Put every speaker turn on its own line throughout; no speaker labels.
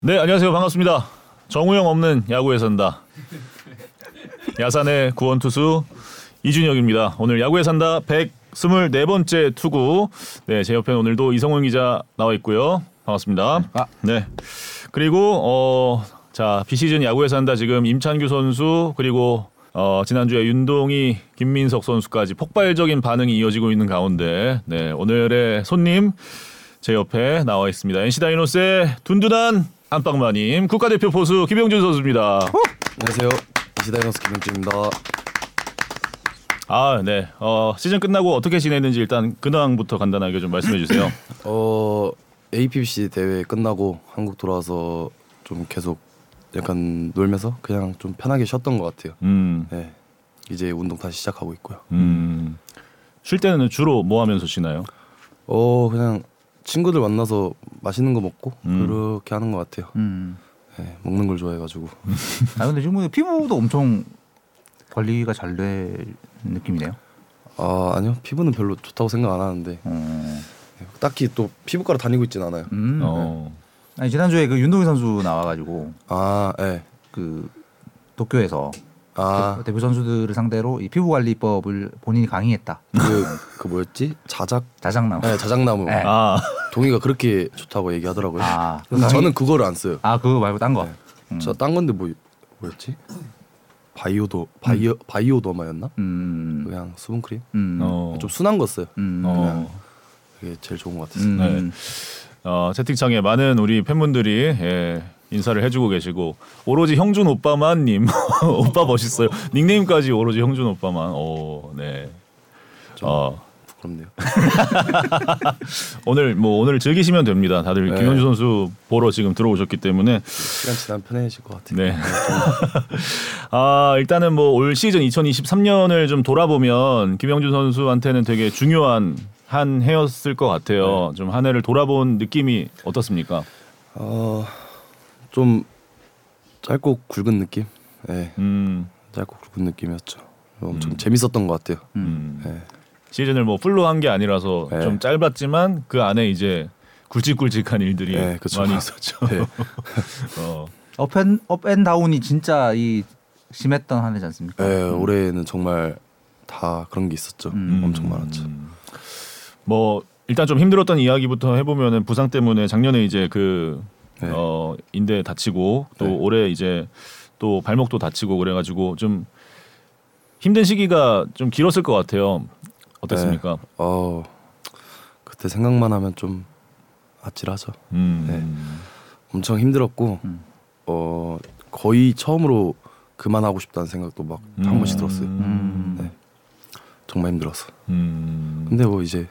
네, 안녕하세요. 반갑습니다. 정우영 없는 야구의 산다. 야산의 구원투수 이준혁입니다. 오늘 야구의 산다 124번째 투구. 네, 제 옆에는 오늘도 이성훈 기자 나와 있고요. 반갑습니다.
아.
네. 그리고 어, 자, 비시즌 야구의 산다 지금 임찬규 선수 그리고 어, 지난주에 윤동희, 김민석 선수까지 폭발적인 반응이 이어지고 있는 가운데 네, 오늘의 손님 제 옆에 나와 있습니다. NC 다이노스의 둔둔한 안방마님, 국가대표 포수 김영준 선수입니다.
어?
안녕하세요. 이시다이너스 김영준입니다. 어,
아, 네. 어, 시즌 근데 어떻게 지냈는지 일단 근황부터 간단하게 좀 말씀해 주세요.
어 APBC 대회 끝나고 한국 돌아와서 좀 계속 약간 놀면서 그냥 좀 편하게 쉬었던 것 같아요.
음,
네. 이제 운동 다시 시작하고 있고요.
음. 쉴 때는 주로 뭐 하면서 쉬나요?
어 그냥 친구들 만나서 맛있는 거 먹고
음.
그렇게 하는 것 같아요.
음.
네, 먹는 걸 좋아해가지고
아 근데 지금 피부도 엄청 관리가 잘 된 느낌이네요.
아 아니요 피부는 별로 좋다고 생각 안 하는데
어.
딱히 또 피부과로 다니고 있진 않아요.
음.
어.
아니 지난주에 그 윤동희 선수 나와가지고
아 예.
그 도쿄에서 그
아,
대표 선수들을 상대로 이 피부 관리법을 본인이 강의했다.
그, 그 뭐였지? 자작?
자작나무.
네, 자작나무.
네.
아,
동의가 그렇게 좋다고 얘기하더라고요.
아,
근데
그러니까
그거
저는 그거를 안 써요.
아 그거 말고 딴 거. 음.
저 딴 건데 뭐 뭐였지? 바이오도 바이오 바이오도마였나?
음.
그냥 수분 크림?
음.
어.
좀 순한 거 써요.
음.
어.
그게 제일 좋은 것 같아요.
음.
네. 어, 채팅창에 많은 우리 팬분들이 예, 인사를 해주고 계시고 오로지 형준 오빠만님 오빠 멋있어요 닉네임까지 오로지 형준 오빠만 오네 어,
부끄럽네요.
오늘 뭐 오늘 즐기시면 됩니다 다들
네.
김현주 선수 보러 지금 들어오셨기 때문에
시간 지나면 편해질 것 같아요.
네. 아 일단은 뭐 올 시즌 2023년을 좀 돌아보면 김영준 선수한테는 되게 중요한 한 해였을 것 같아요.
네.
좀 한 해를 돌아본 느낌이 어떻습니까?
어, 좀 짧고 굵은 느낌? 네,
음,
짧고 굵은 느낌이었죠. 엄청 재밌었던 것 같아요.
음.
네.
시즌을 뭐 풀로 한 게 아니라서
네.
좀 짧았지만 그 안에 이제 굵직굵직한 일들이
네, 그쵸.
많이 있었죠.
네.
어.
업앤 업앤 다운이 진짜 이 심했던 한 해지 않습니까?
네, 올해는 정말 다 그런 게 있었죠.
음.
엄청 많았죠.
뭐 일단 좀 힘들었던 이야기부터 해보면은 부상 때문에 작년에 이제 그
네.
어, 인대 다치고 또
네.
올해 이제 또 발목도 다치고 그래가지고 좀 힘든 시기가 좀 길었을 것 같아요. 어땠습니까?
어 그때 생각만 하면 좀 아찔하죠.
음.
엄청 힘들었고
음.
어 거의 처음으로 그만하고 싶다는 생각도 막 네. 한
음.
번씩 들었어요.
음.
네. 정말 힘들었어.
음.
근데 뭐 이제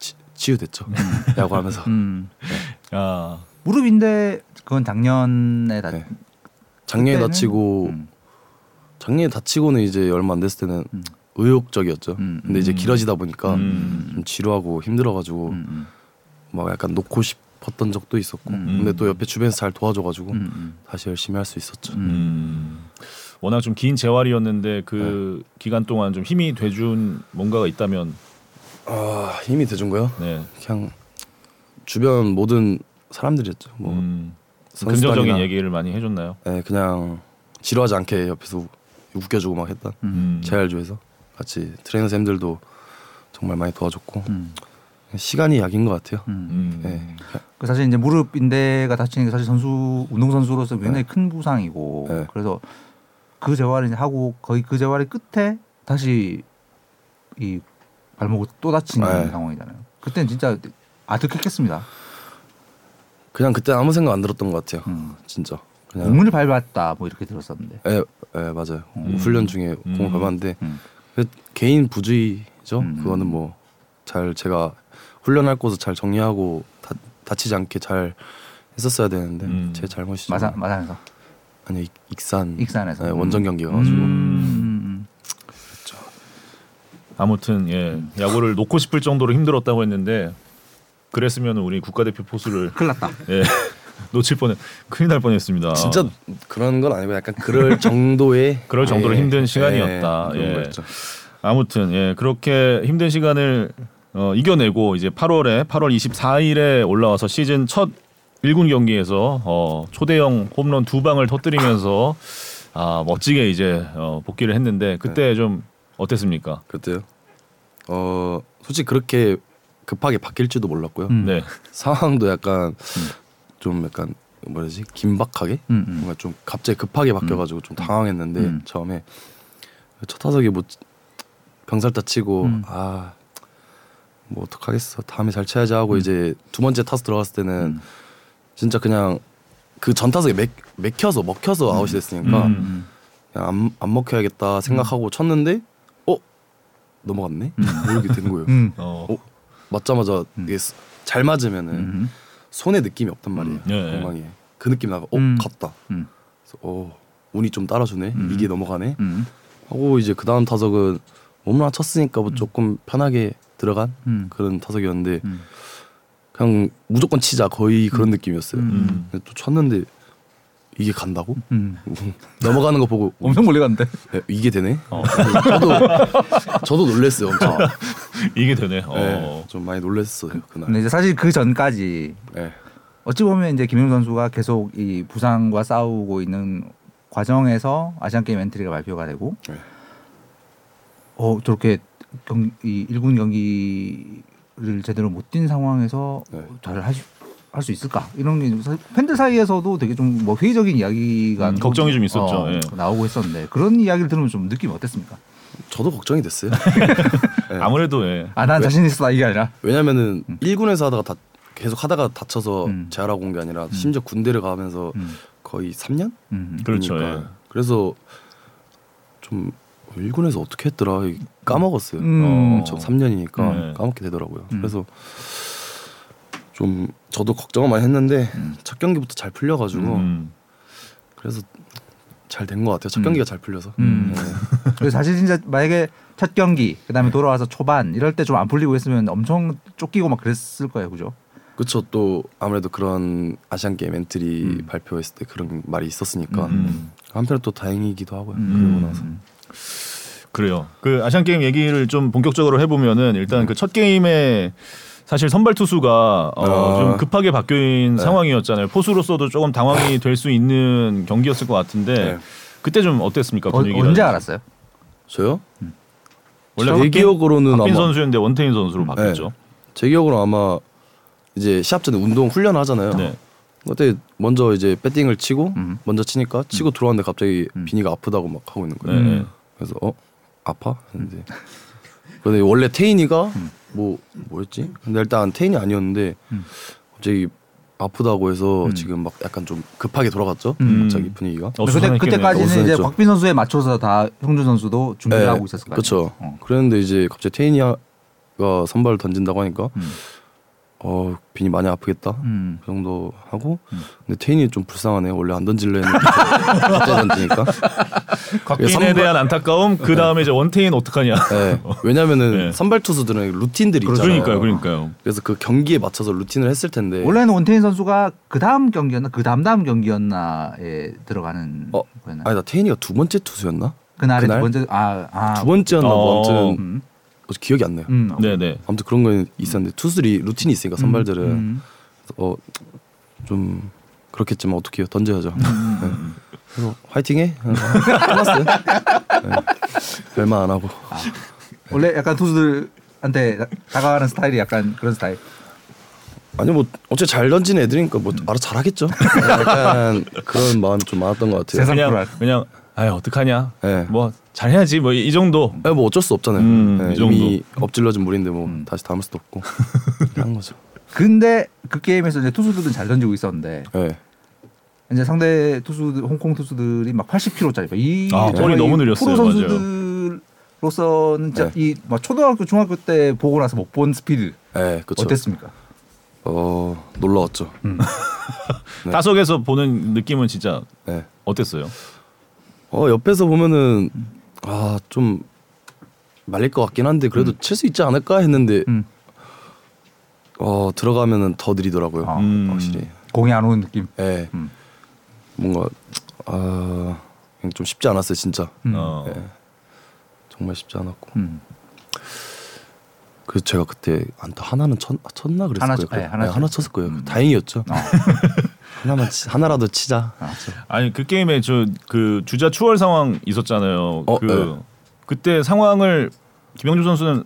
치, 치유됐죠. 야구 하면서.
음.
아,
무릎인데 그건 작년에 다
네. 작년에
그때는-
다치고
음.
작년에 다치고는 이제 얼마 안 됐을 때는
음.
의욕적이었죠.
음,
근데 이제
음.
길어지다 보니까
음.
좀 지루하고 힘들어가지고
음, 음.
막 약간 놓고 싶었던 적도 있었고
음.
근데 또 옆에 주변에서 잘 도와줘가지고
음, 음.
다시 열심히 할 수 있었죠.
음.
음. 워낙 좀 긴 재활이었는데 그
네.
기간 동안 좀 힘이 돼준 뭔가가 있다면
아 힘이 돼준 거요?
네.
그냥 주변 모든 사람들이었죠. 뭐
음.
선수단이나-
긍정적인 얘기를 많이 해줬나요?
네, 그냥 지루하지 않게 옆에서 웃겨주고 막 했던
음.
재활조에서 같이 트레이너 쌤들도 정말 많이 도와줬고
음.
시간이 약인 것 같아요.
음.
음.
네,
그 사실 이제 무릎 인대가 다치는 게 사실 선수 운동 선수로서 굉장히 큰 부상이고
네.
그래서 그 재활을 이제 하고 거의 그 재활의 끝에 다시 이 발목을 또 다치는
네.
상황이잖아요. 그때는 진짜 아득했겠습니다.
그냥 그때 아무 생각 안 들었던 것 같아요.
음.
진짜 그냥
공을 밟았다 뭐 이렇게 들었었는데.
예, 예, 맞아요. 훈련 중에 공을
음.
밟았는데
음.
그 개인 부주의죠.
음.
그거는 뭐 잘 제가 훈련할 곳을 잘 정리하고 다, 다치지 않게 잘 했었어야 되는데
음.
제 잘못이죠.
마산 마산에서
아니 익- 익산
익산에서
네,
음.
원정 경기 가가지고
음.
아무튼 예 야구를 놓고 싶을 정도로 힘들었다고 했는데 그랬으면 우리 국가대표 포수를
큰일 났다.
예 놓칠 뻔해 큰일 날 뻔했습니다.
진짜 그런 건 아니고 약간 그럴 정도의
그럴 정도로
예,
힘든 시간이었다.
예, 그런
예.
거였죠.
아무튼 예 그렇게 힘든 시간을 어, 이겨내고 이제 8월에 8월 24일에 올라와서 시즌 첫 1군 경기에서 어, 초대형 홈런 두 방을 터뜨리면서 아 멋지게 이제 어, 복귀를 했는데
네.
그때 좀 어땠습니까?
그때요. 어 솔직히 그렇게 급하게 바뀔지도 몰랐고요.
음.
네,
상황도 약간
음.
좀 약간 뭐라지 긴박하게
음, 음.
뭔가 좀 갑자기 급하게 바뀌어가지고 좀 당황했는데
음.
처음에 첫 타석에 뭐 병살다 치고
음.
아 뭐 어떡하겠어 다음에 잘 쳐야지 하고 이제 두 번째 타석 들어갔을 때는
음.
진짜 그냥 그 전 타석에 맥, 맥혀서 먹혀서 아웃이 됐으니까
음.
그냥 안, 안 먹혀야겠다 생각하고
음.
쳤는데 어 넘어갔네 뭐 이렇게 되는 거예요
음.
어,
어, 맞자마자
음.
이게 스- 잘 맞으면은
음.
손에 느낌이 없단 말이에요
예, 예.
공방에 그 느낌 나고 어
음.
갔다
음.
그래서 어 운이 좀 따라주네
음.
이게 넘어가네
음.
하고 이제 그 다음 타석은 홈런 쳤으니까 뭐 조금 편하게 들어간
음.
그런 타석이었는데
음.
그냥 무조건 치자 거의 그런 느낌이었어요
음.
음.
근데 또 쳤는데 이게 간다고
음.
넘어가는 거 보고
엄청 멀리 갔는데.
야, 이게 되네
어.
저도 저도 놀랬어요 엄청
이게 되네.
네,
어.
좀 많이 놀랬어요 그날
근데 이제 사실 그 전까지
네.
어찌 보면 이제 김용 선수가 계속 이 부상과 싸우고 있는 과정에서 아시안 게임 엔트리가 발표가 되고
네.
어 저렇게 경, 이 일군 경기를 제대로 못 뛴 상황에서
네.
잘 할 수 있을까 이런 게 사실 팬들 사이에서도 되게 좀 뭐 회의적인 이야기가
음,
또-
걱정이 좀 있었죠.
어,
예.
나오고 있었는데 그런 이야기를 들으면 좀 느낌이 어땠습니까?
저도 걱정이 됐어요 네.
아무래도 예.
아 난 자신 있어 이게 아니라
왜냐면은 1군에서 하다가 다 계속 하다가 다쳐서
음.
재활하고 온 게 아니라 심지어 군대를 가면서
음,
거의 3년?
음,
그렇죠. 예.
그러니까. 그래서 좀 1군에서 어떻게 했더라 이-
그,
까먹었어요.
음.
어, 저 3년이니까
네.
까먹게 되더라고요.
음.
그래서 좀 저도 걱정을 많이 했는데
음.
첫 경기부터 잘 풀려가지고
음.
그래서 잘 된 것 같아요. 첫
음.
경기가 잘 풀려서.
음.
네.
그래서 사실 진짜 만약에 첫 경기
네.
그다음에 돌아와서 초반 이럴 때 좀 안 풀리고 했으면 엄청 쫓기고 막 그랬을 거예요, 그죠?
그렇죠. 또 아무래도 그런 아시안 게임 엔트리
음.
발표했을 때 그런 말이 있었으니까
음.
한편으로 또 다행이기도 하고요.
음.
그러고 나서
그래요. 그 아시안 게임 얘기를 좀 본격적으로 해보면은 일단 그 첫 게임에 사실 선발 투수가 어,
아.
좀 급하게 바뀐 상황이었잖아요. 포수로서도 조금 당황이 될 수 있는 경기였을 것 같은데
네.
그때 좀 어땠습니까
어,
분위기가?
언제 알았어요?
저요?
음. 원래
제
박빈-
기억으로는 아마
박빈 선수였는데 원태인 선수로 바뀌었죠.
제 기억으로 아마 이제 시합 전에 운동 훈련 하잖아요.
네.
그때 먼저 이제 배팅을 치고
음.
먼저 치니까 치고 들어왔는데 갑자기
음.
비니가 아프다고 막 하고 있는 거예요.
네, 네.
음.
그래서 어 아파? 근데 근데 원래 태인이가 뭐 뭐였지? 근데 일단 태인이 아니었는데
음.
갑자기 아프다고 해서
음.
지금 막 약간 좀 급하게 돌아갔죠.
음.
갑자기 분위기가.
근데
어수선했겠네요.
그때까지는 이제
어수선했죠.
곽빈 선수에 맞춰서 다 형준 선수도 준비를 하고 있었을 거예요.
그렇죠.
어.
그랬는데 이제 갑자기 태인이가 선발 던진다고 하니까
음.
어 빈이 많이 아프겠다.
음.
그 정도 하고
음.
근데 태인이 좀 불쌍하네 원래 안 던질래 했는데 갑자기 던지니까
곽빈에
선발-
대한 안타까움 그 다음에 이제 원태인 어떡하냐.
네, 그렇죠. 왜냐면은
네. 그렇죠.
선발 투수들은 루틴들이 있잖아요
그러니까요, 그러니까요.
래서그 경기에 맞춰서 루틴을 했을 텐데
원래는 원태인 선수가 그 다음 경기였나 그 다음 다음 경기였나에 들어가는
어,
거였나?
아니 나 태인이가 두 번째 투수였나
그날에 두
그날?
번째 아아
두 번째였나 뭐
어.
아무튼
음.
어, 기억이 안 나요
음.
네네.
아무튼 그런 거
음.
있었는데 투수들이 루틴이 있으니까 선발들은 어,
음.
어좀 그렇겠지만 어떻게 해요 던져야죠
음.
네. 그래서 화이팅해 끝났어요 네. 별말 안 하고
원래 약간 투수들한테 다가가는 스타일이 약간 그런 스타일.
아니 뭐 어째 잘 던지는 애들이니까 뭐
음.
알아 잘하겠죠. 약간 그런 마음이 좀 많았던 것 같아요.
세상-
그냥
불알.
그냥 아유 어떡하냐.
네.
뭐 잘해야지 뭐 이 정도.
아니 뭐 어쩔 수 없잖아요.
음,
네,
이 정도.
이미 엎질러진 물인데 뭐
음.
다시 담을 수도 없고 한 거죠.
근데 그 게임에서 이제 투수들은 잘 던지고 있었는데
네.
이제 상대 투수들 홍콩 투수들이 막 80km짜리 이
아, 볼이
정말
너무
이
느렸어요.
프로 선수들로서는 진짜
네.
이막 초등학교 중학교 때 보고 나서 못 본 스피드
네, 그렇죠.
어땠습니까? 음.
어 놀라웠죠. 네.
타석에서 보는 느낌은 진짜
네.
어땠어요?
어 옆에서 보면은
음.
아 좀 말릴 것 같긴 한데 그래도 칠 수 있지 않을까 했는데
음.
어 들어가면은 더 느리더라고요.
아.
음.
확실히.
공이 안 오는 느낌.
네.
음.
뭔가 아 그냥 좀 쉽지 않았어요 진짜.
음.
어.
네. 정말 쉽지 않았고
음.
그 제가 그때 안타 하나는 쳤, 쳤나 그랬을
하나
거예요.
쳤- 어. 네,
그거.
하나
네, 하나
쳤-
쳤을 거예요. 다행이었죠. 하나만 치- 하나라도 치자.
아, 저-
아니 그 게임에 저 그 주자 추월 상황 있었잖아요.
어,
그
네.
그때 상황을 김영주 선수는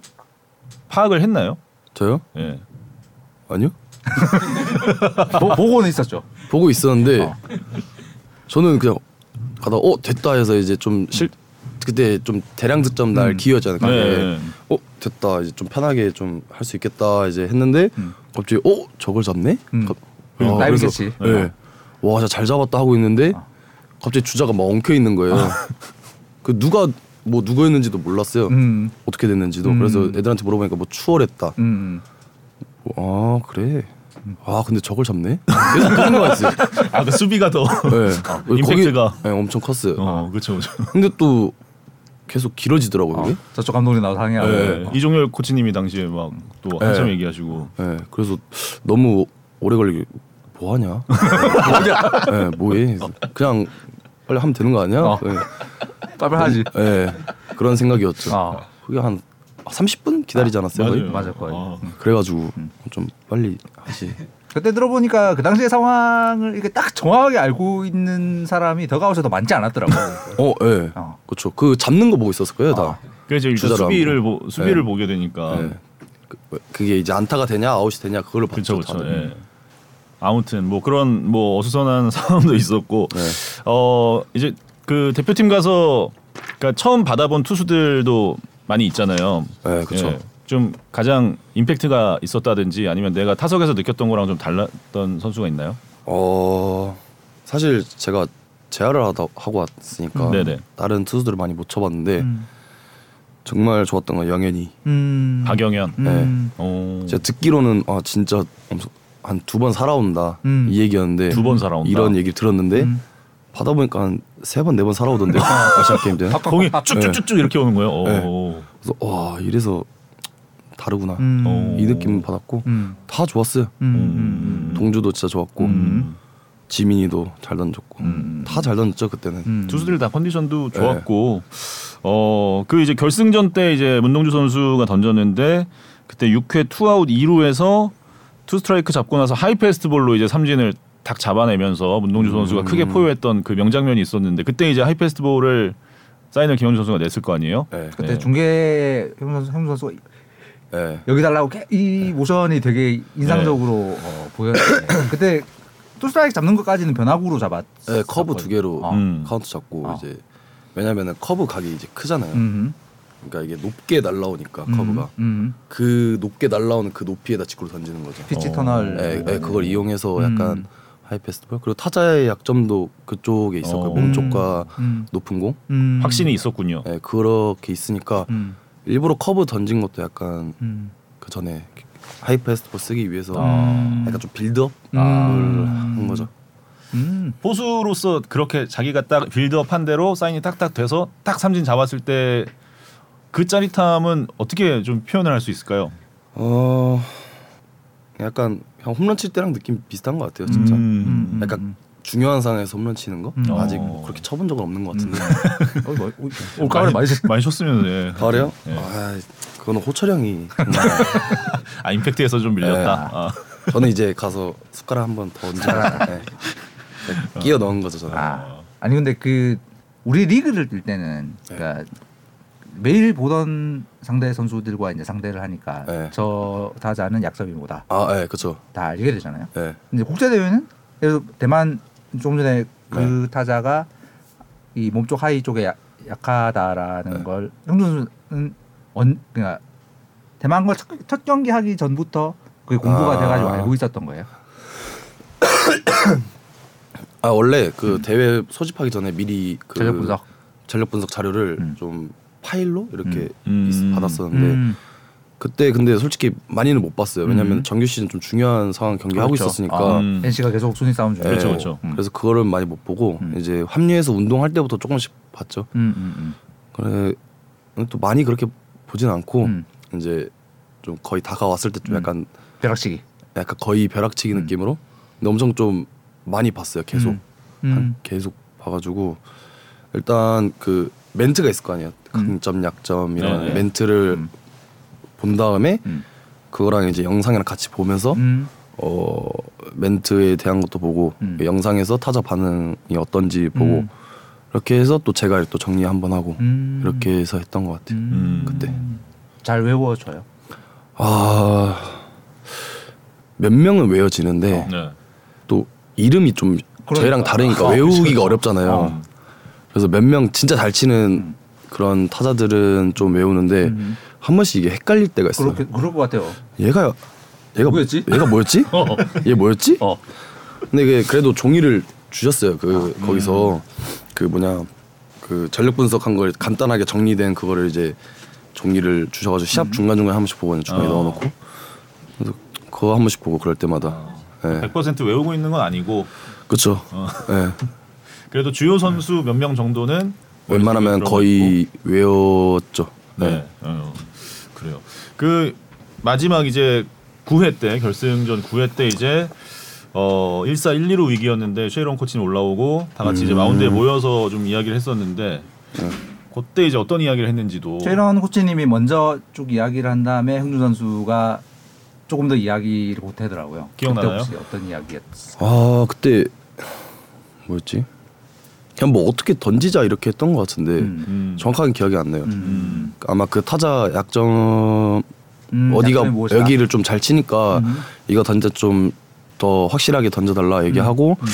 파악을 했나요?
저요?
예.
아니요.
보, 보고는 있었죠.
보고 있었는데
어.
저는 그냥 가다 어 됐다 해서 이제 좀 실 그때 좀 대량 득점
음.
날 기회였잖아요.
네.
근데 어 됐다 이제 좀 편하게 좀 할 수 있겠다 이제 했는데
음.
갑자기 어 저걸 잡네?
음.
갑-
음,
라이브 캐치.
네. 와, 진짜 잘 잡았다 하고 있는데
어.
갑자기 주자가 막 엉켜 있는 거예요.
아.
그 누가 뭐 누구였는지도 몰랐어요.
음,
어떻게 됐는지도
음.
그래서 애들한테 물어보니까 뭐 추월했다.
음.
아 그래.
음.
아 근데 저걸 잡네. 계속 그 생각했어요.
아그 수비가 더.
네.
임팩트가.
거기- 네, 엄청 컸어요.
어 그렇죠 그렇죠.
근데 또 계속 길어지더라고요.
네. 아.
그게.
저쪽 감독이 나도 당해야
예.
돼.
이종열 코치님이 당시에 막 또
네.
한참 얘기하시고.
네, 그래서 너무 오래 걸리게 뭐 하냐? 네, 뭐해? 그냥 빨리 하면 되는 거 아니야?
어.
네.
빨빨하지.
예 그런 생각이었죠.
아,
그게 한 30분 기다리지 않았어요? 거의?
맞아요.
맞아, 거의.
아.
그래가지고 좀 빨리 하시.
그때 들어보니까 그 당시의 상황을 이렇게 딱 정확하게 알고 있는 사람이 더 가오셔도 많지 않았더라고.
어, 예.
어.
그렇죠. 그 잡는 거 보고 있었을 거예요, 다.
그래서 일단
주자로
수비를 보, 수비를
네.
보게 되니까.
예. 그, 그게 이제 안타가 되냐, 아웃이 되냐 그걸로
어. 그렇죠
봤죠,
그렇죠.
다들.
예. 아무튼 뭐 그런 뭐 어수선한 상황도 있었고
네.
어 이제 그 대표팀 가서 그러니까 처음 받아본 투수들도 많이 있잖아요.
예, 그렇죠.
예, 좀 가장 임팩트가 있었다든지 아니면 내가 타석에서 느꼈던 거랑 좀 달랐던 선수가 있나요?
어, 사실 제가 재활을 하다 하고 왔으니까
네네.
다른 투수들을 많이 못 쳐봤는데
음.
정말 좋았던 건 영현이.
음.
박영현.
음.
어,
제가 듣기로는 아 진짜 엄청 한 두 번 살아온다
음.
이 얘기였는데
두번 살아온다.
이런 얘기를 들었는데
음.
받아보니까 한 세 번 네 번 살아오던데 아시안 게임 때는
공이 쭉쭉쭉쭉 이렇게 오는 거예요. 오.
네. 그래서 와 이래서 다르구나
음.
어.
이 느낌 받았고
음.
다 좋았어요
음. 음.
동주도 진짜 좋았고
음.
지민이도 잘 던졌고
음.
다 잘 던졌죠 그때는
음.
투수들 다 컨디션도
네.
좋았고 어그 이제 결승전 때 이제 문동주 선수가 던졌는데 그때 6회 투아웃 2루에서 투 스트라이크 잡고 나서 하이패스트볼로 이제 삼진을 딱 잡아내면서 문동주 선수가
음.
크게 포효했던 그 명장면이 있었는데 그때 이제 하이패스트볼을 사인을 김현주 선수가 냈을 거 아니에요?
네.
그때
네.
중계 형 선수 형 선수
네.
음. 여기 달라고 개- 이 모션이 되게 인상적으로
네.
어, 보였는데 그때 투스트라이크 잡는 것까지는 변화구로 잡았.
네, 커브 두 개로
어.
음.
카운트 잡고
어.
이제 왜냐면은 커브 각이 이제 크잖아요
음.
그러니까 이게 높게 날라오니까
음.
커브가
음.
그 높게 날라오는 그 높이에다 직구를 던지는 거죠
피치
어.
터널.
예, 예, 그걸 이용해서
음.
약간 하이패스트볼 그리고 타자의 약점도 그쪽에 있었고요
어.
몸쪽과
음.
높은 공
음.
확신이 있었군요.
예, 그렇게 있으니까
음.
일부러 커브 던진 것도 약간
음.
그 전에 하이패스트볼 쓰기 위해서
아.
약간 좀 빌드업을
음.
한 거죠
음.
포수로서 그렇게 자기가 딱 빌드업 한 대로 사인이 딱딱 돼서 딱 삼진 잡았을 때 그 짜릿함은 어떻게 좀 표현을 할 수 있을까요?
어 약간 그냥 홈런 칠 때랑 느낌 비슷한 것 같아요 진짜
음.
약간 중요한 상황에서 홈런 치는 거
음.
아직
어.
뭐 그렇게 쳐본 적은 없는 것 같은데
어, 뭐, 올 가을에 많이
많이 쉬었으면 예.
가을이요?
예.
아, 그거는 호철 형이 정말
아 임팩트에서 좀 밀렸다.
예.
아.
저는 이제 가서 숟가락 한 번 더 얹어 네. 끼워 넣은 거죠 저는.
아 아니 근데 그 우리 리그를 뛸 때는
네.
그러니까 매일 보던 상대 선수들과 이제 상대를 하니까
네.
저 타자는 약섭이 뭐다
아, 예, 그렇죠.
다 알게 되잖아요.
예.
이제 국제 대회는 예를 들어 대만 조금 전에 그
네.
타자가 이 몸쪽 하이 쪽에 약- 약하다라는
네.
걸 형준수는 언 그러니까 대만 걸 첫 경기 하기 전부터 그게 공부가
아.
돼가지고 알고 있었던 거예요.
아, 원래 그 대회 소집하기 전에 미리 그
음. 전력 분석.
전력 분석 자료를
음.
좀 파일로 이렇게
음.
있-
음.
받았었는데
음.
그때 근데 솔직히 많이는 못 봤어요. 왜냐면
음.
정규 시즌 좀 중요한 상황 경기 하고
그렇죠.
있었으니까.
아, 음.
NC가 계속 순위 싸움 중이에요.
예.
그렇죠, 그렇죠.
음.
그래서 그거를 많이 못 보고
음.
이제 합류해서 운동할 때부터 조금씩 봤죠.
음, 음, 음.
그래 또 많이 그렇게 보진 않고
음.
이제 좀 거의 다가왔을 때 좀
음.
약간
벼락치기.
약간 거의 벼락치기
음.
느낌으로 근데 엄청 좀 많이 봤어요 계속
음.
한, 계속 봐가지고 일단 그 멘트가 있을 거 아니에요
음.
강점 약점 이런
네네.
멘트를
음.
본 다음에
음.
그거랑 이제 영상이랑 같이 보면서
음.
어 멘트에 대한 것도 보고 그
음.
영상에서 타자 반응이 어떤지 보고
음.
이렇게 해서 또 제가 또 정리 한번 하고
음.
이렇게 해서 했던 것 같아요.
음.
그때.
잘 외워줘요.
아몇 명은 외워지는데
네.
또 이름이 좀 저희랑
어. 그러니까.
다르니까
아,
외우기가
그쵸, 그쵸.
어렵잖아요.
어.
그래서 몇 명 진짜 잘 치는 그런 타자들은 좀 외우는데
음.
한 번씩 이게 헷갈릴 때가 있어요.
그렇게 그럴 것 같아요.
얘가 얘가
뭐였지?
얘가 뭐였지? 얘 뭐였지?
어.
근데 이게 그래도 종이를 주셨어요. 그 거기서 그 뭐냐 그 전력 분석한 걸 간단하게 정리된 그거를 이제 종이를 주셔가지고 시합
음.
중간 중간 한 번씩 보거든요. 중간에
어.
넣어놓고 그래서 그거 한 번씩 보고 그럴 때마다.
어.
예,
100% 외우고 있는 건 아니고
그렇죠. 예,
그래도 주요 선수 몇 명 정도는
웬만하면
머릿속에
거의 외웠죠. 예.
들어가 있고. 네. 어, 그래요. 그 마지막 이제 9회 때 결승전 9회 때 이제 어 1사 1 2로 위기였는데 쉐이론 코치는 올라오고 다 같이
음.
이제 마운드에 모여서 좀 이야기를 했었는데
네.
그때 이제 어떤 이야기를 했는지도
최런 코치님이 먼저 쭉 이야기를 한 다음에 흥준 선수가 조금 더 이야기를 못 하더라고요.
기억나나요?
그때 혹시 어떤 이야기였어?
아 그때 뭐였지? 그냥 뭐 어떻게 던지자 이렇게 했던 것 같은데
음.
음.
정확하게 기억이 안 나요.
음.
아마 그 타자 약점
음,
어디가
약점이 무엇이다?
여기를 좀 잘 치니까
음.
이거 던져 좀 더 확실하게 던져달라 얘기하고
음,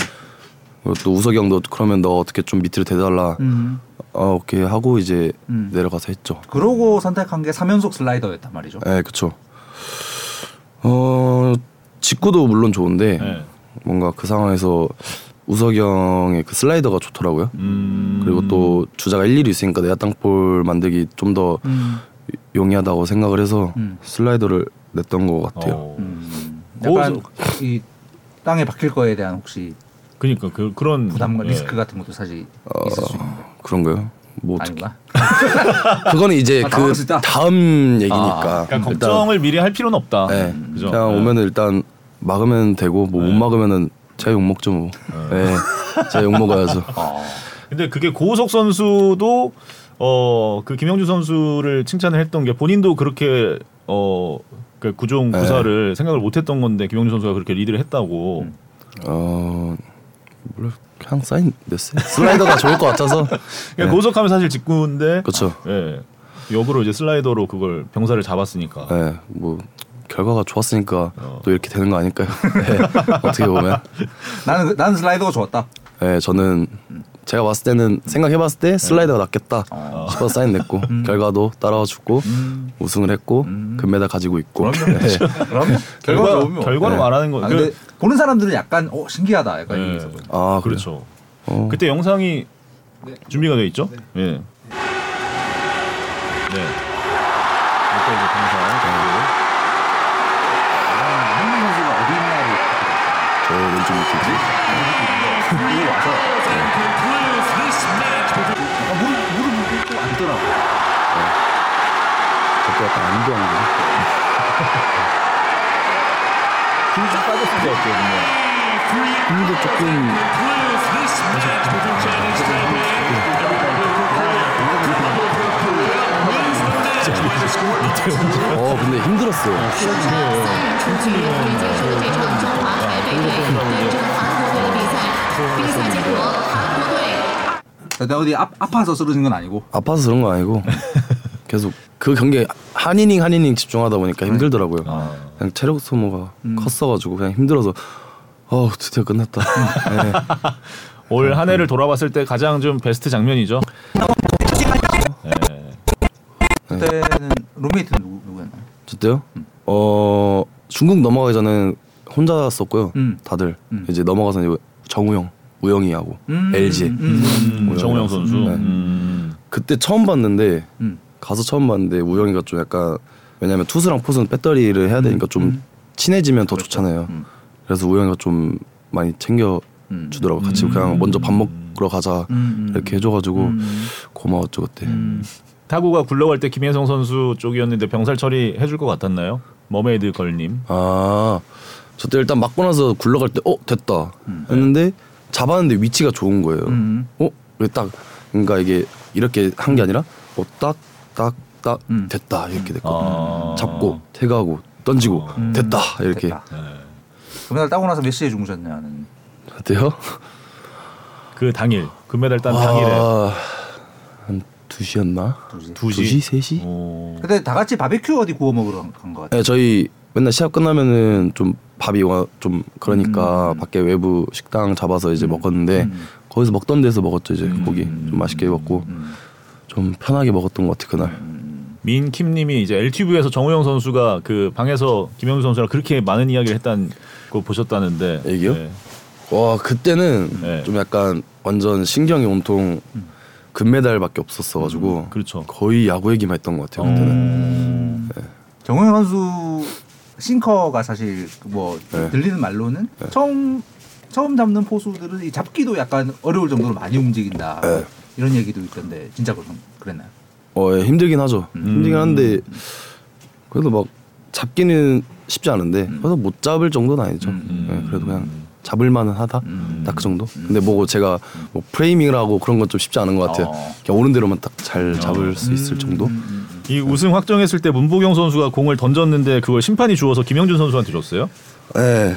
그리고 또 우석이 형도 그러면 너 어떻게 좀 밑으로 대달라
음.
아 오케이 하고 이제
음.
내려가서 했죠.
그러고 선택한 게 3연속 슬라이더였단 말이죠.
네 그쵸. 어 직구도 물론 좋은데
네.
뭔가 그 상황에서 우석이 형의 그 슬라이더가 좋더라고요.
음.
그리고 또 주자가 1, 2루 있으니까 내야 땅볼 만들기 좀 더
음.
용이하다고 생각을 해서
음.
슬라이더를 냈던 것 같아요.
어.
음.
오,
약간 이 땅에 박힐 거에 대한 혹시
그러니까 그 그런
부담감,
예.
리스크 같은 것도 사실 있을 수 있는데
그런가요? 어. 뭐 어떻게-
아닌가?
그거는 이제
아,
그
나올 수 있다?
다음 얘기니까.
그러니까 걱정을 미리 할 필요는 없다.
네.
음.
그죠?
그냥
네.
오면 일단 막으면 되고 뭐 못
네.
막으면은 제욕 먹죠 뭐. 예. 제욕 먹어야죠.
어.
근데 그게 고우석 선수도 어그 김영주 선수를 칭찬을 했던 게 본인도 그렇게 어그 구종
네.
구사를 생각을 못했던 건데 김영주 선수가 그렇게 리드를 했다고.
음.
어. 몰라. 그냥 사인 냈어요. 슬라이더가 좋을 것 같아서.
그러니까
네.
고우석하면 사실 직구인데.
그렇죠.
예. 역으로 이제 슬라이더로 그걸 병사를 잡았으니까.
네.
예. 뭐 결과가 좋았으니까
어.
또 이렇게 되는 거 아닐까요? 예. 어떻게 보면.
나는 그- 나는 슬라이더가 좋았다.
예, 저는 제가 봤을 때는 생각해봤을 때 슬라이더가 낫겠다
어.
싶어서 사인 냈고 결과도 따라와 주고 우승을 했고 금메달 가지고 있고
그럼요. 그럼 결과
결과
좋으면
결과로
네.
말하는 거. 그-
아, 근데 네. 보는 사람들은 약간 어 신기하다 약간
예.
이게 있었거든요.
아 그래요?
그렇죠.
어.
그때 영상이 준비가 돼 있죠? 예. 네.
이때 이제 동사 한민 아, 선수가 어디 있나를
저 왼쪽 밑이지
아, 이거 와서 아, 무릎 무릎 꿇고 앉더라고.
네. 저거 약간 안도 안 돼.
힘이 좀 빠졌을 것 같아요.
힘도 조금 어 근데 힘들었어요.
重庆零零接受这场中华台北队对阵韩国队的比赛，比赛结果韩国队。
나 어디 아, 아파서 쓰러진 건 아니고
아파서 그런 거 아니고 계속 그 경기 한 이닝 한 이닝 집중하다 보니까 힘들더라고요.
아.
그냥 체력 소모가 컸어가지고 그냥 힘들어서 어 드디어 끝났다. 네.
올 한 해를 돌아봤을 때 가장 좀 베스트 장면이죠. 네.
그때는 룸메이트 누구 누구였나요?
저때요? 어 중국 넘어가기 전에 혼자 썼고요.
음.
다들
음.
이제 넘어가서 이제 정우영, 우영이하고
음,
LG
음,
음, 정우영 선수.
네.
음.
그때 처음 봤는데
음.
가서 처음 봤는데 우영이가 좀 약간 왜냐면 투수랑 포수는 배터리를 해야 되니까 좀 친해지면 더 좋잖아요.
음.
그래서 우영이가 좀 많이 챙겨
음.
주더라고. 같이
음.
그냥 먼저 밥 먹으러 가자
음, 음.
이렇게 해줘가지고
음.
고마웠죠 그때.
음.
타구가 굴러갈 때 김혜성 선수 쪽이었는데 병살 처리 해줄 것 같았나요? 머메이드 걸님.
아, 저때 일단 맞고 나서 굴러갈 때, 어 됐다 했는데 잡았는데 위치가 좋은 거예요.
네. 음.
어, 왜 딱, 그러니까 이게 이렇게 한 게 아니라, 어, 딱, 딱, 딱 했다
음.
됐다 이렇게 됐거든요.
아.
잡고 태그하고 던지고
음.
됐다 이렇게
됐다. 금메달 따고 나서 몇 시에 주무셨냐는
어때요?
그 당일 금메달 딴 당일에
아, 한 2시였나?
시.
2시
2시? 3시?
오.
근데 다 같이 바베큐 어디 구워 먹으러 간 것 같아요.
네, 저희 맨날 시합 끝나면은 좀 밥이 와, 좀 그러니까
음.
밖에 외부 식당 잡아서 이제 먹었는데
음.
거기서 먹던 데서 먹었죠 이제 고기 좀 맛있게 먹고
음.
좀 편하게 먹었던 것 같아 그날
민킴님이 이제 LTV에서 정우영 선수가 그 방에서 김현수 선수랑 그렇게 많은 이야기를 했다는 거 보셨다는데
얘기요?
네.
와 그때는
네.
좀 약간 완전 신경이 온통 금메달밖에 없었어가지고
그렇죠.
거의 야구 얘기만 했던 것 같아요 그때는
음.
정우영 선수 싱커가 사실 뭐
네.
들리는 말로는 처음 처음 잡는 포수들은 이 잡기도 약간 어려울 정도로 많이 움직인다
네.
이런 얘기도 있던데 진짜 그런 그랬나요?
어 예, 힘들긴 하죠
음.
힘들긴 한데 그래도 막 잡기는 쉽지 않은데
음.
그래도 못 잡을 정도는 아니죠 예, 그래도 그냥 잡을 만은 하다
음.
딱 그 정도 근데 뭐 제가 뭐 프레이밍이라고 그런 건 좀 쉽지 않은 것 같아요
어. 음.
그냥 오른 대로만 딱 잘 잡을 수 있을 정도
이 우승 확정했을 때 문보경 선수가 공을 던졌는데 그걸 심판이 주워서 김영준 선수한테 줬어요.
예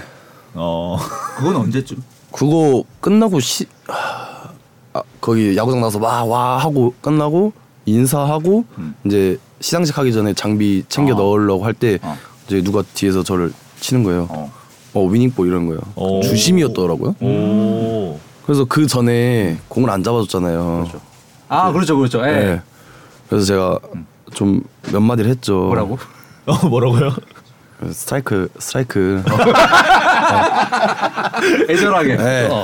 어.
그건 언제쯤?
그거 끝나고 시 아, 거기 야구장 나서 와 와 하고 끝나고 인사하고 이제 시상식 하기 전에 장비 챙겨
음. 어.
넣으려고 할 때
어.
이제 누가 뒤에서 저를 치는 거예요. 어,
어.
위닝볼 이런 거예요.
오.
주심이었더라고요.
오.
그래서 그 전에 공을 안 잡아줬잖아요.
아 그렇죠 그렇죠. 예.
네. 그래서 제가 좀 몇 마디를 했죠.
뭐라고?
어 뭐라고요?
그래서 스트라이크 스트라이크.
애절하게.
네.
어.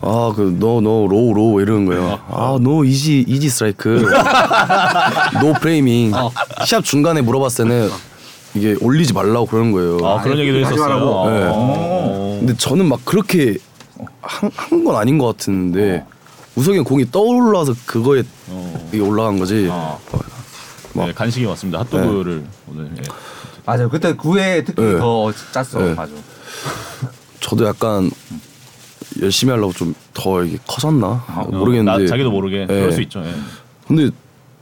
아, 그, 너, 너, 로우, 로우, 이러는 거예요. 아, 너, 이지, 이지 스트라이크. 노 프레이밍.
어.
시합 중간에 물어봤을 때는 이게 올리지 말라고 그러는 거예요.
아 그런 얘기도
하지 말라고.
했었어요.
네.
어.
근데 저는 막 그렇게 한 건 아닌 것 같은데 우석이 형 공이 떠올라서 그거에
어.
이게 올라간 거지.
어.
막-
네, 간식이 왔습니다. 핫도그를 오늘 예.
맞아요. 그때 구회 특히
네.
더 짰어.
네.
맞아.
저도 약간 열심히 하려고 좀 더 이게 커졌나 모르겠는데.
아, 어. 나, 자기도 모르게 그럴
네.
수 있죠. 예.
근데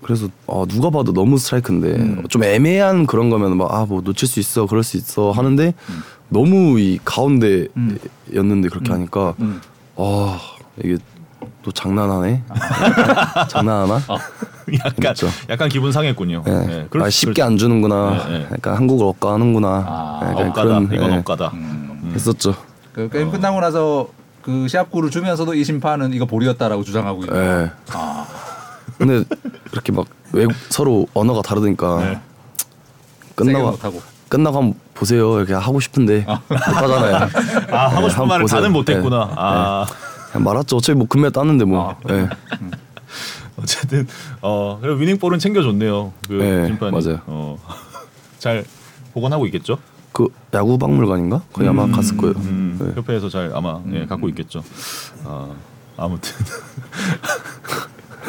그래서 아 누가 봐도 너무 스트라이크인데
음.
좀 애매한 그런 거면 막 아 뭐 놓칠 수 있어 그럴 수 있어 하는데
음.
너무 이 가운데였는데 그렇게 하니까
음.
아 이게 또 장난하네
어.
장난하나
아, 약간
그렇죠.
약간 기분 상했군요.
예.
예, 그럴
아
수-
쉽게 안 주는구나
예, 예.
약간 한국을 억가하는구나 예,
아,
약간
억가다. 이건 억가다. 음.
예, 했었죠
음. 그 게임 끝나고 나서 그 시합구를 주면서도 이 심판은 이거 볼이었다라고 주장하고 있는.
예
아.
근데 그렇게 막 외국 서로 언어가 다르니까
네.
세게
끝나고
못하고.
끝나고 한번 보세요 이렇게 하고 싶은데 못하잖아요
아
네,
하고 싶은
한번
말을
보세요.
다는 못했구나.
네,
아
그냥 말았죠 어차피 뭐 금메달 땄는데 뭐 예.
어쨌든 어 그리고 위닝볼은 챙겨줬네요. 그
네,
심판이 어,
맞아요.
어잘 복원하고 있겠죠.
그 야구 박물관인가 거기 아마 갔을 거예요
음,
예.
협회에서 잘 아마 예, 갖고 있겠죠. 아 아무튼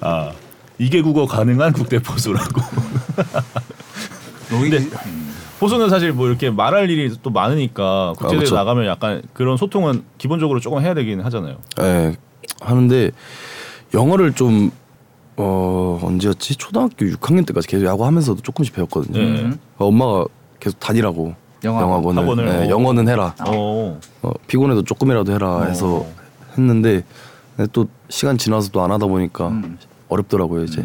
아 이게 국어 가능한 국대 포수라고.
노인이
포수는 사실 뭐 이렇게 말할 일이 또 많으니까 국제대회
아, 그쵸.
나가면 약간 그런 소통은 기본적으로 조금 해야 되긴 하잖아요.
예, 하는데 영어를 좀 어, 언제였지? 초등학교 6학년 때까지 계속 야구하면서도 조금씩 배웠거든요.
예.
어, 엄마가 계속 다니라고
영어
영어학원을
학원을?
예,
어.
영어는 해라.
어.
어, 피곤해도 조금이라도 해라 해서 했는데 근데 또 시간 지나서 또 안 하다 보니까
음.
어렵더라고요 이제.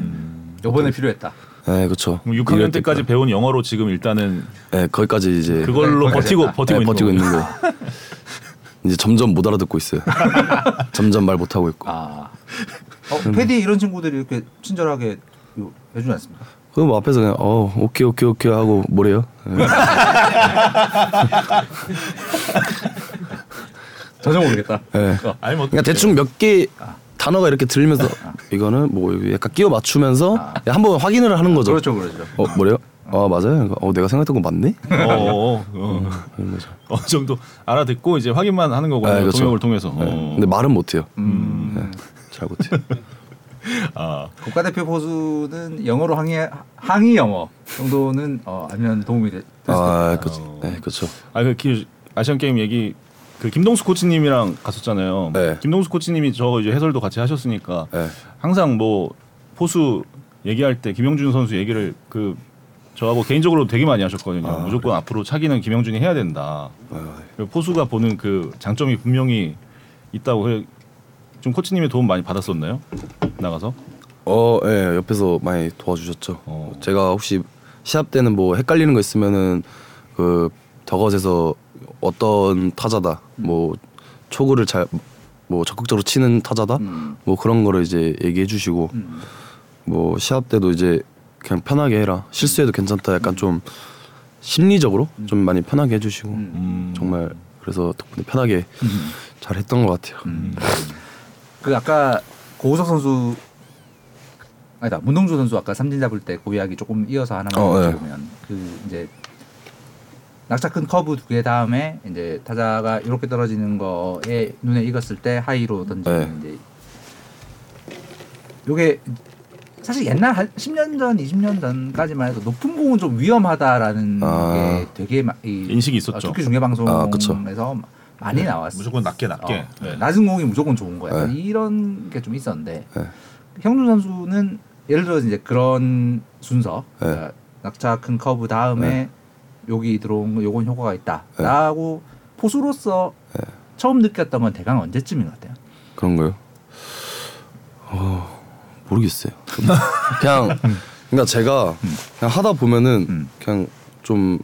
요번에 필요했다.
예, 그렇죠.
음. 그럼 6학년 때까지 배운 영어로 지금 일단은
예, 거기까지 이제
그걸로
네,
버티고
거기까지
버티고
예,
있는 거군요.
버티고 있는 거. 이제 점점 못 알아듣고 있어요. 점점 말 못 하고 있고.
아.
음.
어, 패디 이런 친구들이 이렇게 친절하게 요- 해주지 않습니까?
그럼 뭐 앞에서 그냥 어 오케이 오케이 오케이 하고 뭐래요? 예.
전혀 모르겠다.
예.
어.
아니 뭐
그러니까 대충 몇 개 단어가 이렇게 들리면서 이거는 뭐 약간 끼워 맞추면서 한번 확인을 하는 거죠.
그렇죠, 그렇죠.
어 뭐래요? 아 맞아요. 어 내가 생각했던 거 맞네?
어, 어,
음,
어. 어느 정도 알아듣고 이제 확인만 하는 거고
아,
요
그렇죠.
동역을 통해서.
예.
어.
근데 말은 못해요.
음.
잘 못해요.
아,
국가대표 포수는 영어로 항의 항의 영어 정도는 어, 알면 도움이 될. 될 수-
아 그렇죠. 네 그렇죠.
아그 기- 아시안 게임 얘기 그 김동수 코치님이랑 갔었잖아요.
네. 예.
김동수 코치님이 저 이제 해설도 같이 하셨으니까
네.
항상 뭐 포수 얘기할 때 김영준 선수 얘기를 그 저하고 개인적으로 되게 많이 하셨거든요.
아,
무조건 앞으로 차기는 김영준이 해야 된다.
아,
포수가 보는 그 장점이 분명히 있다고 해. 좀 코치님의 도움 많이 받았었나요? 나가서
어, 예, 옆에서 많이 도와주셨죠.
어.
제가 혹시 시합 때는 뭐 헷갈리는 거 있으면은 그 덕업에서 어떤 타자다, 뭐 초구를 잘 뭐 적극적으로 치는 타자다,
음.
뭐 그런 거를 이제 얘기해 주시고
음.
뭐 시합 때도 이제 그냥 편하게 해라,
음.
실수해도 괜찮다, 약간 좀 심리적으로 좀 많이 편하게 해주시고
음.
음,
정말 그래서 덕분에 편하게 잘 했던 것 같아요.
음. 그 아까 고우석 선수 아니다 문동주 선수 아까 삼진 잡을 때 그 이야기 조금 이어서 하나만
어, 네.
여쭤보면 그 이제 낙차 큰 커브 두 개 다음에 이제 타자가 이렇게 떨어지는 거에 눈에 익었을 때 하이로 던지는
네.
이제 요게 사실 옛날 한 10년 전, 20년 전까지만 해도 높은 공은 좀 위험하다라는
아.
게 되게 마, 이,
인식이 있었죠. 네.
아, 특히 중계 방송에서
아, 그쵸.
많이 나왔어.
무조건 낮게 낮게.
어,
네.
낮은 공이 무조건 좋은 거야.
네.
이런 게 좀 있었는데
네.
형준 선수는 예를 들어 이제 그런 순서
네.
그러니까 낙차 큰 커브 다음에 여기 들어온 거 요건 효과가
네.
있다라고 포수로서 처음 느꼈던 건 대강 언제쯤인 것 같아요.
그런가요? 어, 모르겠어요. 그냥 그러니까 제가 그냥 하다 보면은
음.
그냥 좀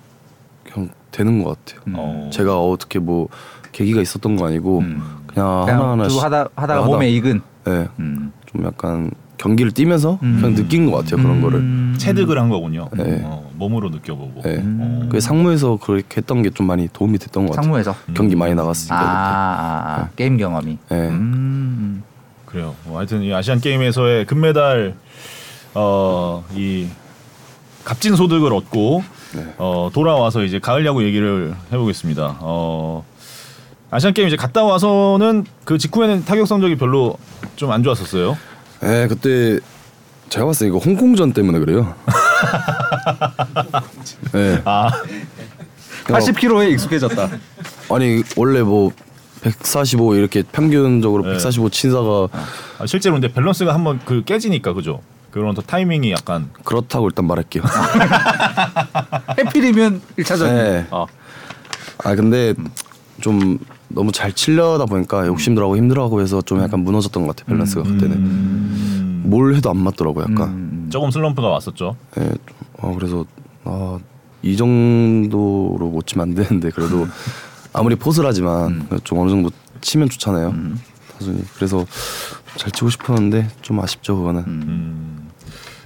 그냥 되는 것 같아요.
음.
어.
제가 어떻게 뭐 계기가 있었던 거 뭐, 아니고
음.
그냥,
그냥
하나하나
쭉
씩-
하다 하다가
하다.
몸에 익은
예,
음.
좀 약간 경기를 뛰면서
음.
그냥 느낀 것 같아요 그런 거를.
음.
체득을 한 거군요.
네.
어, 몸으로 느껴보고.
예,
어.
그 상무에서 그렇게 했던 게 좀 많이 도움이 됐던 것 같아요.
상무에서
경기 많이
아,
나갔으니까.
아, 아, 게임 경험이
네.
음.
그래요. 뭐 하여튼 이 아시안 게임에서의 금메달 어이 값진 소득을 얻고
네.
어, 돌아와서 이제 가을 야구 얘기를 해보겠습니다. 어, 아시안 게임 이제 갔다 와서는 그 직후에는 타격 성적이 별로 좀 안 좋았었어요.
예, 그때 제가 봤을 때 이거 홍콩전 때문에 그래요. 예.
아
어.
80kg에 익숙해졌다.
아니 원래 뭐 145 이렇게 평균적으로
네.
145 치다가
아, 실제로 근데 밸런스가 한번 그 깨지니까 그죠? 그런 더 타이밍이 약간
그렇다고 일단 말할게요.
아,
해필이면 1차전.
네.
어.
아 근데 좀 너무 잘 치려다
음.
보니까 욕심들하고 힘들어하고 해서 좀 약간 무너졌던 것 같아 밸런스가 그때는
음,
뭘 해도 안 맞더라고 약간.
음.
조금 슬럼프가 왔었죠.
예. 좀, 어 그래서 아, 이 정도로 못 치면 안 되는데 그래도 아무리
음.
포스라지만 좀 어느 정도 치면 좋잖아요. 단순히 그래서 잘 치고 싶었는데 좀 아쉽죠 그거는.
음,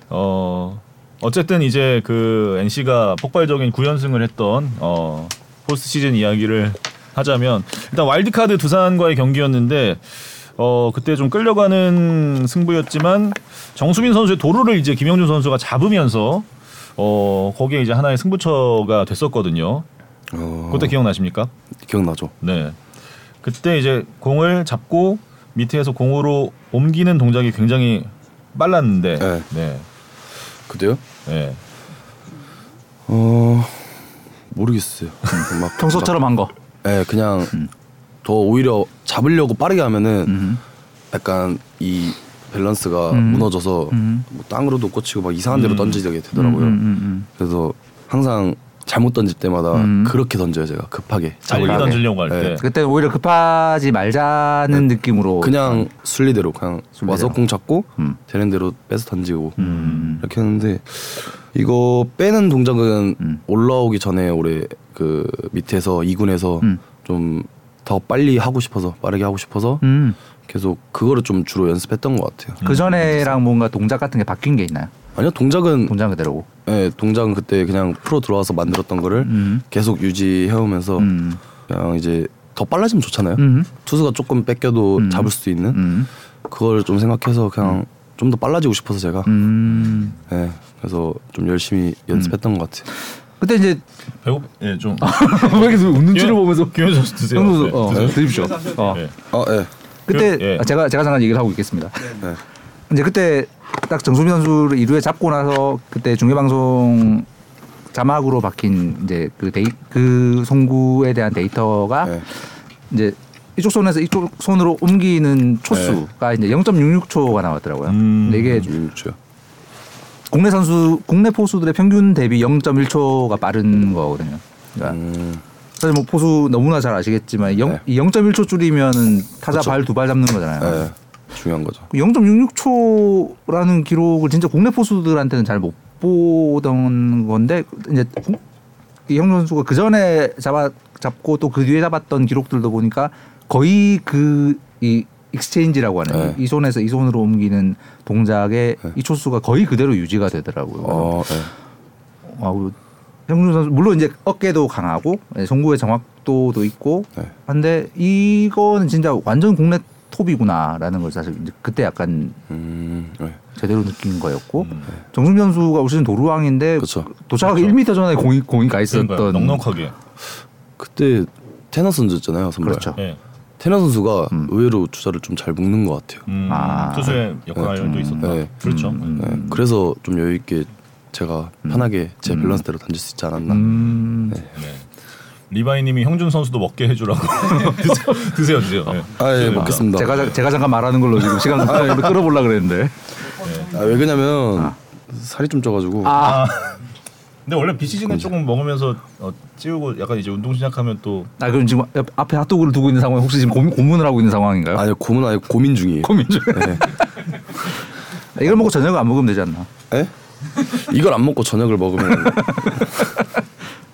어 어쨌든 이제 그 NC가 폭발적인 9연승을 했던 어 포스트 시즌 이야기를 하자면 일단 와일드카드 두산과의 경기였는데 어 그때 좀 끌려가는 승부였지만 정수빈 선수의 도루를 이제 김영준 선수가 잡으면서 어 거기에 이제 하나의 승부처가 됐었거든요.
어,
그때 기억나십니까?
기억나죠.
네. 그때 이제 공을 잡고 밑에서 공으로 옮기는 동작이 굉장히 빨랐는데
네.
네.
그때요?
예.
어 모르겠어요. 막
평소처럼 한 거.
막- 예, 그냥 더 오히려 잡으려고 빠르게 하면은
음.
약간 이 밸런스가
음.
무너져서
음.
뭐 땅으로도 꽂히고 막 이상한 데로 던지게 되더라고요.
음, 음,
그래서 항상 잘못 던질 때마다
음.
그렇게 던져요 제가 급하게
빨리
잡으려고.
아, 던지려고 할
네.
때.
음. 그때 오히려 급하지 말자는 느낌으로.
그냥 순리대로 그냥
음. 순리대로.
와서 공 잡고
음.
되는 대로 빼서 던지고
음.
이렇게 했는데 이거 빼는 동작은
음.
올라오기 전에 올해 그 밑에서 2군에서
음.
좀 더 빨리 하고 싶어서 빠르게 하고 싶어서
음.
계속 그거를 좀 주로 연습했던 것 같아요.
그 전에랑 뭔가 동작 같은 게 바뀐 게 있나요?
아니요 동작은
동작 그대로고.
예, 동작은 그때 그냥 프로 들어와서 만들었던 거를
음.
계속 유지해오면서
음.
그냥 이제 더 빨라지면 좋잖아요.
음.
투수가 조금 뺏겨도
음.
잡을 수 있는
음.
그걸 좀 생각해서 그냥 좀 더 빨라지고 싶어서 제가
음.
예, 그래서 좀 열심히 연습했던 것 같아요.
그때 이제
배고 예, 좀. 예.
왜 이렇게 웃는지를 보면서
김현 선수 드세요.
형도
네,
어,
드세요.
드십시오. 어.
예.
어, 예.
그때
그, 예.
아, 제가 제가 잠깐 얘기를 하고 있겠습니다.
네.
이제 그때 딱 정수빈 선수를 2루에 잡고 나서 그때 중계방송 자막으로 박힌 이제 그 데이 그 송구에 대한 데이터가
네.
이제 이쪽 손에서 이쪽 손으로
네.
옮기는 초수가 이제 0.66초가 나왔더라고요.
음.
그렇죠.
근데 이게
좀 좋죠.
국내 선수 국내 포수들의 평균 대비 0.1초가 빠른 거거든요. 그러니까 사실 뭐 포수 너무나 잘 아시겠지만 영,
음. 네.
이 0.1초 줄이면은 타자
그쵸.
발 두 발 잡는 거잖아요.
네, 중요한 거죠.
그 0.66초라는 기록을 진짜 국내 포수들한테는 잘 못 보던 건데 이제 이형 선수가 그 전에 잡아 잡고 또 그 뒤에 잡았던 기록들도 보니까 거의 그 이 익스체인지라고 하는
네.
이 손에서 이 손으로 옮기는 동작의 이 초수가 거의 그대로 유지가 되더라고요.
어, 네.
아우 형준 선수 물론 이제 어깨도 강하고 예, 송구의 정확도도 있고
네.
한데 이거는 진짜 완전 국내 톱이구나라는 걸 사실 이제 그때 약간
음, 네.
제대로 느낀 거였고
음.
정승 선수가 올 시즌 도루왕인데
음. 그쵸.
도착하기 1m 전에 공이 공이 가
그러니까
있었던
넉넉하게.
그때 테너 선수였잖아요 선발.
그렇죠. 음.
예.
테너 선수가 의외로 주자를 좀 잘 묶는 것 같아요.
음,
아.
투수의 역할도 있었다.
네.
그렇죠.
음.
네, 그래서 좀 여유 있게 제가 편하게 제
음.
밸런스대로 던질 수 있지 않았나.
음.
리바이님이 형준 선수도 먹게 해주라고 드세요, 드세요. 네.
아, 예, 먹겠습니다.
제가 자- 제가 잠깐 말하는 걸로 지금 시간 끌어보려 그랬는데
아, 왜 그러냐면 살이 좀 쪄가지고.
아,
근데 원래 비시즌에 조금 먹으면서 어, 찌우고 약간 이제 운동 시작하면 또
아 그럼 지금 옆- 앞에 핫도그를 두고 있는 상황 혹시 지금 고민, 고문을 하고 있는 상황인가요?
아니요 고민 아니고 고민 중이에요.
고민 중에 아,
네.
이걸 먹고 저녁을 안 먹으면 되지 않나?
에? 예? 이걸 안 먹고 저녁을 먹으면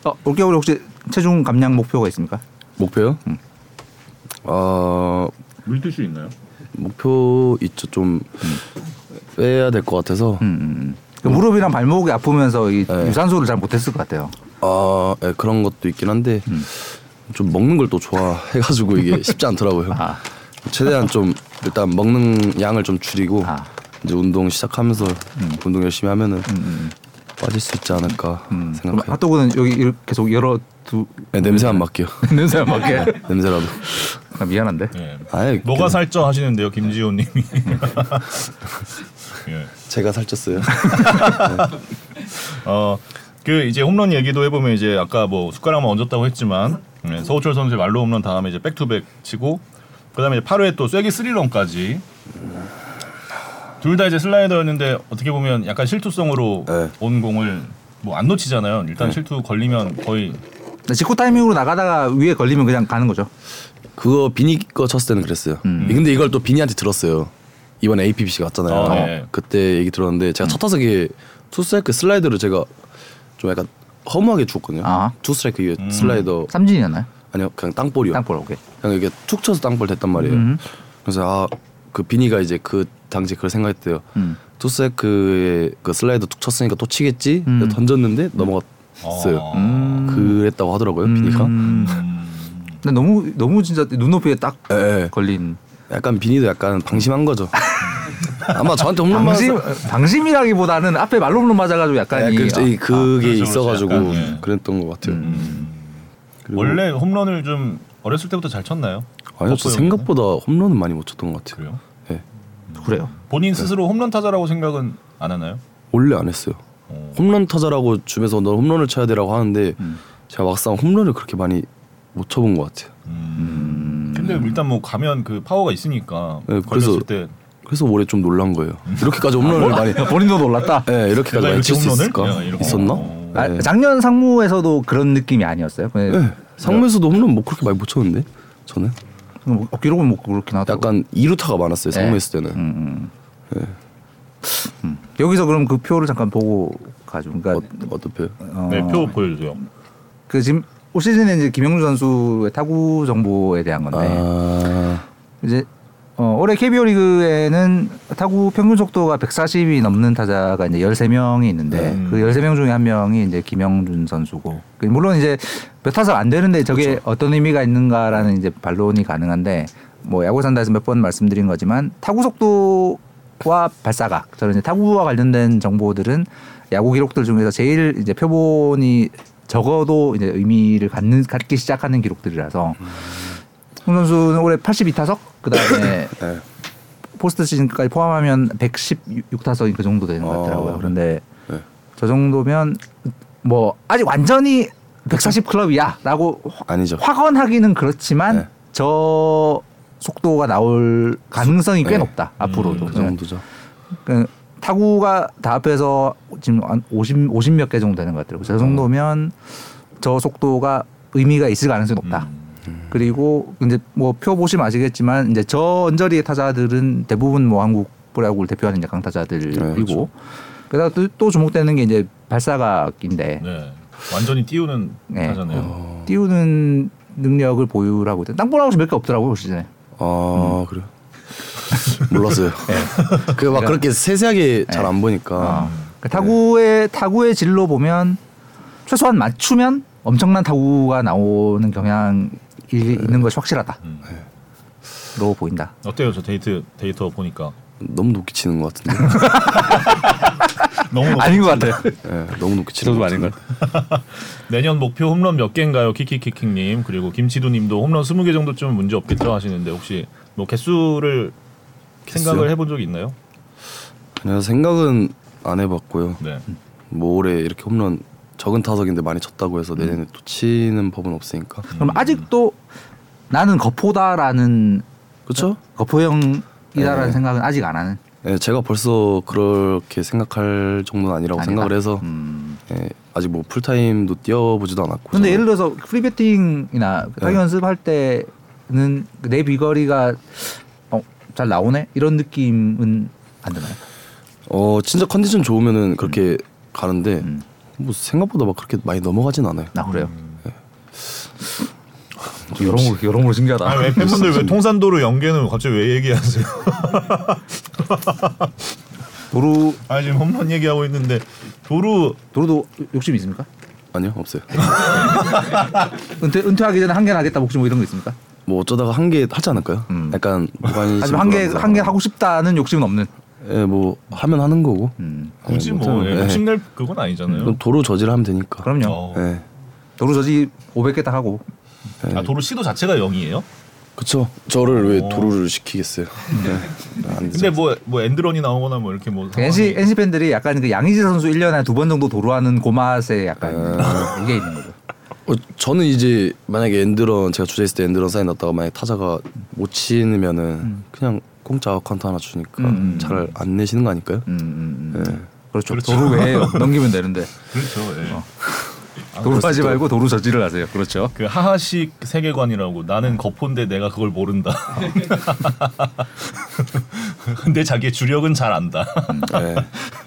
어, 올겨울에 혹시 체중 감량 목표가 있습니까?
목표요?
음.
아
물 드실 수 있나요?
목표 있죠 좀 빼야 될 것 같아서
음, 음, 음. 그 무릎이랑 발목이 아프면서 이
네.
유산소를 잘 못했을 것 같아요.
아 예, 그런 것도 있긴 한데
음.
좀 먹는 걸 또 좋아해가지고 이게 쉽지 않더라고요.
아.
최대한 좀 일단 먹는 양을 좀 줄이고
아.
이제 운동 시작하면서 운동 열심히 하면은 빠질 수 있지 않을까
음. 그럼
생각해요.
핫도그는 여기 이렇게 계속 열어 두
예, 냄새 안 맡겨.
냄새만
네.
맡게.
냄새라도.
아, 미안한데.
네.
예.
아예
뭐가 살쪄 하시는데요, 김지호님이. 예.
제가 살쪘어요.
어그 이제 홈런 얘기도 해보면 이제 아까 뭐 숟가락만 얹었다고 했지만 네, 서우철 선수의 말로 홈런 다음에 이제 백투백 치고 그다음에 이제 8회 또 쐐기 스리런까지 둘 다 이제 슬라이더였는데 어떻게 보면 약간 실투성으로
네.
온 공을 뭐 안 놓치잖아요. 일단 실투 걸리면 거의
근데 직구 타이밍으로 나가다가 위에 걸리면 그냥 가는 거죠.
그거 비니 거 쳤을 때는 그랬어요. 예, 근데 이걸 또 비니한테 들었어요. 이번 에 APBC가 왔잖아요.
아, 네.
그때 얘기 들었는데 제가 첫 타석에 투 스트라이크 슬라이더를 제가 좀 약간 허무하게 주었거든요.
아.
투 스트라이크 이후에 슬라이더
삼진이었나요?
아니요 그냥 땅볼이요.
땅볼 오케이.
그냥 이게 툭 쳐서 땅볼 됐단 말이에요. 그래서 아그 비니가 이제 그 당시 그걸 생각했대요.
음.
투 스트라이크에 그 슬라이더 툭 쳤으니까 또 치겠지.
음.
던졌는데 넘어갔어요.
어,
그랬다고 하더라고요 비니가.
음,
근데 너무 너무 진짜 눈높이에 딱
예, 예.
걸린.
약간 비니도 약간 방심한 거죠. 아마 저한테 홈런
방심
맞았-
방심이라기보다는 앞에 말로만 맞아가지고 약간
예,
이
그, 이- 그게
그렇죠,
있어가지고
그렇죠. 약간, 예.
그랬던 것 같아요. 그리고-
음. 원래 홈런을 좀 어렸을 때부터 잘 쳤나요?
아니요, 저
덕후 형님은?
생각보다 홈런은 많이 못 쳤던 것 같아요.
그래요.
예,
아, 그래요.
네.
본인 스스로 홈런 타자라고 생각은 안 하나요?
원래 안 했어요.
어.
홈런 타자라고 주면서 너 홈런을 쳐야 되라고 하는데
음.
제가 막상 홈런을 그렇게 많이 못 쳐본 것 같아요.
음.
음.
근데 일단 뭐 가면 그 파워가 있으니까
음. 네,
걸렸을
그래서
때
그래서 올해 좀 놀란 거예요.
아,
이렇게까지 홈런을 많이,
본인도 놀랐다.
예, 이렇게까지
내가
많이 칠 수
이렇게
있을까?
뭐? 홈런을? 야, 이렇게.
있었나?
어.
아,
예.
작년 상무에서도 그런 느낌이 아니었어요. 근데
예, 상무에서도 홈런 뭐 그렇게 많이 못 쳤는데 저는
뭐, 어, 기록은 뭐 그렇긴 하다.
약간 예. 이루타가 많았어요. 상무 했을 때는.
예.
여기서 그럼 그 표를 잠깐 보고 가죠. 그러니까
어, 어떻게?
어,
네, 표 보여주세요.
그 지금 올 시즌에 이제 김영준 선수의 타구 정보에 대한
네.
건데
아,
이제 어, 올해 KBO 리그에는 타구 평균 속도가 140이 넘는 타자가 이제 13명이 있는데
네.
그 13명 중에 한 명이 이제 김영준 선수고 그 물론 이제 몇 타석 안 되는데 저게 어떤 의미가 있는가라는 이제 반론이 가능한데 뭐 야구 산다에서 몇 번 말씀드린 거지만 타구 속도와 발사각 저는 이제 타구와 관련된 정보들은 야구 기록들 중에서 제일 이제 표본이 적어도 이제 의미를 갖는 갖기 시작하는 기록들이라서 홍 선수는 올해 82타석 그다음에
네.
포스트 시즌까지 포함하면 116타석이 그 정도 되는 것 같더라고요.
아,
그런데
네.
저 정도면 뭐 아직 완전히 140 클럽이야라고
아니죠.
확언하기는 그렇지만
네.
저 속도가 나올 가능성이 꽤
네.
높다 앞으로도.
그 정도죠.
그 타구가 다 앞에서 지금 한 50, 50몇 개 정도 되는 것 같더라고요. 저 정도면 저 속도가 의미가 있을 가능성이
아. 음.
높다. 그리고 이제 뭐 표 보시면 아시겠지만 이제 저 언저리의 타자들은 대부분 뭐 한국 프로야구를 대표하는 이제
네,
강타자들이고
그렇죠.
그다음 또, 또 주목되는 게 이제 발사각인데
네. 완전히 띄우는
네.
타자네요.
어.
띄우는 능력을 보유하고 있다. 땅볼아웃이 몇 개 없더라고요 그 시즌에.
아 그래. 몰랐어요. 그 막 그렇게 세세하게 잘 안 보니까.
어. 그러니까
네.
타구의 타구의 질로 보면 최소한 맞추면 엄청난 타구가 나오는 경향이
네.
있는 것이 확실하다로 네.
음.
보인다.
어때요? 저 데이트 데이터 보니까
너무 높게 치는 것 같은데.
너무 높-
아닌 것 같아요.
예, 너무 높게 치는 것 같은데.
내년 목표 홈런 몇 개인가요? 키키키킹님 그리고 김치두님도 홈런 20개 정도쯤 문제 없겠죠 하시는데 혹시 뭐 개수를 생각을
개수요?
해본 적이 있나요?
그냥 생각은 안 해봤고요.
네.
뭐 올해 이렇게 홈런 적은 타석인데 많이 쳤다고 해서 내년에 또 치는 법은 없으니까.
그럼 아직도 나는 거포다라는
그렇죠?
거포형이다라는
네.
생각은 아직 안 하는.
예, 제가 벌써 그렇게 생각할 정도는 아니라고
아니다.
뭐 생각을 해서
음.
예, 아직 뭐 풀타임도 뛰어보지도 않았고. 저는
근데 예를 들어서 프리배팅이나 타격
네.
연습할 때는 내 비거리가 어, 잘 나오네 이런 느낌은 안 드나요?
어 진짜 컨디션 좋으면은 그렇게 가는데
음.
뭐 생각보다 막 그렇게 많이 넘어가진 않아요.
나 그래요.
음.
네. 여러모로 여러모로 신기하다.
아니 왜 팬분들 왜 통산도로 연계는 갑자기 왜 얘기하세요?
도루
아니 지금 홈런 얘기하고 있는데 도루
도루도 욕심 이 있습니까?
아니요 없어요.
은퇴 은퇴하기 전에 한 개 나겠다 혹시 뭐 이런 거 있습니까?
뭐 어쩌다가 한 개 하지 않을까요?
음.
약간 무관심.
하지만 한개 한 개 하고 싶다는 욕심은 없는.
예, 뭐 하면 하는 거고.
음.
굳이
예,
뭐
못하면-
예,
예.
욕심낼 그건 아니잖아요.
그럼 도로 저지를 하면 되니까.
그럼요.
어.
예.
도루 저지 500개 딱 하고
아 도루 시도 자체가 0이에요?
그쵸. 저를
어.
왜 도루를 시키겠어요? 네. 안
근데
되죠.
뭐 뭐 엔드런이 나오거나 뭐 이렇게 뭐
NC NC 그 팬들이 약간 그 양의지 선수 1년에 두 번 정도 도루하는 고맛에 약간 이게 있는 거죠. 뭐
어, 저는 이제 만약에 엔드런 제가 주제했을 때 엔드런 사인 났다가 만약 에 타자가 못 치면은 그냥 공짜 컨트 하나 주니까
음, 음,
잘 안 내시는 거 아닐까요?
음, 음, 음.
예.
그렇죠.
그렇죠.
도루 외에 넘기면 되는데
그렇죠. 예. 아,
도루하지 말고 도루 저지를 하세요. 그렇죠.
그 하하식 세계관이라고 나는 거포인데 내가 그걸 모른다. 근데 자기의 주력은 잘 안다.
예.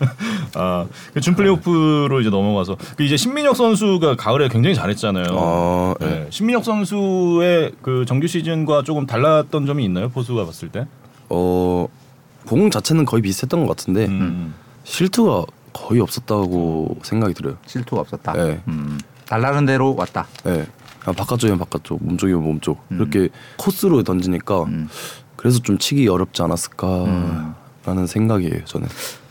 아, 그 준플레이오프로 이제 넘어가서 그 이제 신민혁 선수가 가을에 굉장히 잘했잖아요.
어, 예.
네. 신민혁 선수의 그 정규 시즌과 조금 달랐던 점이 있나요? 포수가 봤을 때?
어, 공 자체는 거의 비슷했던 것 같은데
음.
실투가 거의 없었다고 생각이 들어요.
실투가 없었다.
네.
음. 달라는 대로 왔다.
예. 그냥 바깥쪽이면 바깥쪽, 몸쪽이면 몸쪽 이렇게 코스로 던지니까
음.
그래서 좀 치기 어렵지 않았을까라는 생각이에요. 저는.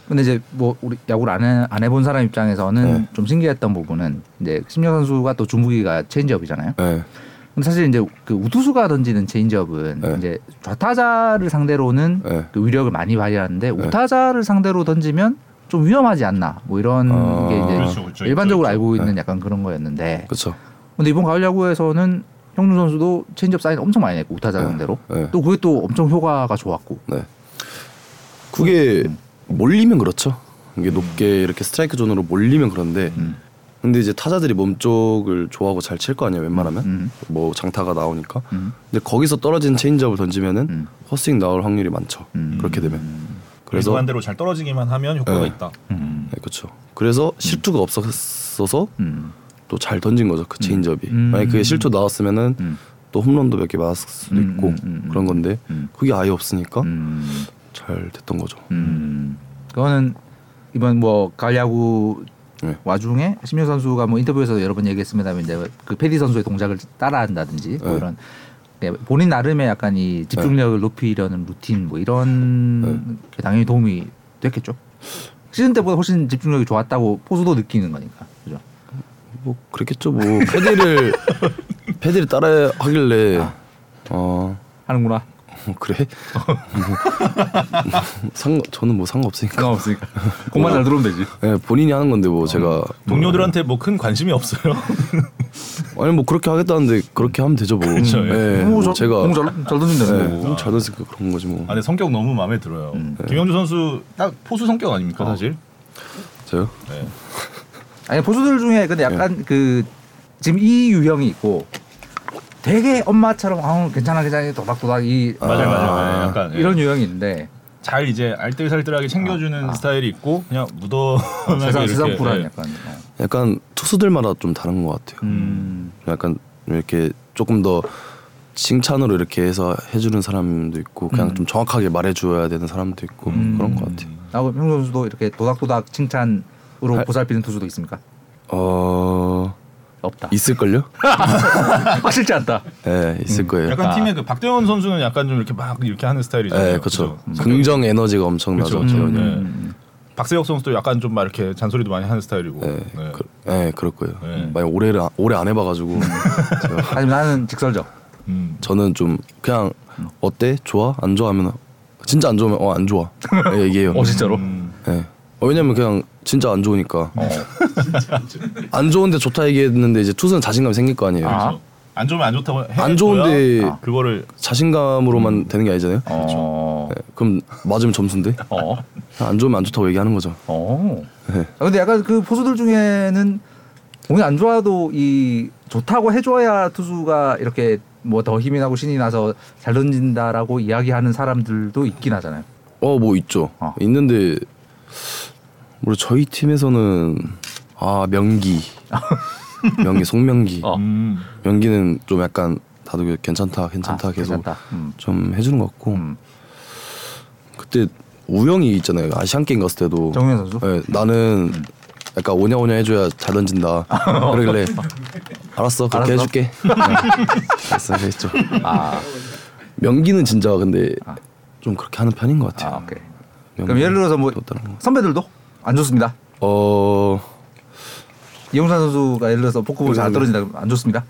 근데 이제 뭐 우리 야구를 안, 해, 안 해본 사람 입장에서는
네.
좀 신기했던 부분은 이제 심려 선수가 또 중국이가 체인지업이잖아요.
예.
근데 사실 이제 그 우투수가 던지는 체인지업은
네.
이제 좌타자를 상대로는
네.
그 위력을 많이 발휘하는데 우타자를 상대로 던지면 좀 위험하지 않나 뭐 이런
아. 네.
게 이제
그렇죠, 그렇죠,
일반적으로
그렇죠.
알고 있는 약간 그런 거였는데
그렇죠.
근데 이번 가을 야구에서는 형준 선수도 체인지업 사인 엄청 많이 냈고 우타자
네.
상대로
네.
또 그게 또 엄청 효과가 좋았고
네. 그게
음.
몰리면 그렇죠. 이게 높게 이렇게 스트라이크 존으로 몰리면 그런데
음.
근데 이제 타자들이 몸쪽을 좋아하고 잘 칠 거 아니에요 웬만하면
음.
뭐 장타가 나오니까
음.
근데 거기서 떨어진 체인지업을 던지면은
아. 음.
허스윙 나올 확률이 많죠
음.
그렇게 되면
그래서
그래서 네,
반대로 잘 떨어지기만 하면 효과가
네.
있다.
음.
그렇죠 그래서 실투가 없었어서
음.
또 잘 던진 거죠 그 체인지업이
음.
만약 그게 실투 나왔으면은
음.
또 홈런도 몇 개 맞았을 수도
음,
있고
음, 음,
그런 건데
음.
그게 아예 없으니까
음.
잘 됐던 거죠
음. 그거는 이번 뭐 가을 야구
네.
와중에 심효 선수가 뭐 인터뷰에서 여러 번 얘기했습니다만 이제 그 페리 선수의 동작을 따라한다든지 뭐
네.
이런 네, 본인 나름의 약간 이 집중력을 높이려는 루틴 뭐 이런
네.
게 당연히 도움이 됐겠죠. 시즌 때보다 훨씬 집중력이 좋았다고 포수도 느끼는 거니까. 그죠?
뭐 그랬겠죠 뭐
아.
패디를 패디를 따라 하길래 어뭐
하는구나.
그래? 뭐, 상 저는 뭐 상관없으니까.
어.
그건 없으니까 공만 잘 들어오면 되지.
예, 본인이 하는 건데 뭐 제가
동료들한테 뭐 큰 관심이 없어요. 아,
아니 뭐 그렇게 하겠다는데 그렇게 하면 되죠 뭐.
그쵸, 예.
예,
공
뭐
잘-
제가
공 잘, 잘 던진다는
예,
거고.
공잘 넣으니까 그런 거지 뭐.
아, 근데 성격 너무 마음에 들어요. 김영주 선수 딱 포수 성격 아닙니까 사실?
저요?
네.
아니 보수들 중에 근데 약간 그 지금 이 유형이 있고 되게 엄마처럼 아 괜찮아 괜찮아 도닥도닥 이
맞아요, 맞아요. 네, 약간 예.
이런 유형이 있는데
잘 이제 알뜰살뜰하게 챙겨주는 스타일이 있고 그냥 네. 무더
세상 세상 불안 약간 어.
약간 투수들마다 좀 다른 것 같아요.
음.
약간 이렇게 조금 더 칭찬으로 이렇게 해서 해주는 사람도 있고
음.
그냥 좀 정확하게 말해줘야 되는 사람도 있고 그런 것 같아요.
음. 나고 형 선수도 이렇게 도닥도닥
아.
칭찬으로 보살피는 투수도 있습니까?
어
없다.
있을걸요?
확실치 않다.
예, 있을 거예요.
약간 팀의 그 박대원 선수는 약간 좀 이렇게 막 이렇게 하는 스타일이죠.
예, 그렇죠. 긍정 에너지가 엄청나죠.
그쵸,
재현이.
네. 박세혁 선수도 약간 좀 막 이렇게 잔소리도 많이 하는 스타일이고.
예,
네.
그, 예, 그럴 거예요.
네.
만약 올해를 안- 올해 안 해봐가지고 제가
아니 나는 직설적.
음.
저는 좀 그냥 어때 좋아 안 좋아하면 진짜 안 좋으면 어 안 좋아 예, 얘기해요.
어 진짜로?
음.
예. 어, 왜냐면 그냥 진짜 안 좋으니까.
어.
안 좋은데 좋다 얘기했는데 이제 투수는 자신감이 생길 거 아니에요.
아.
그렇죠. 안 좋으면 안 좋다고 해.
안 좋은데
줘야 그거를
자신감으로만 되는 게 아니잖아요.
어.
예, 그럼 맞으면 점수인데
어.
안 좋으면 안 좋다고 얘기하는 거죠.
어.
네.
아, 근데 약간 그 포수들 중에는 공이 안 좋아도 이 좋다고 해줘야 투수가 이렇게 뭐 더 힘이 나고 신이 나서 잘 던진다라고 이야기하는 사람들도 있긴 하잖아요.
어 뭐 있죠.
어.
있는데 우리 저희 팀에서는 아 명기, 명기 송명기,
어.
음.
명기는 좀 약간 다들 괜찮다 괜찮다
아,
계속
괜찮다. 음.
좀 해주는 것 같고
음.
그때 우영이 있잖아요 아시안 게임 갔을 때도
정우영 선수?
예, 나는 약간 오냐 오냐 해줘야 잘 던진다 그러길래 알았어 그렇게
알았어?
해줄게 네. 알았어 했죠
아,
명기는 진짜 근데 좀 그렇게 하는 편인 것 같아요
아, 오케이.
명기.
그럼 예를 들어서 뭐
또 다른 거.
선배들도 안 좋습니다.
어
이용산 선수가 예를 들어서 포크볼
네.
잘 떨어진다 그러면 안 좋습니다.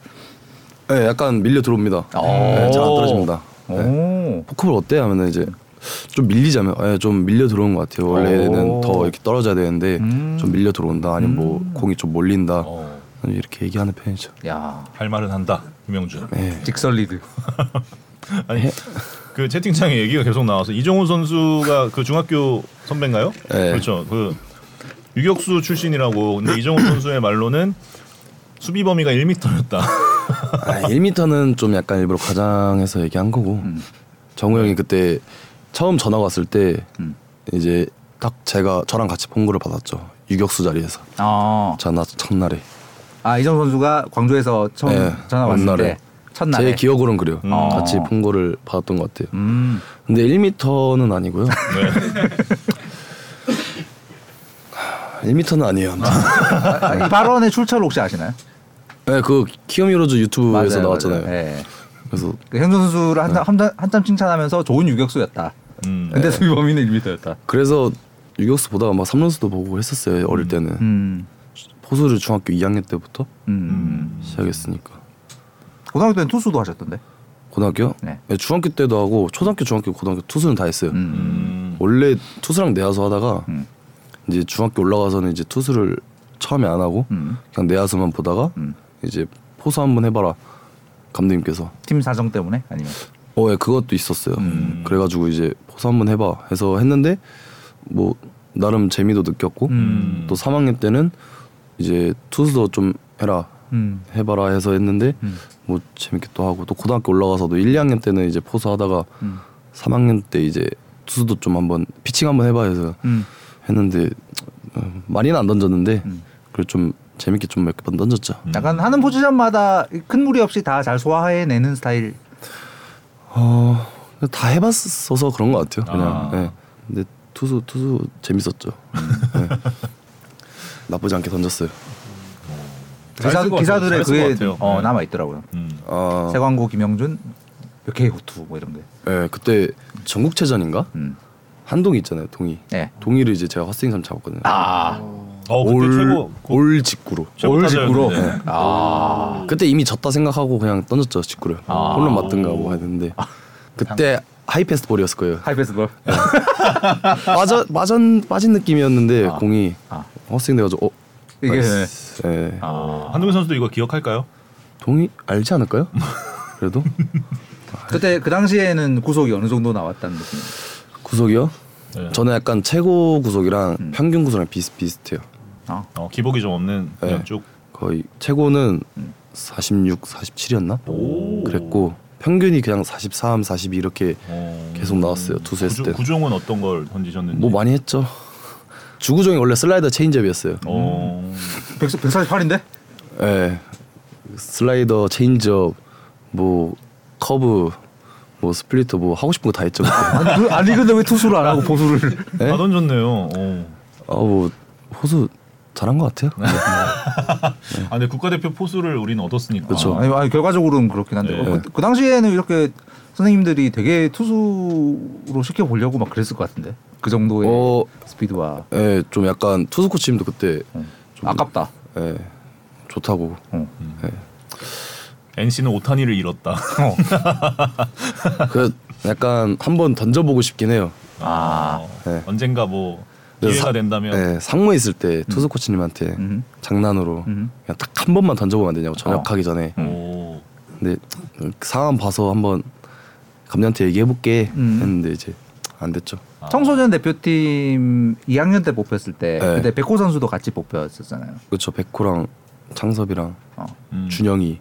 예, 약간 밀려 들어옵니다 예, 잘안 떨어집니다 예.
오.
포크볼 어때 하면 이제 좀 밀리자면 예, 좀 밀려 들어온 것 같아요. 원래는
오.
더 이렇게 떨어져야 되는데
음.
좀 밀려 들어온다 아니면 뭐 공이 좀 몰린다
어.
이렇게 얘기하는 편이죠.
야.
할 말은 한다. 김영준.
예.
직설 리드.
아니 그 채팅창에 얘기가 계속 나와서 이정훈 선수가 그 중학교 선배인가요?
네.
그렇죠. 그 유격수 출신이라고. 근데 이정훈 선수의 말로는 수비 범위가 1m였다.
아, 1m는 좀 약간 일부러 과장해서 얘기한 거고
음.
정우 형이 그때 처음 전화 가 왔을 때
음.
이제 딱 제가 저랑 같이 폰구를 받았죠. 유격수 자리에서
아.
전화 첫날에
아 이정 선수가 광주에서 처음
예,
전화 왔을
전날에.
때 첫날에.
제 기억으로는 그래요.
어.
같이 폰구를 받았던 것 같아요.
음.
근데 1m는 아니고요.
네.
1m는 아니에요. 아무튼.
아, 이 발언의 출처를 혹시 아시나요?
네, 그 키움히로즈 유튜브에서 나왔잖아요. 네.
예.
그래서
그 현준 선수를 한참, 한참, 한참 칭찬하면서 좋은 유격수였다.
네.
음.
근데 수비 범위는 1m였다.
그래서 유격수 보다가 막 삼루수도 보고 했었어요 어릴 때는
음.
포수를 중학교 2학년 때부터
음. 음.
시작했으니까
고등학교 때는 투수도 하셨던데.
고등학교
네.
네, 중학교 때도 하고 초등학교 중학교 고등학교 투수는 다 했어요
음.
음.
원래 투수랑 내야수 하다가
음.
이제 중학교 올라가서는 이제 투수를 처음에 안 하고
음.
그냥 내야수만 보다가
음.
이제 포수 한번 해봐라 감독님께서
팀 사정 때문에 아니면
어, 예, 그것도 있었어요.
음.
그래가지고 이제 포수 한번 해봐 해서 했는데 뭐 나름 재미도 느꼈고
음.
또 3학년 때는 이제 투수도 좀 해라
음.
해봐라 해서 했는데
음.
뭐 재밌게 또 하고 또 고등학교 올라가서도 1, 2학년 때는 이제 포수 하다가
음.
3학년 때 이제 투수도 좀 한번 피칭 한번 해봐 해서
음.
했는데 어, 많이는 안 던졌는데
음.
그래도 좀 재밌게 좀 몇 번 던졌죠.
약간 하는 포지션마다 큰 무리 없이 다 잘 소화해내는 스타일.
어, 다 해봤어서 그런 것 같아요. 그냥.
아. 음.
예. 근데 투수 투수 재밌었죠. 예. 나쁘지 않게 던졌어요.
잘
기사,
쓸것
기사들의
같아요. 잘쓸
그게
것 같아요.
어,
네.
남아 있더라고요.
음.
아,
세광고 김영준 몇개 호투 뭐 이런 게.
예, 그때 전국체전인가
음.
한동이 있잖아요. 동이.
네.
동이를 이제 제가 화스팅 삼 잡았거든요.
아.
어 그때
올,
최고
올 직구로.
최고
직구로?
타자였는데.
그때 이미 졌다 생각하고 그냥 던졌죠 직구를.
아.
아.
홈런 맞든가 뭐 했는데 그때 하이패스트 볼이었을 거예요.
하이패스 볼.
빠져 빠진 빠진 느낌이었는데
아.
공이
아.
허스팅돼가지고 어.
네.
이게
네.
예.
아.
한동현 선수도 이거 기억할까요?
동이 알지 않을까요? 그래도
그때 그 당시에는 구속이 어느 정도 나왔다는 느낌.
구속이요?
네.
저는 약간 최고 구속이랑 평균 구속이랑 비슷비슷해요.
아,
어, 기복이 좀 없는 그냥
네.
쭉.
거의 최고는 46, 47이었나? 그랬고 평균이 그냥 43, 42 이렇게
어,
계속 나왔어요, 투수했을
구종-
때.
구종은 어떤 걸 던지셨는지.
뭐 많이 했죠. 주구종이 원래 슬라이더 체인지업이었어요.
어.
148인데?
예. 슬라이더 체인지업 뭐 커브 뭐 스플리터 뭐 하고 싶은 거 다 했죠.
아니, 그- 아니 근데 왜 투수를 안 하고 보수를?
네?
다 던졌네요. 어.
아뭐 호수 잘한 것 같아요.
아 근데 국가대표 포수를 우리는 얻었으니까.
네. 그쵸.
아니, 아니 결과적으로는 그렇긴 한데
네.
그, 그 당시에는 이렇게 선생님들이 되게 투수로 시켜 보려고 막 그랬을 것 같은데 그 정도의
어,
스피드와
예, 좀 약간 투수 코치님도 그때 좀-
아깝다.
예, 좋다고.
어.
NC는 오타니를 잃었다.
어, 그 약간 한번 던져보고 싶긴 해요.
아.
네.
언젠가 뭐
그래서
기회가
사-
된다면.
예, 상무에 있을 때 투수 코치님한테
음.
장난으로
음.
그냥 딱 한 번만 던져보면 안 되냐고 전역하기 전에.
음.
음.
오.
근데 그 상황 봐서 한번 감독한테 얘기해볼게
음.
했는데 이제 안 됐죠.
아.
청소년 대표팀 2학년 때 뽑혔을 때
네.
그때 백호 선수도 같이 뽑혔었잖아요.
그렇죠. 백호랑 창섭이랑
어.
음.
준영이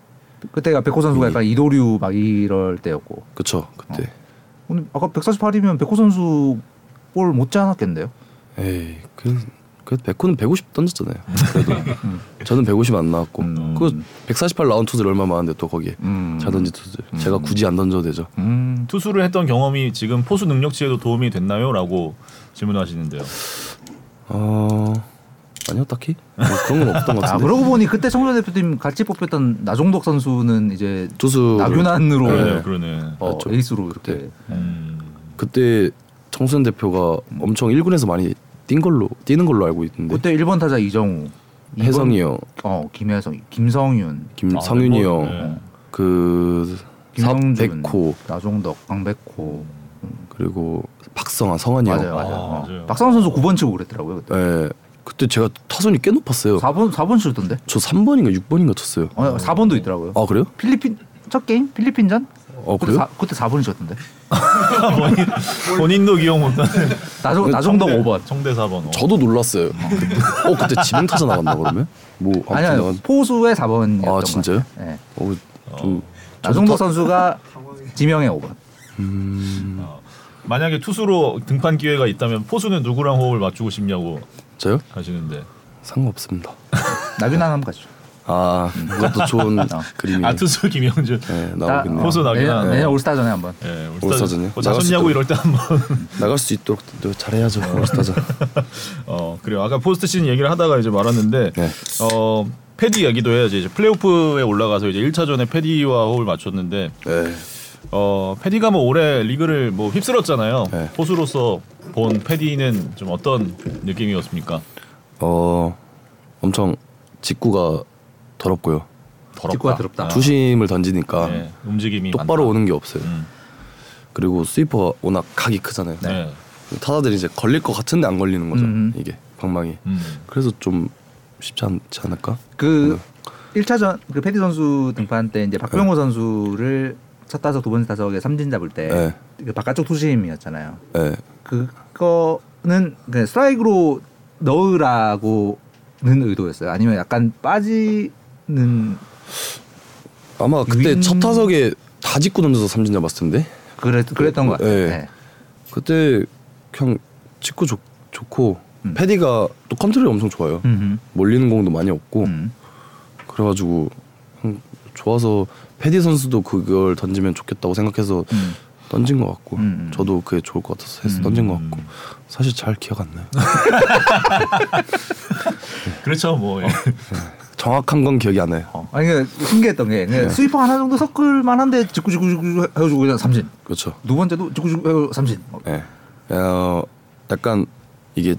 그때가 백호 선수가
음.
약간 이도류 막 이럴 때였고
그렇죠. 그때.
오늘 아까 148이면 백호 선수 볼 못지 않았겠는데요?
에이 그. 그 백호는 150 던졌잖아요. 그래도 저는 150 안 나왔고
음.
그148 라운 투수들 얼마 많은데 또 거기에
음.
잘 던진 투수들 제가 굳이 안 던져도 되죠.
음.
투수를 했던 경험이 지금 포수 능력치에도 도움이 됐나요?라고 질문하시는데요.
어 아니요 딱히 뭐 그런 건 없던 것
아
같은데.
그러고 보니 그때 청소년 대표팀 같이 뽑혔던 나종덕 선수는 이제
투수
나균안으로
그러네, 그러네.
어,
맞죠.
에이스로 이렇게
그때.
음.
그때 청소년 대표가 엄청 1군에서 많이 뛴 걸로 뛰는 걸로 알고 있는데
음. 그때 1번 타자 이정우, 2번-
혜성이 형,
어 김혜성, 김성윤,
김성윤이
아, 뭐,
형, 그
네, 김성준,
백호
나종덕, 강백호
그리고 박성아, 성환이 형.
맞아요, 맞아요.
아,
어.
맞아요.
박상훈 선수 9번 치고 그랬더라고요 그때.
예. 그때 제가 타선이 꽤 높았어요.
4번 4번 치던데?
저 3번인가 6번인가 쳤어요.
어, 4번도 있더라고요.
아 그래요?
필리핀 첫 게임 필리핀전?
어
그때
그래요?
사, 그때 4번이 쳤던데.
아, 본인, 본인도 기억 못하는.
나종 나종덕
네.
5번.
청대 4번. 어.
저도 놀랐어요. 어 그때 지명 타자 나갔나 그러면? 뭐 아무튼
아니야
나간-
포수의 4번이었던
아,
것
진짜요?
같아요. 네.
어, 좀
나종덕 선수가 지명의 5번.
어. 만약에 투수로 등판 기회가 있다면 포수는 누구랑 호흡을 맞추고 싶냐고
저요?
하시는데.
상관없습니다.
나균한 한번 가죠.
아 그것도 좋은 그림이에요.
아 투수 김영준.
음. 네,
나-
나오겠네요.
포수
내년,
나균한.
내년 올스타전에 한번.
예,
올스타전이요?
뭐 나섰냐고 이럴 때 한번.
나갈 수 있도록 또 잘해야죠. 올스타자.
어 그래요. 아까 포스트 시즌 얘기를 하다가 이제 말았는데
네.
어 패디 얘기도 해야지 이제 플레이오프에 올라가서 이제 1차전에 패디와 호흡을 맞췄는데
네.
어 패디가 뭐 올해 리그를 뭐 휩쓸었잖아요.
네.
포수로서 본 패디는 좀 어떤 느낌이었습니까?
어 엄청 직구가 더럽고요.
더럽다. 아,
직구가 더럽다.
투심을 던지니까
네, 움직임이 많다.
똑바로 오는 게 없어요.
음,
그리고 스위퍼가 워낙 각이 크잖아요.
네.
타자들이 이제 걸릴 것 같은데 안 걸리는 거죠.
음.
이게 방망이.
음.
그래서 좀 쉽지 않지 않을까?
그 1차전 그 패디 선수 등판 때 이제 박병호 선수를 첫 타석 두 번째 타석에 삼진 잡을 때
네.
그 바깥쪽 투심이었잖아요.
예.
그거는 그냥 스트라이크로 넣으라고는 의도였어요. 아니면 약간 빠지는
아마 그때
윈-
첫 타석에 다 직구 던져서 삼진 잡았을 텐데
그랬, 그랬던 것 같아요.
예.
네.
그때 그냥 직구 좋, 좋고 패디가 또 컨트롤이 엄청 좋아요.
음,
몰리는 공도 많이 없고
음.
그래가지고 음, 좋아서 패디 선수도 그걸 던지면 좋겠다고 생각해서
음.
던진 것 같고
음, 음.
저도 그게 좋을 것 같아서 해서 던진 것 같고 사실 잘 기억 안 나요.
그렇죠. 뭐 예.
정확한 건 기억이 안 나요.
아니 그 신기했던 게 그냥 스위퍼 하나 정도 섞을 만한데 직구 직구 직구 해가지고 그냥 삼진.
그렇죠.
두 번째도 직구 직구 해가지고 삼진.
예. 어, 약간 이게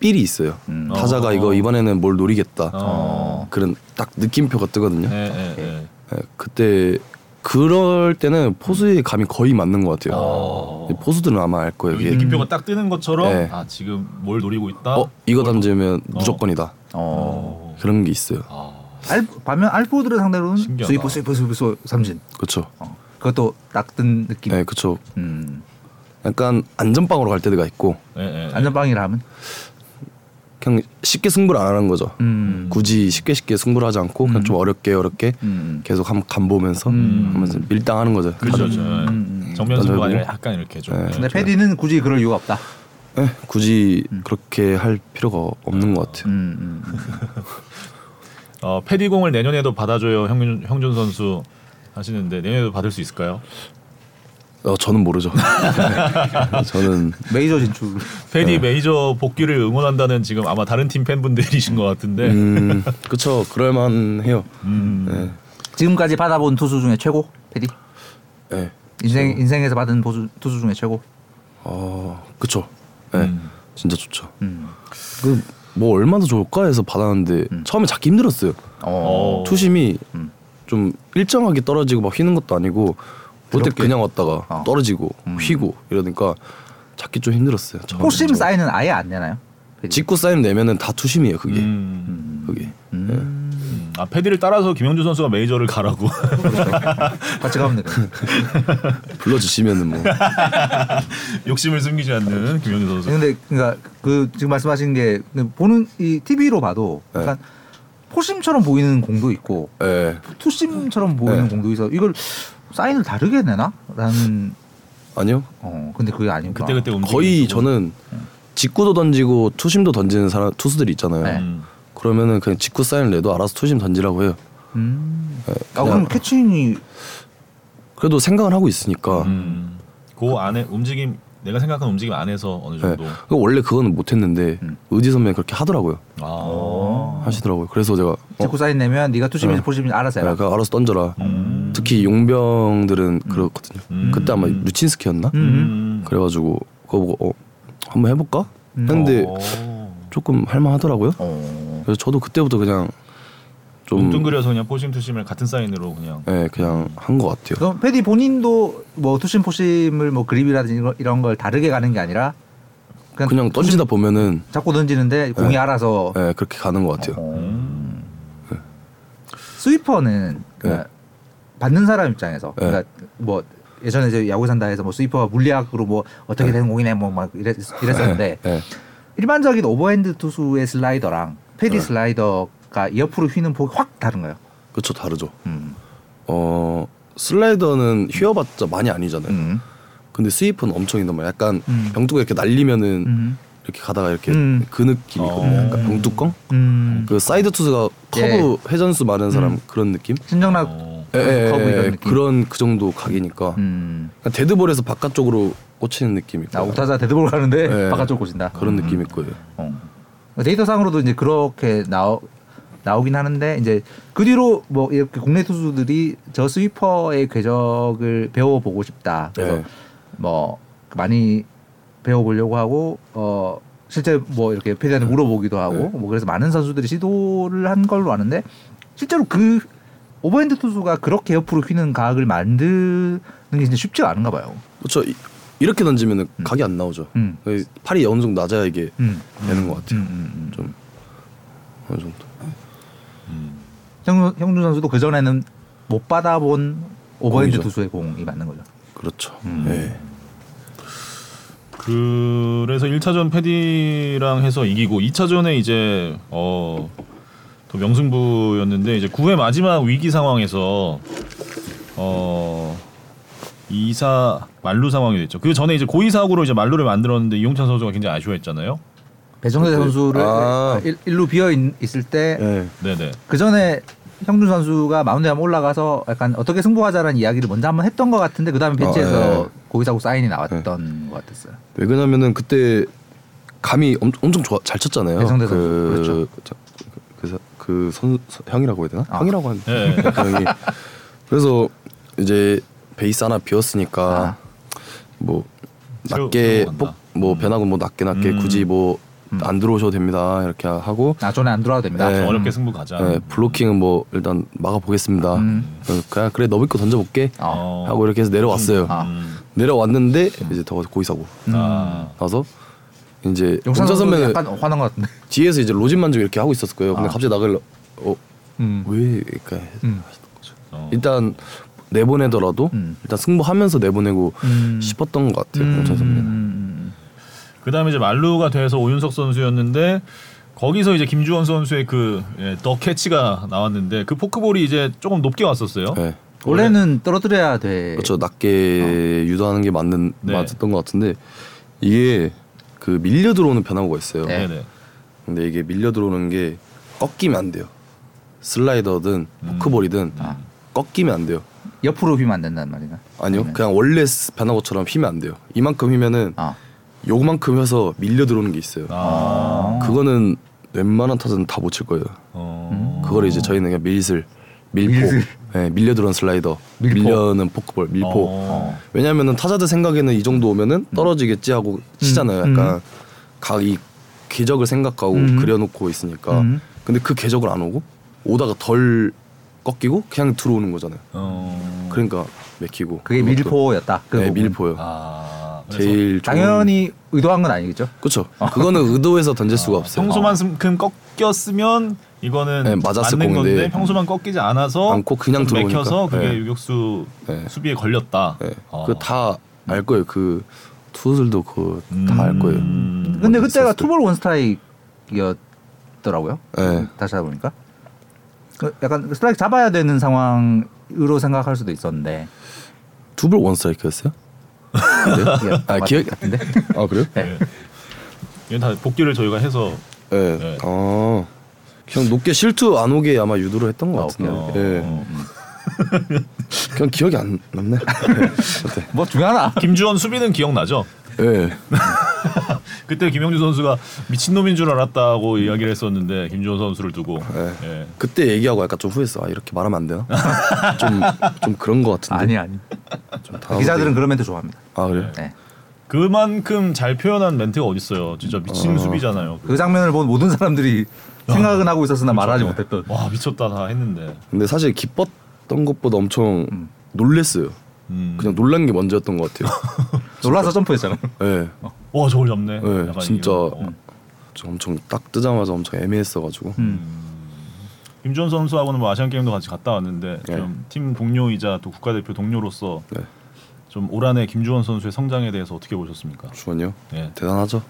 삘이 있어요.
음.
타자가
어.
이거 이번에는 뭘 노리겠다.
어. 네.
그런 딱 느낌표가 뜨거든요.
예, 예, 예.
예, 그때 그럴 때는 포수의 감이 거의 맞는 것 같아요. 포수들은 아마 알 거예요.
여기
이게
어. 느낌표가 딱 뜨는 것처럼
어. 네.
아 지금 뭘 노리고 있다.
어 이거 던지면 무조건이다
어. 아,
그런 게 있어요.
알, 반면 알포들을 상대로는
신기하다.
스위퍼 스위퍼 스위퍼 스위퍼 삼진.
그렇죠.
어. 그것도 딱뜬 느낌.
네, 그렇죠.
음.
약간 안전빵으로 갈 때가 있고
예, 예.
안전빵이라 하면.
그냥 쉽게 승부를 안 하는 거죠.
음.
굳이 쉽게 쉽게 승부를 하지 않고 그냥 좀 어렵게 어렵게
음.
계속 한번 간 보면서 하면서 밀당하는 거죠.
그렇죠. 저, 정면 승부가 아니라
나도-
약간 이렇게 좀.
음, 네.
예.
근데 패디는 굳이 그럴 이유가 없다.
네, 굳이 그렇게 할 필요가 없는 것 같아요.
음. 음.
어, 패디공을 내년에도 받아줘요, 형준, 형준 선수 하시는데 내년에도 받을 수 있을까요?
어, 저는 모르죠. 네, 저는
메이저 진출.
네.
패디 메이저 복귀를 응원한다는 지금 아마 다른 팀 팬분들이신 것 같은데.
음, 네. 그쵸 그럴만해요.
음.
지금까지 받아본 투수 중에 최고 패디.
네.
인생 인생에서 받은 보수, 투수 중에 최고.
어, 그쵸 네, 진짜 좋죠.
음.
그 뭐 얼마나 좋을까 해서 받았는데 처음에 잡기 힘들었어요.
어.
투심이 좀 일정하게 떨어지고 막 휘는 것도 아니고 어때
그렇게.
그냥 왔다가
어.
떨어지고
음.
휘고 이러니까 잡기 좀 힘들었어요. 처음에.
포심 사인은 아예 안 내나요? 패디?
직구 사인 내면은 다 투심이에요. 그게
음.
그게
음. 아 패디를 따라서 김영준 선수가 메이저를 가라고.
같이 가면 되겠네.
불러주시면은 뭐
욕심을 숨기지 않는 김영준 선수.
음.
근데 그러니까 그 지금 말씀하신 게 보는 이 TV로 봐도
네.
약간 포심처럼 보이는 공도 있고
예.
투심처럼 보이는
네.
공도 있어. 이걸 사인을 다르게 내나라는
아니요
어 근데 그게 아니고
그때 그때 움직이는
거의
쪽으로. 음.
저는 직구도 던지고 투심도 던지는 사람 투수들이 있잖아요.
네.
음.
그러면은 그냥 직구 사인 내도 알아서 투심 던지라고 해요.
음.
예,
아
그냥 어.
그럼 캐칭이
그래도 생각을 하고 있으니까
음. 그 안에 움직임 내가 생각한 움직임 안에서 어느
예.
정도.
그 원래 그거는 못했는데
음.
의지 선배 그렇게 하더라고요. 어.
아.
하시더라고요. 그래서 제가 어,
직구 사인 내면 네가 투심인지
네.
포심인지 알아서 해라.
야, 그 알아서 던져라.
음.
특히 용병들은 그렇거든요.
음.
그때 아마 루친스키였나?
음.
음.
그래가지고 그거 보고 어, 한번 해볼까?
음.
했는데
어.
조금 할만하더라고요.
어.
그래서 저도 그때부터 그냥 좀
뭉뚱그려서 그냥 포심 투심을 같은 사인으로 그냥.
예, 그냥 한 것 같아요.
그럼 패디 본인도 뭐 투심 포심을 뭐 그립이라든지 이런- 이런 걸 다르게 가는 게 아니라 그냥,
그냥 네. 던지다 보면은
잡고 던지는데 공이 알아서
예, 그렇게 가는 것 같아요.
어.
음.
스위퍼는 그러니까 받는 사람 입장에서
네.
그러니까 뭐 예전에 이제 야구 산다에서 뭐 스위퍼가 물리학으로 뭐 어떻게 되는 공이네 뭐 막 이랬, 이랬었는데
예,
일반적인 오버핸드 투수의 슬라이더랑
네.
패디 슬라이더가 옆으로 휘는 폭이 확 다른 거예요.
그쵸 다르죠.
음.
어 슬라이더는 휘어봤자 많이 아니잖아요.
음.
근데 스위프는 엄청 있는 말. 약간
음.
병뚜껑 이렇게 날리면은
음.
이렇게 가다가 이렇게
음.
그 느낌이거든요.
어.
약간 병뚜껑?
음.
그 사이드 투수가 커브 회전수 많은 사람
예. 음.
그런 느낌?
신정락
어.
예, 예,
커브
예,
이런
예.
느낌.
그런 그 정도 각이니까
음.
그러니까 데드볼에서 바깥쪽으로 꽂히는 느낌일
아
거예요.
옥타자 데드볼 가는데
네.
바깥쪽 고진다.
그런 느낌일 거예요.
어. 데이터상으로도 이제 그렇게 나오, 나오긴 하는데 이제 그 뒤로 뭐 이렇게 국내 투수들이 저 스위퍼의 궤적을 배워보고 싶다. 그래서
네.
뭐 많이 배워보려고 하고 어 실제 뭐 이렇게 패디한테 물어보기도 하고
네.
뭐 그래서 많은 선수들이 시도를 한 걸로 아는데 실제로 그 오버핸드 투수가 그렇게 옆으로 휘는 각을 만드는 게 진짜 쉽지가 않은가 봐요.
그렇죠. 이- 이렇게 던지면은 각이 안 나오죠.
음.
그 팔이 어느 정도 낮아야 이게
음.
되는 것 같아요.
음, 음, 음.
좀 어느 정도.
형준, 형준 선수도 그 전에는 못 받아본 오버핸드
공이죠.
투수의 공이 맞는 거죠.
그렇죠.
음.
예.
그래서 1차전 패디랑 해서 이기고 2차전에 이제 어, 또 명승부였는데 이제 9회 마지막 위기 상황에서 어 2사 만루 상황이 됐죠. 그 전에 이제 고의사고로 이제 만루를 만들었는데 이용찬 선수가 굉장히 아쉬워했잖아요.
배정대
그,
선수를 그
아.
일, 일루 비어 있, 을 때 그
예.
네네.
전에 형준 선수가 마운드에 한번 올라가서 약간 어떻게 승부하자라는 이야기를 먼저 한번 했던 것 같은데 그 다음에
아,
벤치에서
예.
고의사고 사인이 나왔던 것 같았어요.
왜 그러냐면은 그때 감이 엄, 엄청 좋아, 잘 쳤잖아요.
배성대 선수.
그,
그렇죠.
자, 그, 사- 그 선, 선- 형이라고 해야 되나?
아.
형이라고 하는
예, 예.
그 형이. 그래서 이제 베이스 하나 비었으니까
아.
뭐
새로-
낮게
새로 간다.
뽑- 뭐 변하고 뭐 낮게 낮게
음.
굳이 뭐 안 들어오셔도 됩니다 이렇게 하고
아 전에 안 들어와도 됩니다.
네.
어렵게 승부 가자.
네, 블로킹은 뭐 일단 막아보겠습니다.
음.
어, 그냥 그래 너 믿고 던져볼게
어.
하고 이렇게 해서 내려왔어요.
아. 음.
내려왔는데 이제 더 고의사고
아.
나서 이제
용산
용찬
선배는
선배는
약간 화난 것 같은데.
뒤에서 이제 로진 만족 이렇게 하고 있었을 거예요. 근데
아.
갑자기 나가려 어,
음.
왜 그러니까
음.
어.
일단 내보내더라도
음.
일단 승부하면서 내보내고
음.
싶었던 것 같아요. 용찬 선배는
음.
그다음에 이제 말루가 돼서 오윤석 선수였는데 거기서 이제 김주원 선수의 그 더 캐치가 나왔는데 그 포크볼이 이제 조금 높게 왔었어요.
네.
원래는 떨어뜨려야 돼.
그렇죠
어.
낮게 유도하는 게 맞는
네.
맞았던 것 같은데 이게 그 밀려 들어오는 변화구가 있어요.
네.
네.
근데 이게 밀려 들어오는 게 꺾이면 안 돼요. 슬라이더든
음.
포크볼이든
아.
꺾이면 안 돼요.
옆으로 휘면 안 된단 말이야.
아니요, 그냥 원래 스- 변화구처럼 휘면 안 돼요. 이만큼 휘면은
네. 아.
요만큼 휘서 밀려 들어오는 게 있어요.
아.
그거는 웬만한 타자는 다 못 칠 거예요.
어.
그거를 이제 저희는 그냥 밀슬, 밀포,
아. 밀슬.
예, 밀려 들어오는 슬라이더,
밀포.
밀려는 포크볼, 밀포.
어.
왜냐면은 타자들 생각에는 이 정도
음.
오면은 떨어지겠지 하고 치잖아요. 약간 각이 궤적을 생각하고
음.
그려놓고 있으니까.
음.
근데 그 궤적을 안 오고 오다가 덜 꺾이고 그냥 들어오는 거잖아요.
어.
그러니까 맥히고.
그게
그것도.
밀포였다. 그
네,
부분.
밀포요.
아. 그래서
제일 좋은-
당연히 의도한 건 아니겠죠?
그렇죠. 그거는 의도해서 던질 수가 없어요.
평소만큼 꺾였으면 이거는
네, 맞았을
맞는 건데,
건데
평소만 꺾이지 않아서
않고 그냥
좀 맥혀서
들어오니까.
그게
네.
유격수
네.
수비에 걸렸다.
네.
아.
어.
그다 알 거예요. 그 투수들도 그거 다 알 거예요.
음.
근데 그때가
있었을 때.
투볼 원 스트라이크였더라고요.
네.
다시 보니까 그 약간 스트라이크 잡아야 되는 상황으로 생각할 수도 있었는데.
두볼 원스트라이크였어요?
이게
아,
맞-
기억-
같은데.
아 그래요?
네. 이건 다 복귀를 저희가 해서
예.
네.
아. 그냥 높게 실투 안 오게 아마 유도를 했던
아,
것 같은데.
어,
예. 그냥 기억이 안 남네. 어때?
뭐 중요하나?
김주원 수비는 기억나죠?
예.
그때 김영주 선수가 미친놈인 줄 알았다고 이야기를 했었는데 김주원 선수를 두고
네.
예.
그때 얘기하고 약간 좀 후회했어. 아 이렇게 말하면 안 되나? 좀 좀 그런 것 같은데.
아니 아니.
좀 다음에
기자들은 그런 멘트 좋아합니다.
아 그래요?
네.
그만큼 잘 표현한 멘트가 어딨어요 진짜 미친
어.
수비잖아요
그 장면을 본 모든 사람들이 생각은 하고 있었으나 말하지 못했던.
와 미쳤다 다 했는데
근데 사실 기뻤던 것보다 엄청 놀랬어요.
음.
그냥 놀란 게 먼저였던 것 같아요.
놀라서 점프했잖아.
예.
와 저걸 잡네
예.
어, 약간
진짜
이런 거. 어.
저 엄청 딱 뜨자마자 엄청 애매했어가지고.
음.
김주원 선수하고는 뭐 아시안 게임도 같이 갔다 왔는데 좀 팀 동료이자 또 국가대표 동료로서
네.
좀 올 한해 김주원 선수의 성장에 대해서 어떻게 보셨습니까?
주원이요.
예.
대단하죠.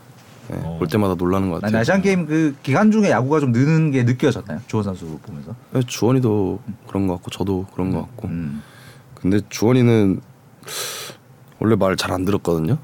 예.
어.
볼 때마다 놀라는 것
난
같아요.
아시안 게임 그 기간 중에 야구가 좀 느는 게 느껴졌나요? 주원 선수 보면서.
예, 주원이도 그런 것 같고 저도 그런 것 같고.
음.
근데 주원이는 원래 말 잘 안 들었거든요.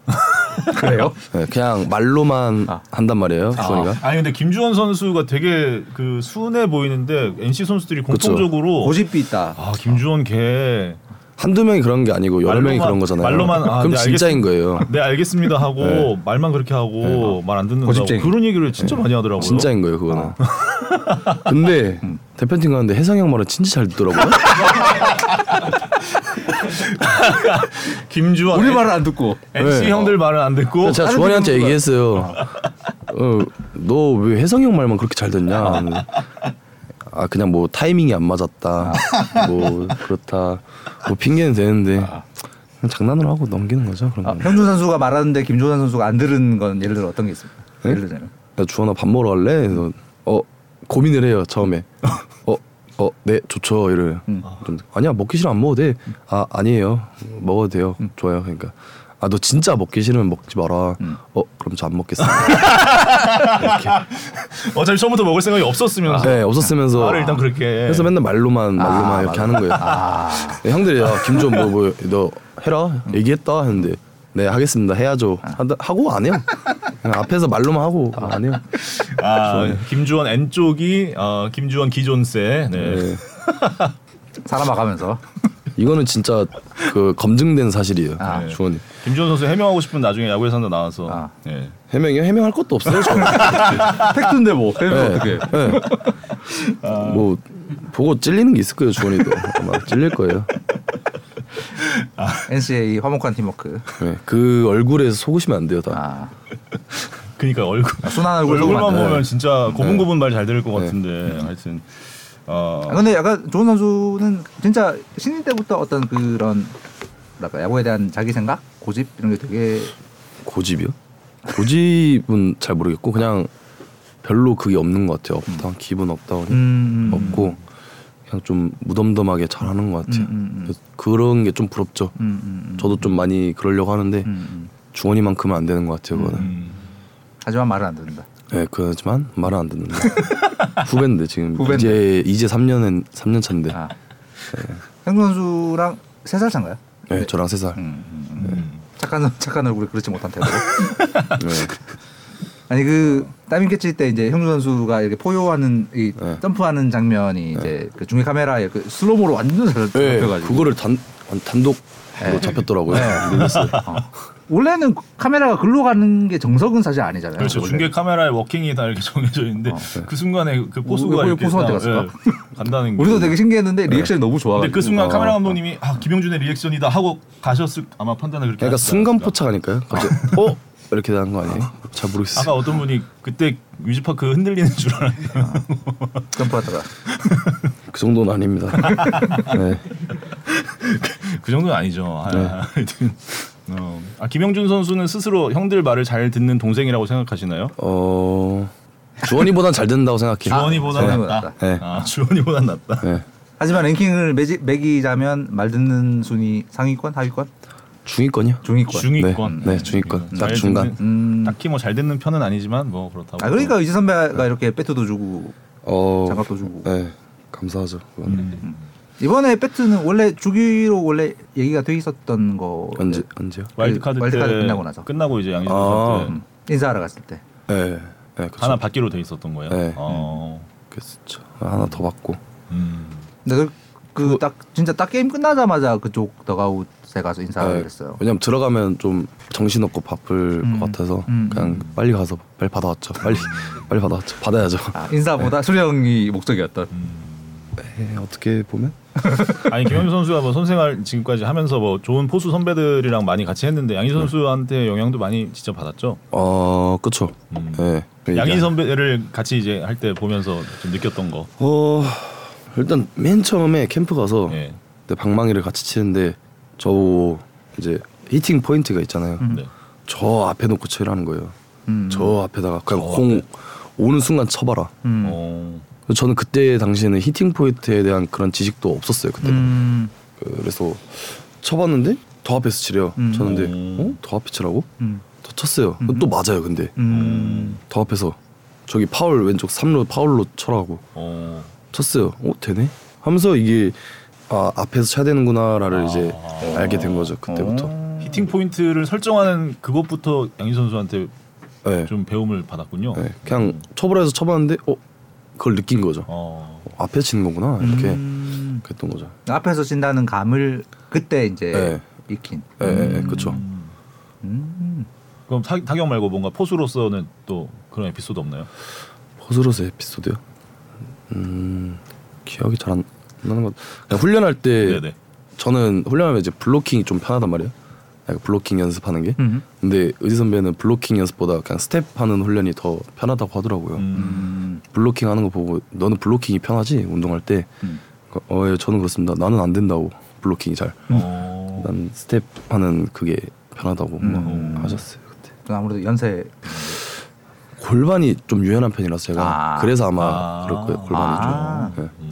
그래요?
네, 그냥 말로만
아.
한단 말이에요. 주원이가.
아니 근데 김주원 선수가 되게 그 순해 보이는데 NC 선수들이
그쵸.
공통적으로
고집이 있다.
아 김주원 걔
한두 명이 그런 게 아니고 여러 명이
말로만-
그런 거잖아요.
말로만, 아,
그럼
네,
진짜인 거예요.
네 알겠습니다 하고
네.
말만 그렇게 하고 말 안 듣는다고
고집쟁이.
그런 얘기를 진짜 많이 하더라고요.
진짜인 거예요, 그거는. 아. 근데 대표팀 가는데 혜성이 형 말은 진짜 잘 듣더라고요.
김주원
우리 말을 안 듣고.
NC
네.
형들 말은 안 듣고
제가 주원이한테 얘기했어요. 어, 너 왜 혜성이 형 말만 그렇게 잘 듣냐? 하는데 아 그냥 뭐 타이밍이 안 맞았다. 뭐 그렇다. 뭐 핑계는 되는데 그냥 장난으로 하고 넘기는 거죠. 그런
아,
거.
현준 선수가 말하는데 김조선 선수가 안 들은 건 예를 들어 어떤 게 있습니까?
네?
예를 들자면.
야 주원아 밥 먹으러 갈래? 그래서 어 고민을 해요 처음에 어어네 좋죠 이래요
음.
좀, 아니야 먹기 싫으면 안 먹어도 돼아 아니에요 먹어도 돼요
음.
좋아요 그러니까 아 너 진짜 먹기 싫으면 먹지 마라
음.
어 그럼 저 안 먹겠습니다
어차피 처음부터 먹을 생각이 없었으면서
네 없었으면서
말을 일단 그렇게
그래서 맨날 말로만 말로만 이렇게 하는 거예요
아.
네, 형들이 야 김주원 뭐뭐너 해라 얘기했다 했는데 네 하겠습니다 해야죠 하다, 하고 안 해요 그냥 앞에서 말로만 하고 안 해요
아, 김주원 N 쪽이 어, 김주원 기존세 네.
네.
살아봐가면서.
이거는 진짜 그 검증된 사실이에요. 주원이
김주원 선수 해명하고 싶은 나중에 야구에서 한다 나와서
아.
네.
해명이 해명할 것도 없어요. 저는.
팩트인데 뭐.
네.
팩트 어떻게.
네. 뭐 보고 찔리는 게 있을 거예요. 주원이도 아마 찔릴 거예요.
NC의 화목한 팀워크.
네. 그 얼굴에 속으시면 안 돼요. 다
아.
그러니까 얼굴
순한 얼굴로
얼굴만
만든.
보면
네.
진짜 고분고분 말 잘 들을 것 같은데 하여튼 어,
아, 근데 약간 좋은 선수는 진짜 신인 때부터 어떤 그런 뭐랄까 야구에 대한 자기 생각, 고집 이런 게 되게
고집이요? 고집은 잘 모르겠고 그냥 별로 그게 없는 것 같아요. 업다운 기분 업다운이
음,
없고 그냥 좀 무덤덤하게 잘하는 것 같아요.
음, 음, 음.
그래서 그런 게 좀 부럽죠.
음, 음, 음,
저도 좀 많이 그러려고 하는데
음, 음.
중원이만큼은 안 되는 것 같아요. 그거는.
음,
하지만 말을 안 듣는다.
네, 그렇지만 말은 안 듣는다. 후배인데 지금
후배인데.
이제 이제 3년은 3년 차인데.
아. 행준 선수랑 세 살 차인가요?
네, 저랑 3살.
음, 음, 음. 착한 착한 얼굴에 그렇지 못한 태도.
네.
아니 그 따밍 캐치 때 이제 형준 선수가 이렇게 포효하는 이
네.
점프하는 장면이 이제 그 중계 카메라에 그 슬로모로 완전 잘
네,
잡혀가지고
그거를 단 단독
네.
잡혔더라고요.
네.
놀랐어요.
어. 원래는 카메라가 글로 가는 게 정석은 사실 아니잖아요.
그렇죠
원래.
중계 카메라에 워킹이 다 이렇게 정해져 있는데 그 순간에 그 포수가
왜
이렇게
포수한테
딱,
갔을까?
예, 간다는 게
우리도 되게 신기했는데
네.
리액션이 너무 어, 좋아.
근데 그 순간 카메라 감독님이 아 김영준의 리액션이다 하고 가셨을 아마 판단을 그렇게
네.
그러니까
하셨지 않을까.
순간포착 아닐까요? 갑자기 어 이렇게 되는 거 아니에요? 잘 모르겠어요.
아까 어떤 분이 그때 유지파크 흔들리는 줄 알았어요.
점프하다가
그 정도는 아닙니다. 네.
그 정도는 아니죠. 아, 하여튼 어. 아 김영준 선수는 스스로 형들 말을 잘 듣는 동생이라고 생각하시나요?
어 주원이보단 잘 듣는다고 생각해요.
주원이보다
아,
낫다.
낫다. 네.
아, 주원이보다 낫다.
네.
하지만 랭킹을 매지, 매기자면 말 듣는 순위 상위권, 하위권,
중위권이요?
중위권.
중위권.
네, 네, 중위권.
음,
딱
잘
중간.
듣는-
음.
딱히 뭐 잘 듣는 편은 아니지만 뭐 그렇다고.
아 그러니까 의지 선배가 이렇게 배트도 주고
어
장갑도 주고.
네. 감사하죠. 그거는.
음.
이번에 배트는 원래 주기로 원래 얘기가 돼 있었던 거
언제 언제요?
또그 와일드카드
와일드카드
때
끝나고 나서.
끝나고 이제 양현준
아.
선수
인사하러 갔을 때.
네. 네, 그렇죠.
하나 받기로 돼 있었던 거예요.
네.
어.
그렇죠. 하나 더 받고.
음.
근데 그딱 진짜 딱 게임 끝나자마자 그쪽 더가웃에 가서 인사를
네.
했어요.
왜냐면 들어가면 좀 정신 없고 바쁠
음.
것 같아서
음.
그냥 빨리 가서 빨리 받아왔죠. 빨리 빨리 받아왔죠. 받아야죠.
아, 인사보다 수령이 목적이었다.
네, 어떻게 보면
음. 아니 김영준 선수가 뭐 선생활 지금까지 하면서 뭐 좋은 포수 선배들이랑 많이 같이 했는데 양희
네.
선수한테 영향도 많이 진짜 받았죠.
어 그렇죠.
음.
네.
양희 선배를 같이 이제 할 때 보면서 좀 느꼈던 거.
어 일단 맨 처음에 캠프 가서
예.
그때 방망이를 같이 치는데 저 이제 히팅 포인트가 있잖아요.
네.
저 앞에 놓고 치라는 거예요.
음. 네.
저 앞에다가 그냥
저
공 오는 순간 쳐봐라.
음.
어.
그래서 저는 그때 당시에는 히팅 포인트에 대한 그런 지식도 없었어요 그때. 는
음.
그래서 쳐봤는데 더 앞에서 치래요.
음.
쳤는데
오.
어? 더 앞에 치라고?
음.
더 쳤어요. 또 맞아요 근데
음.
더 앞에서 저기 파울 왼쪽 3루 파울로 쳐라고.
어.
쳤어요. 어 되네. 하면서 이게 아 앞에서 쳐야 되는구나를 이제 알게 된 거죠 그때부터.
아. 어.
히팅 포인트를 설정하는 그것부터 양희 선수한테
네.
좀 배움을 받았군요.
네. 그냥 쳐보라해서 쳐봤는데 어 그걸 느낀 거죠.
어.
어, 앞에 치는 거구나 이렇게
음.
그랬던 거죠.
앞에서 진다는 감을 그때 이제
네.
익힌.
예, 예, 예 그렇죠.
음.
그럼 타, 타격 말고 뭔가 포수로서는 또 그런 에피소드 없나요?
호스로스 에피소드요. 음 기억이 잘 안 나는 것. 그냥 훈련할 때
네네.
저는 훈련하면 이제 블로킹이 좀 편하단 말이에요. 약간 블로킹 연습하는 게.
음.
근데 의지 선배는 블로킹 연습보다 그냥 스텝하는 훈련이 더 편하다고 하더라고요.
음.
블로킹 하는 거 보고 너는 블로킹이 편하지 운동할 때.
음.
어, 어, 예, 저는 그렇습니다. 나는 안 된다고 블로킹이 잘.
어.
난 스텝 하는 그게 편하다고 막
음.
하셨어요 그때.
그 아무래도 연세
골반이 좀 유연한 편이라서 제가
아.
그래서 아마
아.
그럴 거예요. 골반이
아.
좀. 예,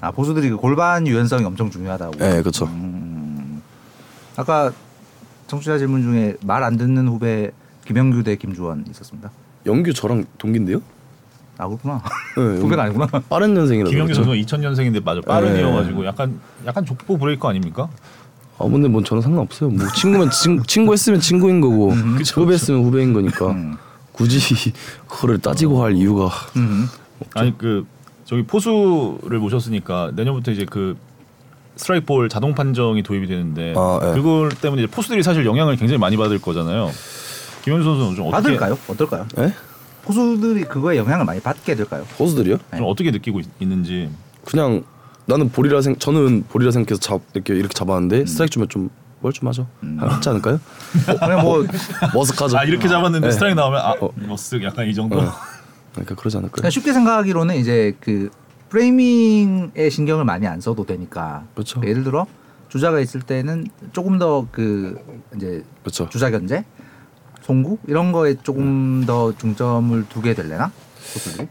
아 보수들이 그 골반 유연성이 엄청 중요하다고.
예 그렇죠.
음. 아까 청취자 질문 중에 말 안 듣는 후배 김영규 대 김주원 있었습니다.
영규 저랑 동기인데요?
아 그렇구나.
예, 영규
후배가 아니구나.
빠른 년생이라서.
김영규
그렇죠. 네.
선수가 2000년생인데 맞아 빠른 이어가지고 약간 약간 족보 브레이커 아닙니까?
아 근데 뭐 저는 상관없어요. 뭐 친구면 친, 친구 했으면 친구인 거고
음.
후배 했으면 후배인 거니까 굳이 그거를 따지고 할 이유가
음.
아니 그 저기 포수를 모셨으니까 내년부터 이제 그 스트라이크 볼 자동 판정이 도입이 되는데
아, 예.
그걸 때문에 이제 포수들이 사실 영향을 굉장히 많이 받을 거잖아요. 김현수 선수는 좀 어떻게
받을까요? 어떨까요?
예?
포수들이 그거에 영향을 많이 받게 될까요?
호수들이요?
좀 어떻게 느끼고 있, 는지
음.
그냥 나는 볼이라 생 저는 볼이라 생각해서 잡 이렇게 이렇게 잡았는데 스트라이크 주면 좀 멀쩡하죠. 맞지 않을까요?
그냥 뭐
머쓱하죠.
아 이렇게 잡았는데 스트라이크 나오면 아
어.
머쓱 약간 이 정도.
그러니까 그러지 않을까요?
그러니까 쉽게 생각하기로는 이제 그 프레이밍에 신경을 많이 안 써도 되니까.
그렇죠.
그러니까 예를 들어 주자가 있을 때는 조금 더 그 이제
그렇죠.
주자 견제, 송구 이런 거에
네.
조금 더 중점을 두게 될래나? 코스들이?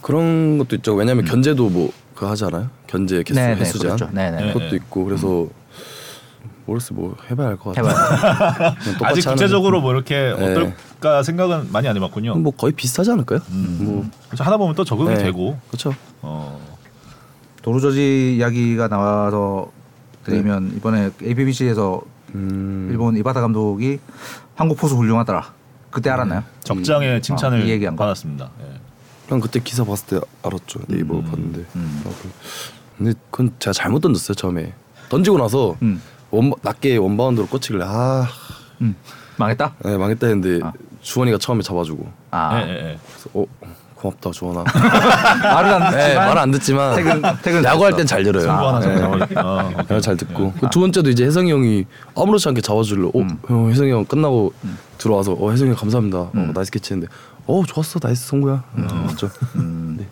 그런 것도 있죠. 왜냐하면 견제도 뭐 그거 하지 않아요? 견제 개수
음. 네, 네,
횟수 제한
그렇죠. 네, 네.
그것도 있고 그래서 모르겠어 뭐 해봐야 할 것 같아요.
해봐요.
그냥 똑같이
아직
하는-
구체적으로 뭐 이렇게
네.
어떨까 생각은 많이 안 해봤군요. 음.
뭐 거의 비슷하지 않을까요?
음,
뭐
그래서 하다 보면 또 적응이
네.
되고.
그렇죠.
어.
도루저지 이야기가 나와서 드리면 이번에 APBC에서
네. 음,
일본 이바타 감독이 한국 포수 훌륭하더라.
네.
그때 알았나요?
적장의 칭찬을
아, 이 얘기한 거.
받았습니다. 예.
난 그때 기사 봤을 때 알았죠. 네이버 봤는데.
음.
아, 그래. 근데 그건 제가 잘못 던졌어요 처음에. 던지고 나서
음.
원 낮게 원바운드로 꽂히길래 아
음. 망했다.
네, 망했다 했는데
아.
주원이가 처음에 잡아주고
아
예, 예, 예.
그래서 어 고맙다 주원아.
말을 안 듣지만
네, 말안 듣지만
퇴근- 퇴근
야구할
잘했어.
땐 잘 들어요.
공부 하나
예.
네.
잡아버리니까. 어, 오케이.
야구 잘
네.
듣고 그두 번째도 이제 혜성이 형이 아무렇지 않게 잡아주길래 어
음.
형, 혜성이 형 끝나고 들어와서 어 혜성이 형 감사합니다. 어,
음.
나이스 캐치인데 어 좋았어 나이스 성구야. 맞죠.
음.
네.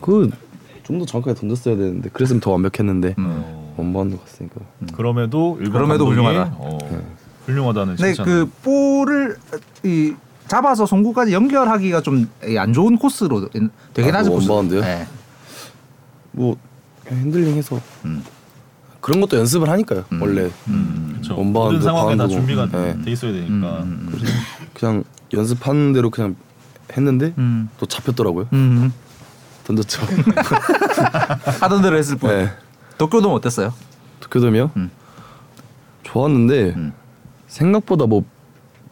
그좀 더 정확하게 던졌어야 되는데 그랬으면 더 완벽했는데
음.
원바운드 갔으니까
그럼에도 일본
그럼에도
감독이,
훌륭하다. 예.
어, 훌륭하다는
근데
칭찬.
그 볼을 이 잡아서 송구까지 연결하기가 좀 안 좋은 코스로 되게
아,
낮은
그
코스.
원바운드요?
네.
뭐 그냥 핸들링해서
음.
그런 것도 연습을 하니까요. 원래
음.
그쵸.
원바운드,
모든 상황에 다
바운드고.
준비가
네.
돼 있어야 되니까.
그냥 연습하는 대로 그냥 했는데
음.
또 잡혔더라고요.
음.
던졌죠.
하던 대로 했을 뿐.
네.
도쿄돔 어땠어요?
도쿄돔이요?
음.
좋았는데
음.
생각보다 뭐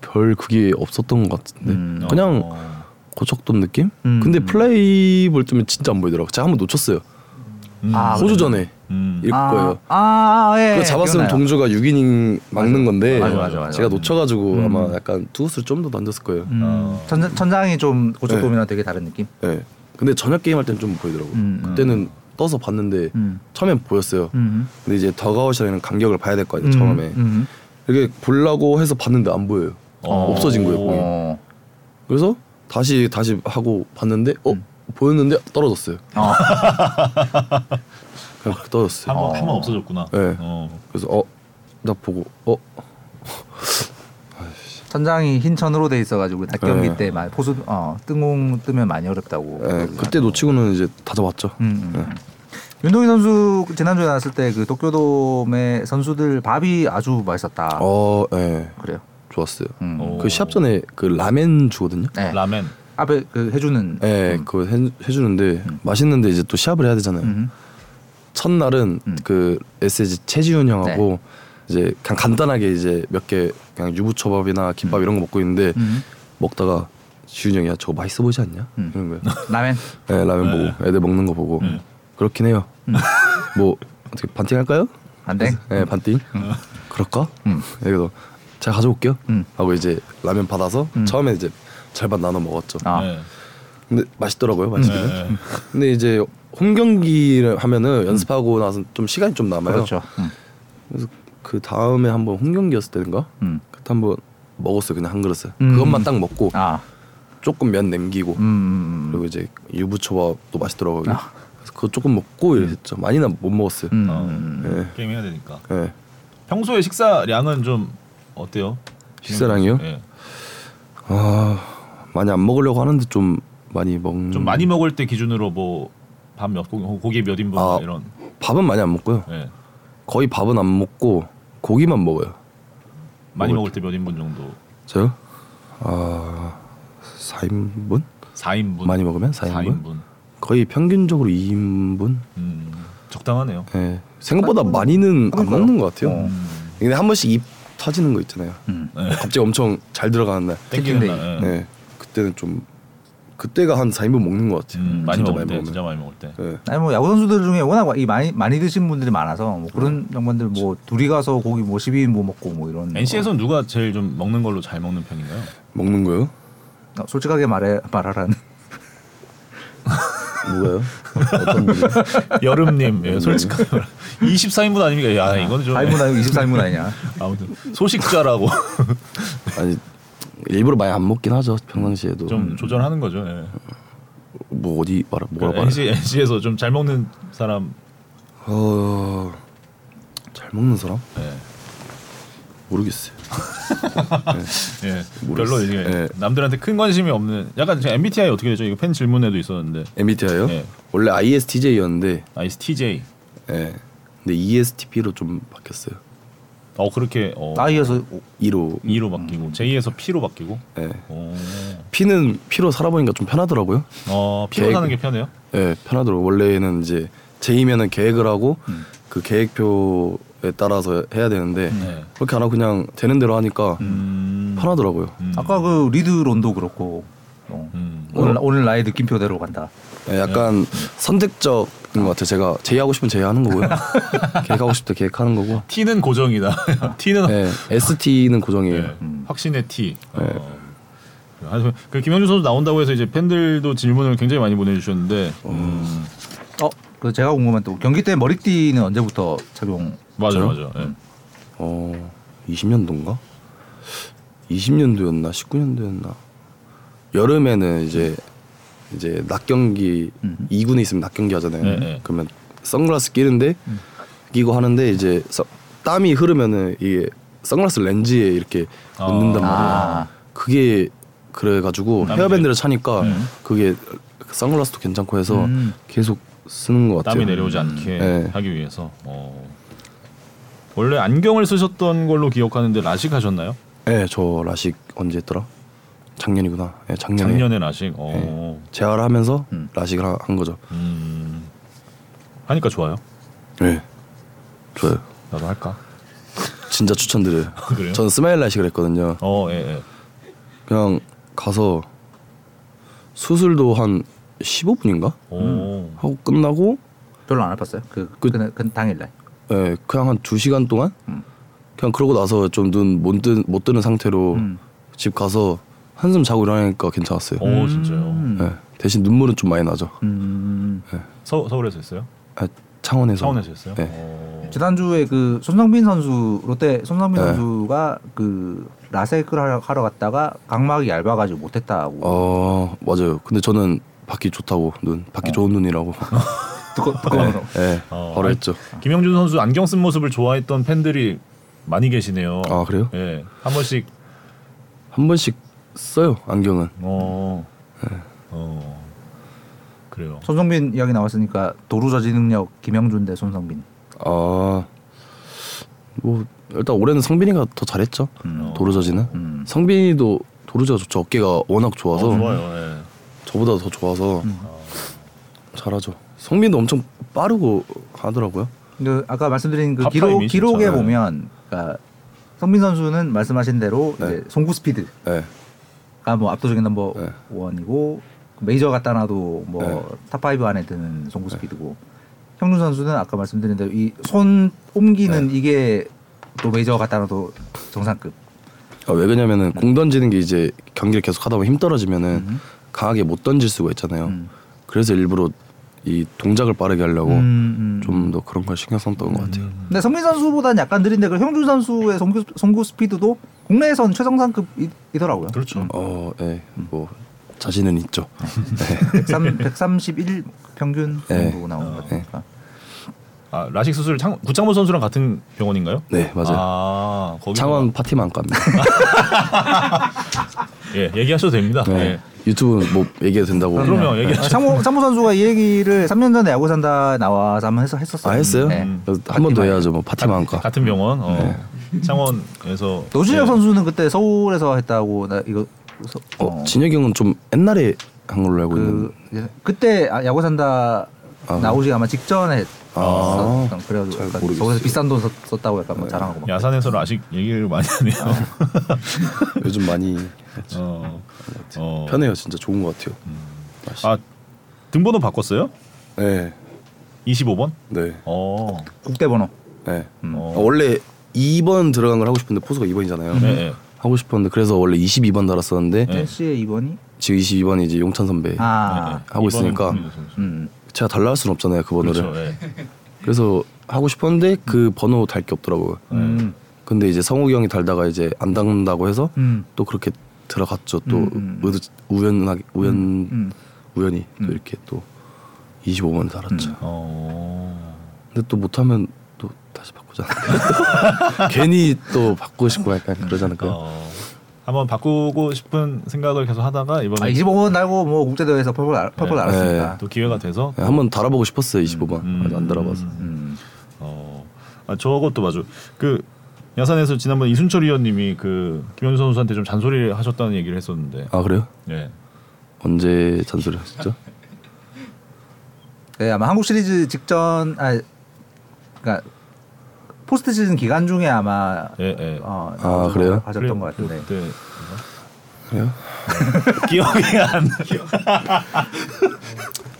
별 그게 없었던 것 같은데
음.
그냥
어.
고척돔 느낌?
음.
근데 플레이 볼 때면 진짜 안 보이더라고. 제가 한 번 놓쳤어요.
음.
아,
호주전에
음.
이럴
아,
거예요.
아, 아, 예.
그거 잡았으면
기억나요.
동주가 6이닝 막는 건데
맞아, 맞아, 맞아.
제가 놓쳐가지고
음.
아마 약간 투수를 좀 더 던졌을 거예요.
음.
어.
천, 천장이 좀 고척돔이랑 되게 다른 느낌.
네. 근데 저녁 게임 할 때는 좀 보이더라고요.
음.
그때는 떠서 봤는데
음.
처음엔 보였어요.
음.
근데 이제 더가웃이라는 간격을 봐야 될 거 아니에요.
음.
그 처음에
음.
이렇게 보려고 해서 봤는데 안 보여요.
어.
없어진 거예요. 공이.
어.
그래서 다시 다시 하고 봤는데 어 보였는데 떨어졌어요.
어.
그냥 떨어졌어요.
한번
어.
한번 없어졌구나.
네.
어.
그래서 어 나 보고 어
천장이 흰 천으로 돼 있어가지고 닭경기
네.
때 많이 포수 어, 뜬공 뜨면 많이 어렵다고.
예, 그때 놓치고는 이제 다 잡았죠.
음, 음.
네.
윤동희 선수 지난주에 나왔을 때 그 도쿄돔의 선수들 밥이 아주 맛있었다.
어 예.
그래요.
좋았어요.
음.
어.
그 시합 전에 그 라멘 주거든요.
네.
라멘.
앞에 그 해주는.
예, 그거 해, 해주는데 맛있는데 이제 또 시합을 해야 되잖아요.
음.
첫날은
음. 네.
그 SG 최지훈 형하고 이제 그냥 간단하게 이제 몇 개 그냥 유부초밥이나 김밥 이런 거 먹고 있는데
음.
먹다가 지훈 형이 야 저거 맛있어 보이지 않냐
음.
이런 거예요.
라멘.
네, 라면
네.
보고 애들 먹는 거 보고
네.
그렇긴 해요.
음.
뭐 어떻게 반띵 할까요?
안 돼.
네, 반띵. 그럴까? 네,
음.
그래서 제가 가져올게요.
음.
하고 이제 라면 받아서
음.
처음에 이제 절반 나눠 먹었죠.
아.
네.
근데 맛있더라고요, 맛있기는.
네.
근데 이제 홈 경기를 하면은 연습하고 나서 좀 시간이 좀 남아요.
그렇죠. 음.
그래서 그 다음에 한번 홈 경기였을 때인가?
음.
그때 한번 먹었어요. 그냥 한 그릇을.
음.
그것만 딱 먹고
아.
조금 면 남기고
음. 음. 음.
그리고 이제 유부초밥도 맛있더라고요. 그래서 그거 조금 먹고 이랬죠. 많이나 못 먹었어요.
음.
어.
음.
예.
게임 해야 되니까.
예.
평소에 식사량은 좀 어때요?
식사량이요?
예.
아 많이 안 먹으려고 하는데 좀 많이 먹.
좀 많이 먹을 때 기준으로 뭐 밥 몇 고기, 고기 몇 인분
음. 아.
이런.
밥은 많이 안 먹고요.
예.
거의 밥은 안 먹고 고기만 먹어요.
많이
뭐
먹을 때 몇 인분 정도?
저요? 아 4인분?
4인분.
많이 먹으면 4인분? 거의 평균적으로 2인분?
음. 적당하네요.
예. 생각보다 많이는 안 먹는 것 같아요.
어.
음,
근데 한 번씩 입 터지는 거 있잖아요. 예,
음.
네.
갑자기 엄청 잘 들어가는 날.
땡기는
땡기네.
날. 예.
네. 그때는 좀 그때가 한 4인분 먹는 것 같아요.
음, 많이
진짜
먹을 때 진짜 많이 먹을 때.
예.
아니 뭐 야구 선수들 중에 워낙 이 많이 많이 드신 분들이 많아서 뭐
음.
그런 양반들 뭐 둘이 가서 고기 뭐 12인 뭐 먹고 뭐 이런
어.
NC에서 는 누가 제일 좀 먹는 걸로 잘 먹는 편인가요?
먹는 거요?
어, 솔직하게 말해 말하라는
누가요? 어떤 분이?
여름님 예, 솔직하게 말해. 24인분 아닙니까? 야 이건 좀 예,
4인분 아니고 24인분 아니냐.
아무튼 소식자라고
아니 일부러 많이 안 먹긴 하죠 평상시에도.
좀 조절하는 거죠. 예.
뭐 어디 말아 음. 뭐라
그
말해?
NC NC에서 좀 잘 먹는 사람
어잘 먹는 사람?
예.
모르겠어요.
예, 별로
모르겠어요.
이게
예.
남들한테 큰 관심이 없는 약간 지금 MBTI 어떻게 되죠? 이거 팬 질문에도 있었는데
MBTI요?
예.
E 원래 ISTJ였는데
ISTJ
예. 근데 ESTP로 좀 바뀌었어요.
어 그렇게 어,
나이에서
2로.
2로 바뀌고 J에서 P로 바뀌고
예.
어,
P는 P로 살아보니까 좀 편하더라고요.
어 P로
계획-
사는 게 편해요?
예, 편하더라고. 원래는 이제 J면은 계획을 하고
음.
그 계획표에 따라서 해야 되는데
네.
그렇게 안 하고 그냥 되는 대로 하니까
음,
편하더라고요.
아까 그 리드론도 그렇고 어.
음.
오늘 오늘 나의 느낌표대로 간다.
예, 약간
네.
선택적인 것 같아요. 제가 제의하고 싶으면 제의하는 거고요. 계획하고 싶다 계획하는 거고.
T는 고정이다. T는
예, ST는 고정이에요.
예, 확신의 T. 어. 하여튼 그 김현준 선수 나온다고 해서 이제 팬들도 질문을 굉장히 많이 보내주셨는데 음,
어, 그 제가 궁금한 또 경기 때 머리띠는 언제부터 착용?
맞아요, 맞아요. 예.
어, 20년도인가? 20년도였나? 19년도였나? 여름에는 이제 이제 낮 경기
음.
2군에 있으면 낮 경기 하잖아요.
네, 음. 네.
그러면 선글라스 끼는데 끼고 하는데 이제 서- 땀이 흐르면은 이게 선글라스 렌즈에 이렇게
아.
묻는단 말이에요.
아.
그게 그래 가지고
땀이
헤어밴드를 차니까
네.
그게 선글라스도 괜찮고 해서
음.
계속 쓰는 것 같아요.
땀이 내려오지 않게
네.
하기 위해서 어. 원래 안경을 쓰셨던 걸로 기억하는데 라식 하셨나요?
네, 저 라식 언제 했더라? 작년이구나. 예, 작년에
작년에 라식. 어.
재활을 하면서
음.
라식을 하- 한 거죠.
음. 하니까 좋아요.
네. 좋아요.
나도 할까?
진짜 추천드려요.
그래요?
저는 스마일 라식을 했거든요.
어, 예, 예.
그냥 가서 수술도 한 15분인가
오.
하고 끝나고
별로 안 아팠어요. 그
그-
그, 그 당일날.
예, 그냥 한 2시간 동안
음.
그냥 그러고 나서 좀 눈 못 뜨는, 못 뜨는 상태로
음.
집 가서 한숨 자고 일어나니까 괜찮았어요.
오, 진짜요. 네.
음.
예, 대신 눈물은 좀 많이 나죠.
음.
서, 서울에서 했어요?
아, 창원에서.
창원에서 했어요?
네.
어.
지난주에 그 손성빈 선수 롯데 손성빈
네.
선수가 그 라섹을 하러, 하러 갔다가 각막이 얇아가지고 못했다고
어 맞아요. 근데 저는 받기 좋다고 눈 받기 좋은 눈이라고.
두꺼 두꺼운 거.
예, 네,
어,
바로
아니,
했죠.
김영준 선수 안경 쓴 모습을 좋아했던 팬들이 많이 계시네요.
아 그래요?
예. 한 번씩
한 번씩 써요 안경은.
어.
네.
어. 그래요.
손성빈 이야기 나왔으니까 도루 저지 능력 김영준 대 손성빈.
아. 뭐 일단 올해는 성빈이가 더 잘했죠.
어.
음.
도루저지는.
음.
성빈이도 도루저가 좋죠. 어깨가 워낙 좋아서
어, 좋아요. 음. 예.
저보다 더 좋아서 잘하죠. 성빈도 엄청 빠르고 하더라고요.
그 아까 말씀드린 그
탑타임이
기록
진짜.
기록에
네.
보면 그러니까 성빈 선수는 말씀하신 대로
네.
이제 송구 스피드
예.
아, 뭐 압도적인 넘버
네.
원이고 메이저 갖다 놔도 뭐
네.
탑 파이브 안에 드는 송구 스피드고 형준 선수는 아까 말씀드린 대로 이 손
네.
옮기는 이게 또 메이저 갖다 놔도 정상급.
아, 왜 그러냐면은 공 던지는 게 이제 경기를 계속 하다 보면 힘 떨어지면은
음.
강하게 못 던질 수가 있잖아요.
음.
그래서 일부러 이 동작을 빠르게 하려고
음, 음.
좀 더 그런 걸 신경 썼던 것 같아요.
근데 성민 선수보다는 약간 느린데 그 형준 선수의 송구, 송구 스피드도 국내에선 최정상급이더라고요.
그렇죠.
어, 예, 뭐 자신은 있죠.
131 평균
네.
정도 나오는
어.
거니까.
아, 라식 수술 창, 구창모 선수랑 같은 병원인가요?
네, 맞아요.
아, 거기
창원 파티만 갑니다.
예, 얘기하셔도 됩니다.
네.
예. 아,
유튜브는 뭐 얘기해도 된다고.
그럼요. 얘기하죠.
아, 상무 상무 선수가 이 얘기를 3년 전에 야구 산다 나와서 한번 해서 했었어요.
아 했어요?
네.
음.
한 번 더 해야죠. 뭐 파티만 가.
같은 병원 어,
네.
창원에서
노준혁
예.
선수는 그때 서울에서 했다고 나 이거 서-
어, 진혁이 형은 좀 옛날에 한 걸로 알고
그
있는데.
이제 그때 아, 야구 산다
아.
나오지 아마 직전에
아.
아, 그래가지고
잘
약간
모르겠어요. 네.
거기서 비싼 돈 썼, 썼다고 약간 뭐 자랑하고 막.
야산에서 라식 얘기를 많이 하네요.
요즘 많이
어, 어.
편해요. 진짜 좋은 것 같아요.
아 등번호 바꿨어요?
네,
25번?
네,
어,
국대 번호.
네.
어.
아, 원래 2번 들어간 걸 하고 싶은데 포수가
네,
2번이잖아요.
네.
하고 싶었는데 그래서 원래 22번 달았었는데
네.
NC의 2번이
지금 22번이 이제 용찬 선배
예,
아,
하고 있으니까
음,
제가 달라 할 수는 없잖아요 그 번호를
그렇죠. 예.
그래서 하고 싶었는데 그 번호 달 게 없더라고요
음,
근데 이제 성욱이 형이 달다가 이제 안 닮는다고 해서
음.
또 그렇게 들어갔죠 또
음, 음.
우- 우연하게 우연
음. 음.
우연히 또 이렇게 또 25번을 달았죠
어.
근데 또 못하면 또 다시 바꾸잖아 괜히 또 바꾸고 싶고 약간 그러지 않을까요
어. 한번 바꾸고 싶은 생각을 계속 하다가
아,
이번에
25번 날고 뭐 국제대회에서 퍼블 알- 퍼블
음. 네.
알았으니까.
또 기회가 돼서
네, 한번 달아보고 싶었어요 25번
음.
아직 안 달아봐서
음.
어. 아, 저것도 맞아. 그 야산에서 지난번 이순철 위원님이 그 김현수 선수한테 좀 잔소리를 하셨다는 얘기를 했었는데.
아 그래요?
예.
언제 잔소리 하셨죠?
네, 아마 한국 시리즈 직전 아 그러니까 포스트 시즌 기간 중에 아마
예, 예.
어,
아, 그래요?
하셨던 것 같은데.
그때
그래요?
기억이 안 나.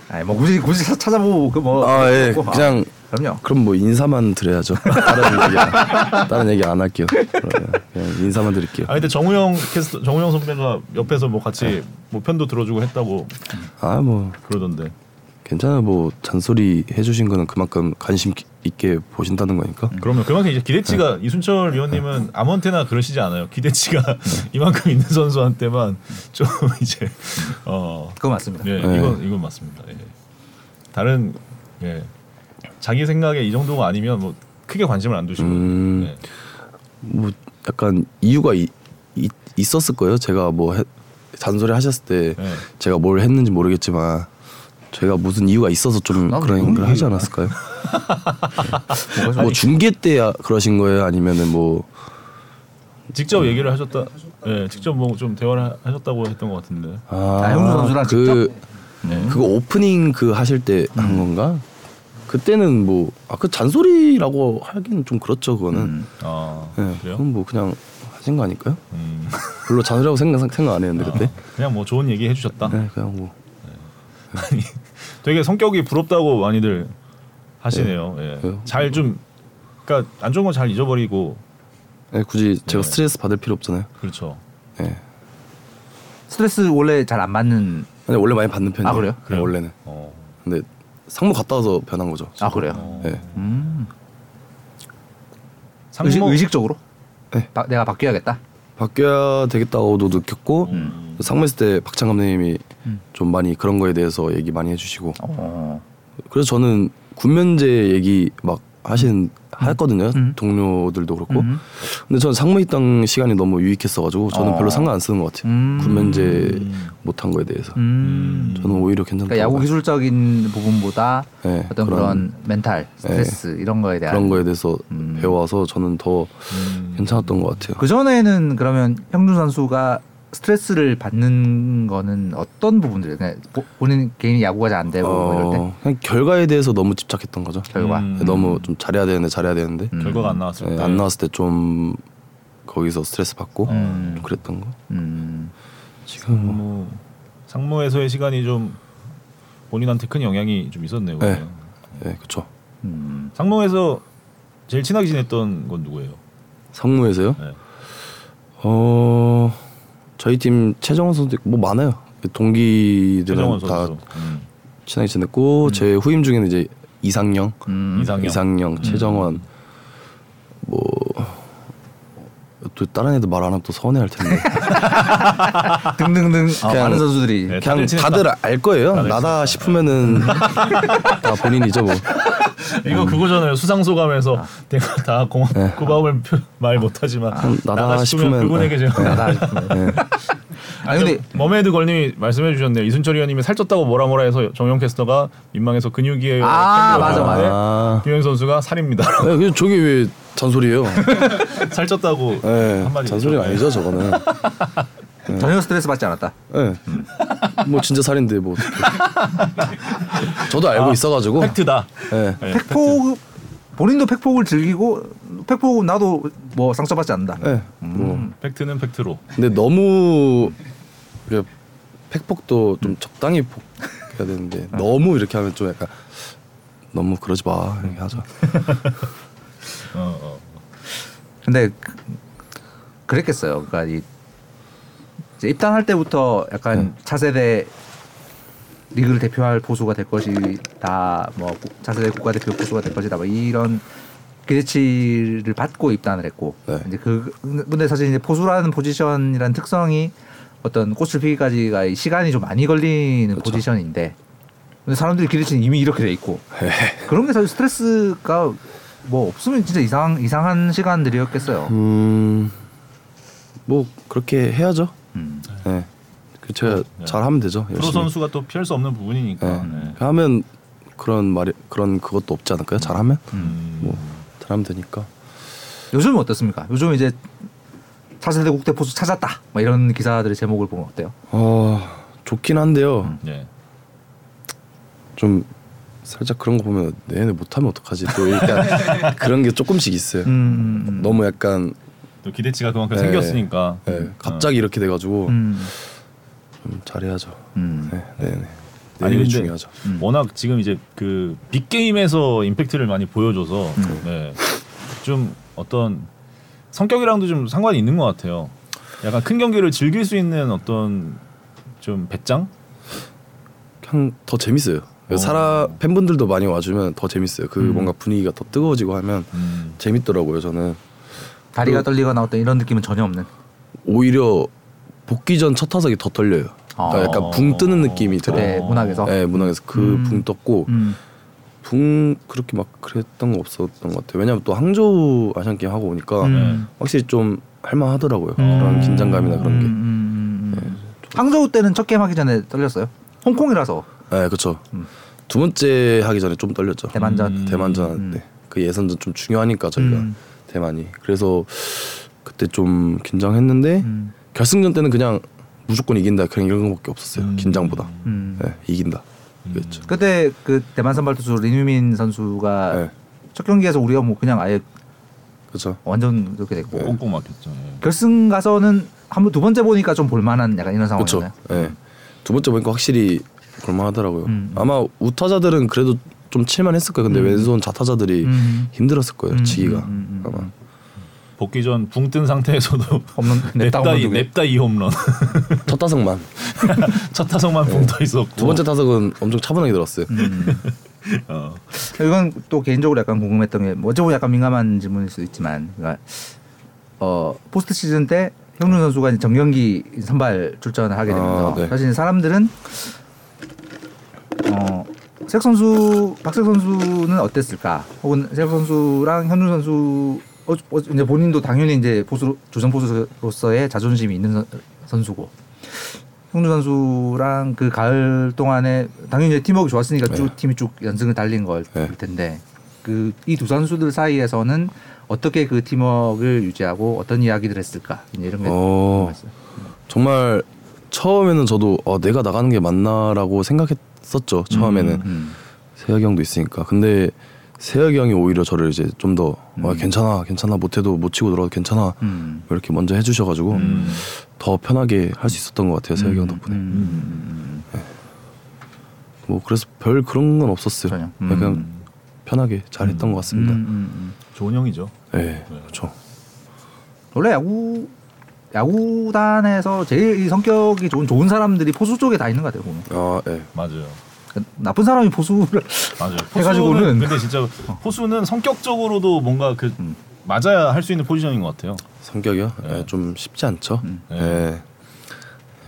아니, 뭐 굳이 굳이 사- 찾아보고 어, 그뭐
아 예 그냥
그럼요.
그럼 뭐 인사만 드려야죠 다른 얘기 안, 다른 얘기 안 할게요 그러면 그냥 인사만 드릴게요
아 근데 정우영 캐스터 정우영 선배가 옆에서 뭐 같이 뭐 편도 들어주고 했다고
아 뭐
그러던데.
괜찮아요 뭐 잔소리 해주신 거는 그만큼 관심 기- 있게 보신다는 거니까
그러면 그만큼 이제 기대치가 이순철 위원님은 아무한테나 그러시지 않아요. 기대치가 이만큼 있는 선수한테만 좀 이제 어
그거 맞습니다.
예,
네.
이건 이건 맞습니다. 예. 다른 예. 자기 생각에 이 정도가 아니면 뭐 크게 관심을 안 두시고.
음.
예.
뭐 약간 이유가 이, 이- 있었을 거예요 제가 뭐 해- 잔소리 하셨을 때
네.
제가 뭘 했는지 모르겠지만 제가 무슨 이유가 있어서 좀
나도
그런
이건
걸 하지
이해가
않았을까요? 뭐 중계 때 그러신 거예요? 아니면은 뭐
직접 얘기를 하셨다. 예, 직접 뭐 좀 대화를 하- 하셨다고 했던 것 같은데.
아,
아, 형수 선수랑
그
네.
그거 오프닝 그 하실 때 한 건가? 그때는 뭐 아 그 잔소리라고 하긴 좀 그렇죠 그거는.
음.
아,
네,
그래요?
그건 뭐 그냥 하신 거 아닐까요?
음.
별로 잔소리라고 생각 생각 안 했는데 그때.
그냥 뭐 좋은 얘기 해주셨다.
네, 그냥 뭐
아니, 되게 성격이 부럽다고 많이들 하시네요. 예.
그래요?
잘 좀, 그러니까 안 좋은 건 잘 잊어버리고
네, 굳이 제가
네.
스트레스 받을 필요 없잖아요.
그렇죠.
네.
스트레스 원래 잘 안 받는
근데 원래 많이 받는 편이에요.
아, 그래요?
네,
그래요?
원래는.
어.
근데 상무 갔다 와서 변한 거죠.
아 그래요.
어.
네.
음.
상무 뭐
의식 의식적으로
네.
바, 내가 바뀌어야겠다.
바뀌어야 되겠다고도 느꼈고
음.
상무했을 때 박찬 감독님이
음.
좀 많이 그런 거에 대해서 얘기 많이 해주시고
어.
그래서 저는 군면제 얘기 막 하신 했거든요
음.
동료들도 그렇고
음.
근데 저는 상무 입당 시간이 너무 유익했어가지고 저는
어.
별로 상관 안 쓰는 것 같아요
음.
군면제 못한 거에 대해서
음.
저는 오히려 괜찮다
그러니까 야구 기술적인 부분보다
네,
어떤 그런, 멘탈 스트레스 이런 거에 대한
예. 그런 거에 대해서
음.
배워서 저는 더
음.
괜찮았던 것 같아요
그 전에는 그러면 형준 선수가 스트레스를 받는 거는 어떤 부분들이에요? 그냥 보- 본인 개인 야구가 잘 안 되고 뭐 이럴 때
어, 그냥 결과에 대해서 너무 집착했던 거죠
결과
음.
너무 좀 잘해야 되는데 잘해야 되는데
음.
결과가 안 나왔을
네,
때.
안 나왔을 때 좀 거기서 스트레스 받고
음.
좀 그랬던 거
음.
지금 뭐
상무 상무에서의 시간이 좀 본인한테 큰 영향이 좀 있었네요.
네.
그러면.
네, 그렇죠.
음.
상무에서 제일 친하게 지냈던 건 누구예요?
상무에서요?
네.
어 저희 팀 최정원 선수 있고 뭐 많아요. 동기들은
최정원
다
선수, 음.
친하게 지냈고 제 후임 중에는 이제 이상영,
음.
이상형,
이상영,
음.
최정원 뭐 또 다른 애들 말 안 하면 또 서운해할 텐데
등등등 아,
그냥- 예.
많은 선수들이
네, 다들
그냥
친했다.
다들 알 거예요.
다들 네.
나다 싶으면은 다 본인이죠 뭐.
이거
음.
그거잖아요. 수상 소감에서 내가 다 고마 고마움을 표- 말 못하지만
참 네. 나다 싶으면- 네.
그분에게 제가
아, 나다 싶으면.
예.
아니 근데
머메드 걸님이 말씀해 주셨네요. 이순철 의원님이 살쪘다고 뭐라 뭐라 해서 정용 캐스터가 민망해서 근육이에요.
아, 맞아, 맞아.
아.
김현 선수가 살입니다.
네, 그래서 저게 왜 잔소리예요?
살쪘다고
네,
한마디.
잔소리 아니죠 저거는.
전혀 스트레스 받지 않았다.
네.
예. 뭐 진짜 살인데 뭐. 어떡해. 저도 알고 있어가지고.
아, 팩트다.
예.
네,
팩폭 본인도 팩폭을 즐기고 팩폭 나도 뭐 상처받지 않는다.
예.
음.
뭐.
팩트는 팩트로.
근데 너무 그 팩폭도 좀 적당히 폭해야 되는데
음.
너무 이렇게 하면 좀 약간 너무 그러지 마 이렇게 하자.
어, 어.
근데 그- 그랬겠어요. 그러니까 이 이제 입단할 때부터 약간
네.
차세대 리그를 대표할 포수가 될 것이다. 뭐 구- 차세대 국가대표 포수가 될 것이다. 뭐 이런 기대치를 받고 입단을 했고
네.
이제 그 근데 사실 이제 포수라는 포지션이란 특성이 어떤 꽃을 피기까지가 이 시간이 좀 많이 걸리는
그렇죠.
포지션인데 근데 사람들이 기대치는 이미 이렇게 돼 있고
네.
네.
그런 게 사실 스트레스가 뭐 없으면 진짜 이상 이상한 시간들이었겠어요.
음, 뭐 그렇게 해야죠.
음.
네. 그 제가 잘 하면 되죠.
네. 프로
열심히.
선수가 또 피할 수 없는 부분이니까.
네.
네.
하면 그런 말이 그런 그것도 없지 않을까요? 잘하면
음.
뭐 잘하면 되니까.
요즘 어떻습니까? 요즘 이제 차세대 국대 포수 찾았다. 막 이런 기사들의 제목을 보면 어때요?
어 좋긴 한데요.
네.
좀 살짝 그런 거 보면 내내 못하면 어떡하지? 또 약간 그런 게 조금씩 있어요.
음, 음,
너무 약간
또 기대치가 그만큼
네.
생겼으니까.
예, 갑자기 이렇게 돼가지고
음,
좀 잘해야죠.
음.
네, 네, 네.
아니,
내일이
근데-
중요하죠.
음.
워낙 지금 이제 그 빅게임에서 임팩트를 많이 보여줘서
음.
네. 좀 어떤 성격이랑도 좀 상관이 있는 것 같아요. 약간 큰 경기를 즐길 수 있는 어떤 좀 배짱?
그냥 더 재밌어요.
어.
사라 팬분들도 많이 와주면 더 재밌어요. 그 뭔가 분위기가 더 뜨거워지고 하면
음.
재밌더라고요. 저는 그
다리가 떨리거나 어떤 이런 느낌은 전혀 없는.
오히려 복귀 전 첫 타석이 더 떨려요. 그러니까
아.
약간 붕 뜨는 느낌이
그때
들어요.
문학에서.
네, 문학에서 그
음.
붕 떴고
음.
붕 그렇게 막 그랬던 거 없었던 것 같아요. 왜냐면 또 항저우 아시안 게임 하고 오니까
음.
확실히 좀 할만하더라고요. 어, 네. 그런 긴장감이나 그런 게.
음, 음, 음, 음. 항저우 때는 첫 게임 하기 전에 떨렸어요. 홍콩이라서.
네, 그렇죠.
음.
두 번째 하기 전에 좀 떨렸죠.
대만전.
음, 대만전
음.
때. 그 예선전 좀 중요하니까 저희가
음.
대만이. 그래서 그때 좀 긴장했는데
음.
결승전 때는 그냥 무조건 이긴다 그냥 이런 거밖에 없었어요.
음.
긴장보다.
음.
네, 이긴다. 그랬죠.
그때 그 대만 선발 투수 린유민 선수가
네.
첫 경기에서 우리가 뭐 그냥 아예
그렇죠.
완전 이렇게 됐고
네. 꽁꽁 막혔죠. 예.
결승 가서는 한 번 두 번째 보니까 좀 볼만한 약간 이런
그렇죠.
상황이었나요?
예. 두 번째 보니까 확실히 볼만하더라고요.
음.
아마 우타자들은 그래도 좀 칠만했을 거예요. 근데 왼손 좌타자들이
음.
힘들었을 거예요.
음,
지기가
음, 음, 음.
아마.
복귀 전 붕 뜬 상태에서도
없는 냅다
냅다
없는
이
두 개.
냅다 이 홈런.
첫 타석만
첫 타석만 붕 떠 있었고.
네. 두
어.
번째 타석은 엄청 차분하게 들었어요.
음.
어.
이건 또 개인적으로 약간 궁금했던 게뭐 어쩌고 약간 민감한 질문일 수도 있지만 그러니까 어 포스트 시즌 때 형준 선수가 이제 정경기 선발 출전을 하게 되면서
아, 네.
사실 사람들은 어색 선수 박색 선수는 어땠을까 혹은 색 선수랑 현준 선수 어, 어, 이제 본인도 당연히 이제 포수 조선 포수로서의 자존심이 있는 선- 선수고 형준 선수랑 그 가을 동안에 당연히 이제 팀워크 좋았으니까 쭉 팀이 쭉 연승을 달린 걸
네.
텐데 그 이 두 선수들 사이에서는 어떻게 그 팀워크를 유지하고 어떤 이야기를 했을까 이제 이런 게
어.
궁금했어요.
정말 처음에는 저도 어, 내가 나가는 게 맞나라고 생각했었죠. 처음에는
음.
세혁이 형도 있으니까. 근데 세혁이 형이 오히려 저를 이제 좀 더 어, 괜찮아, 괜찮아 못해도 못 치고 들어도 괜찮아
음.
이렇게 먼저 해주셔가지고
음.
더 편하게 할 수 있었던 것 같아요. 세혁이 형 덕분에.
음.
뭐 그래서 별 그런 건 없었어요.
전혀.
약간 편하게 잘했던 것 같습니다.
음, 음, 음.
좋은 형이죠.
네, 그렇죠.
원래 야구 야구단에서 제일 이 성격이 좋은 좋은 사람들이 포수 쪽에 다 있는 것 같아요 보면
아, 예.
맞아요.
그러니까 나쁜 사람이 포수를
맞아요.
해가지고는-
포수는 근데 진짜 포수는 성격적으로도 뭔가 그 맞아야 할 수 있는 포지션인 것 같아요.
성격이요?
네.
예, 좀 쉽지 않죠.
네.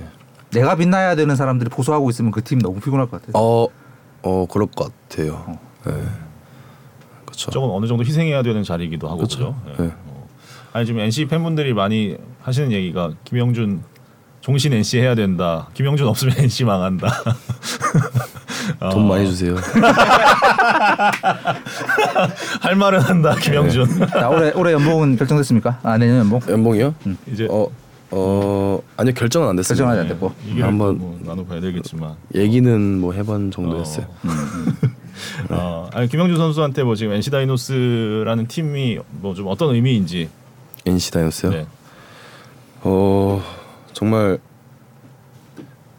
예.
내가 빛나야 되는 사람들이 포수하고 있으면 그 팀 너무 피곤할 것 같아요.
어, 어 그럴 것 같아요. 예. 그렇죠.
조금 어느 정도 희생해야 되는 자리이기도 하고 그렇죠. 예.
네.
어. 아니 지금 NC 팬분들이 많이 하시는 얘기가 김영준 종신 NC 해야 된다. 김영준 없으면 NC 망한다. 어,
돈 많이 주세요.
할 말은 한다. 김영준
자, 올해 올해 연봉은 결정됐습니까? 아 내년 연봉
연봉이요?
이제
어, 어 아니요 결정은 안 됐습니다. 네.
결정하지 안 됐고.
이게
한번-
한번 뭐 나눠봐야 되겠지만.
얘기는 뭐 해본 정도였어요. 음,
어. 어, 아니 김영준 선수한테 뭐 지금 NC 다이노스라는 팀이 뭐 좀 어떤 의미인지.
NC 다이노스요.
네.
어 정말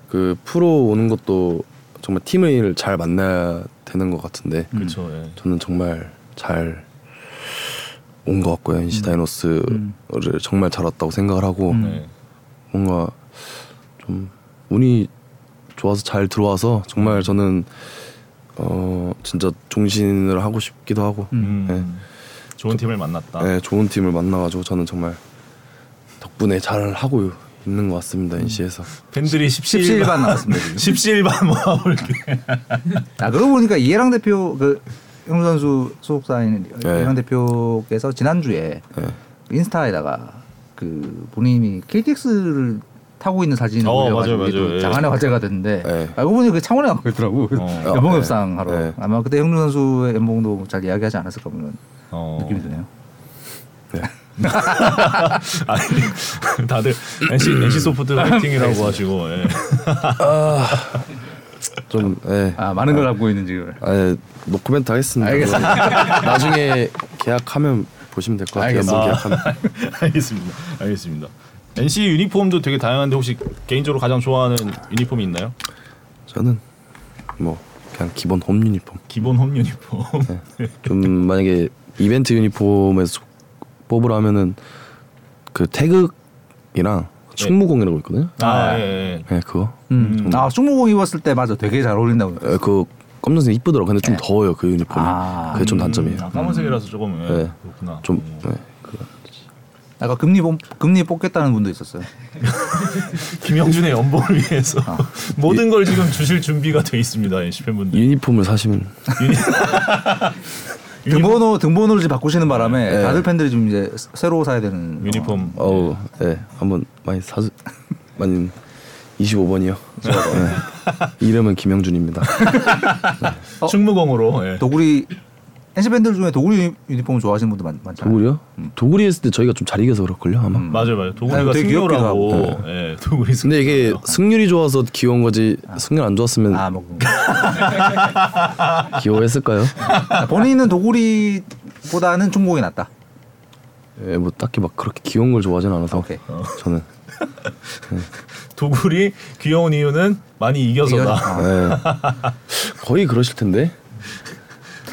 그 프로 오는 것도 정말 팀을 잘 만나야 되는 것 같은데
그렇죠. 예.
저는 정말 잘 온 것
예. 음.
같고요. NC 다이노스를 정말 잘 왔다고 생각을 하고
네.
뭔가 좀 운이 좋아서 잘 들어와서 정말 저는 어 진짜 종신을 하고 싶기도 하고
음. 좋은 팀을 만났다.
네, 좋은 팀을 만나가지고 저는 정말 덕분에 잘 하고 있는 것 같습니다 NC에서
팬들이 뭐
17반
17반
나왔습니다. 지금.
17반 모아볼게.
아 그러고 보니까 이해랑 대표 그 형우 선수 소속사인
네.
이해랑 대표께서 지난주에
예.
인스타에다가 그 본인이 KTX를 타고 있는 사진을
어,
올려가지고
맞아요,
이게
맞아요.
또
예.
장안의 화제가 됐는데
네.
알고 보니 그 창원에 간 거더라고 그
어.
연봉협상 하러
네.
아마 그때 형준 선수의 연봉도 잘 이야기하지 않았을까 그런
어.
느낌이 드네요.
아니, 다들 NC NC 소프트
음.
파이팅이라고 하시고 예.
좀 예.
아 많은 걸 갖고 있는 지금.
아예 노코멘트 하겠습니다.
알겠습니다.
나중에 계약하면 보시면 될 것 같아요.
알겠습니다.
연봉 계약하면.
알겠습니다. 알겠습니다. NC 유니폼도 되게 다양한데 혹시 개인적으로 가장 좋아하는 유니폼이 있나요?
저는 뭐 그냥 기본 홈 유니폼.
기본 홈 유니폼.
네. 좀 만약에 이벤트 유니폼에서 뽑으라면은 그 태극이랑 충무공이라고 있거든요.
아, 예, 예.
예, 그거.
음. 아 충무공 입었을 때 맞아 되게 잘 어울린다고.
예, 그 검정색 이쁘더라고. 근데 좀 더워요 그 유니폼이.
네. 아,
그게 좀
음,
단점이에요.
아, 까만색이라서 조금 예.
네.
그렇구나.
좀
음.
예, 그
아까 금리 뽑- 금리 뽑겠다는 분도 있었어요.
김영준의 연봉을 위해서
아.
모든 걸 지금 주실 준비가 돼 있습니다. NC 팬분들.
유니폼을 사시면
유니... 유니폼,
등번호 등번호를 지금 바꾸시는 바람에
네.
다들 팬들이 좀 이제 새- 새로 사야 되는
유니폼.
어우 예 한번 많이 사 많이 25번이요. 예. 이름은 김영준입니다.
어?
충무공으로. 예.
도구리 NC 팬들 중에 도구리 유니- 유니폼 좋아하시는 분들 많, 많잖아요.
도구리요? 도구리 했을 때 저희가 좀 잘 이겨서 그럴걸요 음. 아마.
맞아요, 맞아요. 도구리가
아니, 되게 귀엽기도
승려라고.
하고.
예, 도구리 승.
근데 이게 승률이 음. 좋아서 귀여운 거지 승률 안 좋았으면
아, 뭐 그런 거.
귀여워했을까요?
아, 본인은 도구리보다는 중공이 낫다.
예, 뭐 딱히 막 그렇게 귀여운 걸 좋아하진 않아서
오케이.
저는
도구리 귀여운 이유는 많이 이겨서다.
이거- 어,
예. 거의 그러실 텐데.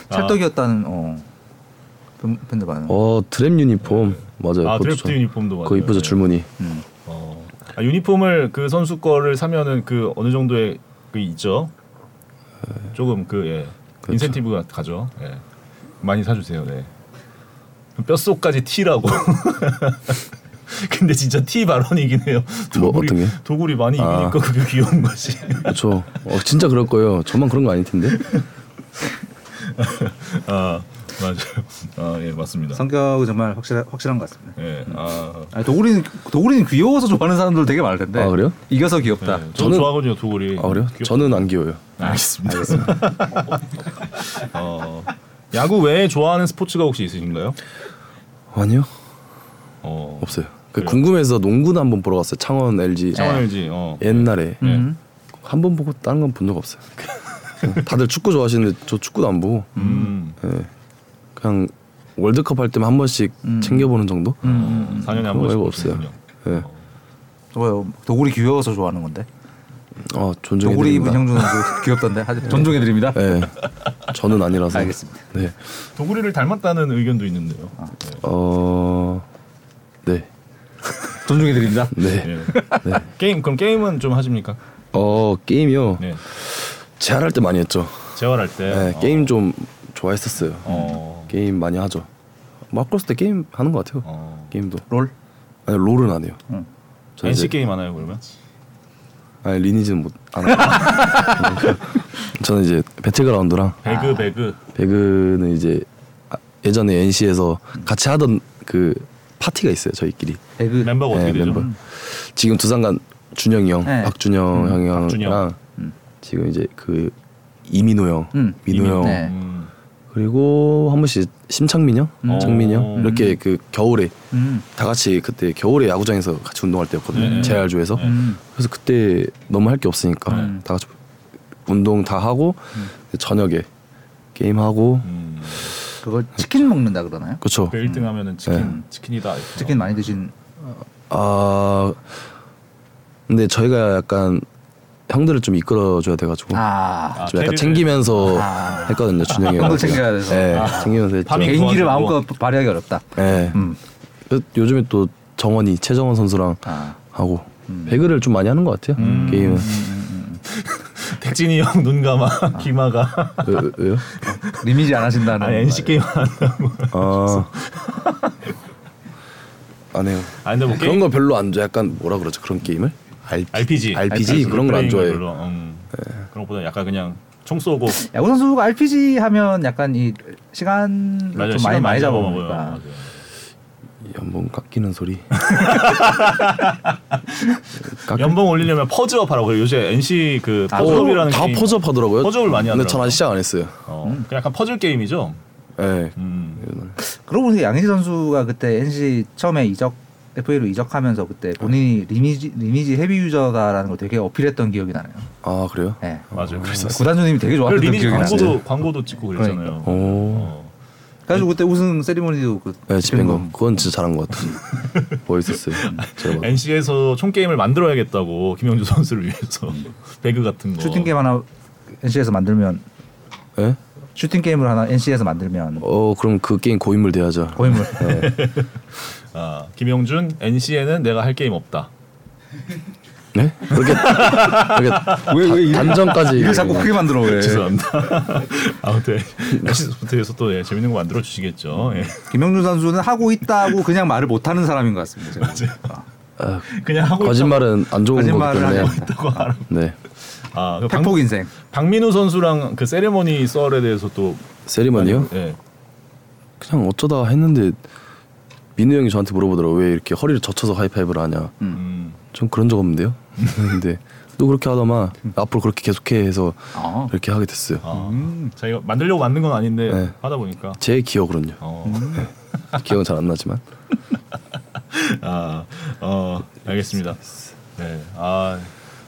아.
찰떡이었다는 어, 팬- 팬들 많은.
어 드랩 유니폼 맞아요.
아,
그것도
드래프트
저-
유니폼도
그거
맞아요.
이쁘죠
예.
줄무늬.
음.
어. 아, 유니폼을 그 선수 거를 사면은 그 어느 정도의 그 있죠. 조금 그 예.
그렇죠.
인센티브가 가죠. 예. 많이 사주세요. 네. 뼛속까지 티라고. 근데 진짜 티 발언이긴 해요.
뭐,
도구리,
어떤 게?
도구리 많이 이기니까
아.
그게 귀여운 거지.
그렇죠. 어, 진짜 그럴 거예요. 저만 그런 거 아닐 텐데.
아 맞아요. 아 예 맞습니다.
성격이 정말 확실 확실한 것 같습니다.
예. 아
아니, 도구리는 도구리는 귀여워서 좋아하는 사람들 되게 많을텐데.
아, 그래요?
이겨서 귀엽다.
예, 저는
저는-
좋아하거든요 도구리.
아 그래요?
귀엽-
저는 안 귀여워요.
알겠습니다. 어, 야구 외에 좋아하는 스포츠가 혹시 있으신가요?
아니요
어,
없어요. 그
그래요?
궁금해서 농구도 한번 보러 갔어요. 창원 LG
창원 LG. 어.
옛날에
예.
음.
한 번 보고 다른 건 본 적 없어요. 다들 축구 좋아하시는데 저 축구도 안 보고
음.
예. 그냥 월드컵 할 때만 한 번씩 챙겨보는 정도.
음. 4년에 한
그거
번씩
말고 없어요.
보시는군요.
예.
좋아요. 도구리 귀여워서 좋아하는 건데.
아 존중해
도구리
드립니다.
입은 형준 선수 귀엽던데. 존중해 드립니다.
예. 저는 아니라서.
알겠습니다.
네.
도구리를 닮았다는 의견도 있는데요.
아,
예.
어. 네.
존중해 드립니다.
네.
예. 게임 그럼 게임은 좀 하십니까?
어 게임이요.
네.
재활할 때 많이 했죠.
재활할 때.
네,
어,
게임 좀 좋아했었어요.
어.
게임 많이 하죠. 마크로스 때 게임 하는 것 같아요.
어.
게임도.
롤.
아니 롤은 안 해요.
응.
저
NC
이제-
게임 하나요 그러면?
아니 리니지는 못안 하고. 저는 이제 배틀그라운드랑
배그 배그.
배그는 이제 아, 예전에 NC에서 같이 하던 그 파티가 있어요 저희끼리.
배그.
멤버가 어떻게
네,
되죠?
멤버. 지금 두산간 준영이 형,
네.
박준영 형이랑
박준영.
지금 이제 그 이민호 형,
음.
민호
이민호.
형
네.
음.
그리고 한 번씩 심창민 형,
음.
장민
어.
형 이렇게 그 겨울에
음.
다 같이 그때 겨울에 야구장에서 같이 운동할 때였거든요.
네.
재활조에서
네. 음.
그래서 그때 너무 할 게 없으니까
음.
네.
다 같이 운동 다 하고 저녁에 게임 하고
음.
그걸 치킨 먹는다 그러나요?
그렇죠.
그 1등 하면은 치킨 치킨이다. 이렇게.
치킨 많이 드신
아 근데 저희가 약간 형들을 좀 이끌어줘야 돼가지고
아,
아,
좀
캐리를-
약간 챙기면서
아.
했거든요 준영이
형들
형.
챙겨야 돼서.
예,
아.
챙기면서 했죠.
밤이-
개인기를
좋아가지고.
마음껏 발휘하기 어렵다.
예.
음.
그 요즘에 또 정원이 최정원 선수랑
아. 음.
하고 배그를 좀 많이 하는 것 같아요. 게임은
택진이 형 눈 감아 귀마가
왜, 왜요?
리미지 안 하신다는.
아니 예, NC 게임 안 한다고.
아. 안 해요.
아 근데 뭐
그런
게임
거 별로 안 좋아. 약간 뭐라 그러죠? 그런 게임을?
RPG,
RPG, 그런 걸 안 좋아해요.
별로, 음. 그런 것보다 약간 그냥 총 쏘고
야구 선수가 RPG 하면 약간 이 시간
맞아요.
좀 많이
시간
많이
잡아먹어요.
잡아먹으니까.
맞아요.
연봉 깎이는 소리. 깎-
연봉 올리려면 퍼즈업 하라고 그래요. 요새 NC 그
아,
퍼즈업이라는
어, 다
게임.
퍼즈업 하더라고요.
퍼즈업을 많이
근데 전
하더라고요.
아직 시작 안 했어요.
어, 그냥 약간 퍼즐 게임이죠.
예.
음.
그러고 보니까 양현지 선수가 그때 NC 처음에 이적 FA로 이적하면서 그때
네.
본인이 리미지 리미지 헤비 유저다라는 걸 되게 어필했던 기억이 나네요.
아 그래요?
예.
맞아요. 그래서
구단주님이 되게
그
좋아했던
리니지
기억이 나는데.
광고도 광고도 찍고 그랬잖아요.
오.
어.
그래가지고 그때 우승 세리머니도 그
네, 집행
집행검.
거. 그건 진짜 잘한 것 같아요. 멋있었어요. 제가 봐.
NC에서 총 게임을 만들어야겠다고 김영주 선수를 위해서 배그 같은 거.
슈팅 게임 하나 NC에서 만들면
네.
예?
슈팅 게임을 하나 NC에서 만들면 네.
어 그럼 그 게임 고인물 돼야죠.
고인물.
아, 김영준 NC에는 내가 할 게임 없다.
네? 그렇게 그렇게
왜왜 이래?
단정까지
이래 자꾸 크게 만들어
네.
왜?
죄송합니다. 아무튼 NC 소프트에서 또 예, 재밌는 거 만들어 주시겠죠. 예.
음.
김영준 선수는 하고 있다고 그냥 말을 못 하는 사람인 것 같습니다. 제가 보니까.
아,
그냥 하고
거짓말은 안 좋은 거기
거짓말을
때문에.
하고 있다.
있다고 알아.
네.
아, 그 방,
팩폭 인생.
박민우 선수랑 그 세레머니 썰에 대해서 또
세리머니요?
예.
그냥 어쩌다 했는데 민우 형이 저한테 물어보더라고 왜 이렇게 허리를 젖혀서 하이파이브를 하냐.
음.
전 그런 적 없는데요. 근데 또 그렇게 하다만
음.
앞으로 그렇게 계속해 해서
아.
이렇게 하게 됐어요.
아, 자기가 만들려고 만든 건 아닌데
음. 네. 음.
하다 보니까
제 기억으로는요.
어.
기억은 잘 안 나지만.
아, 어, 알겠습니다. 네, 아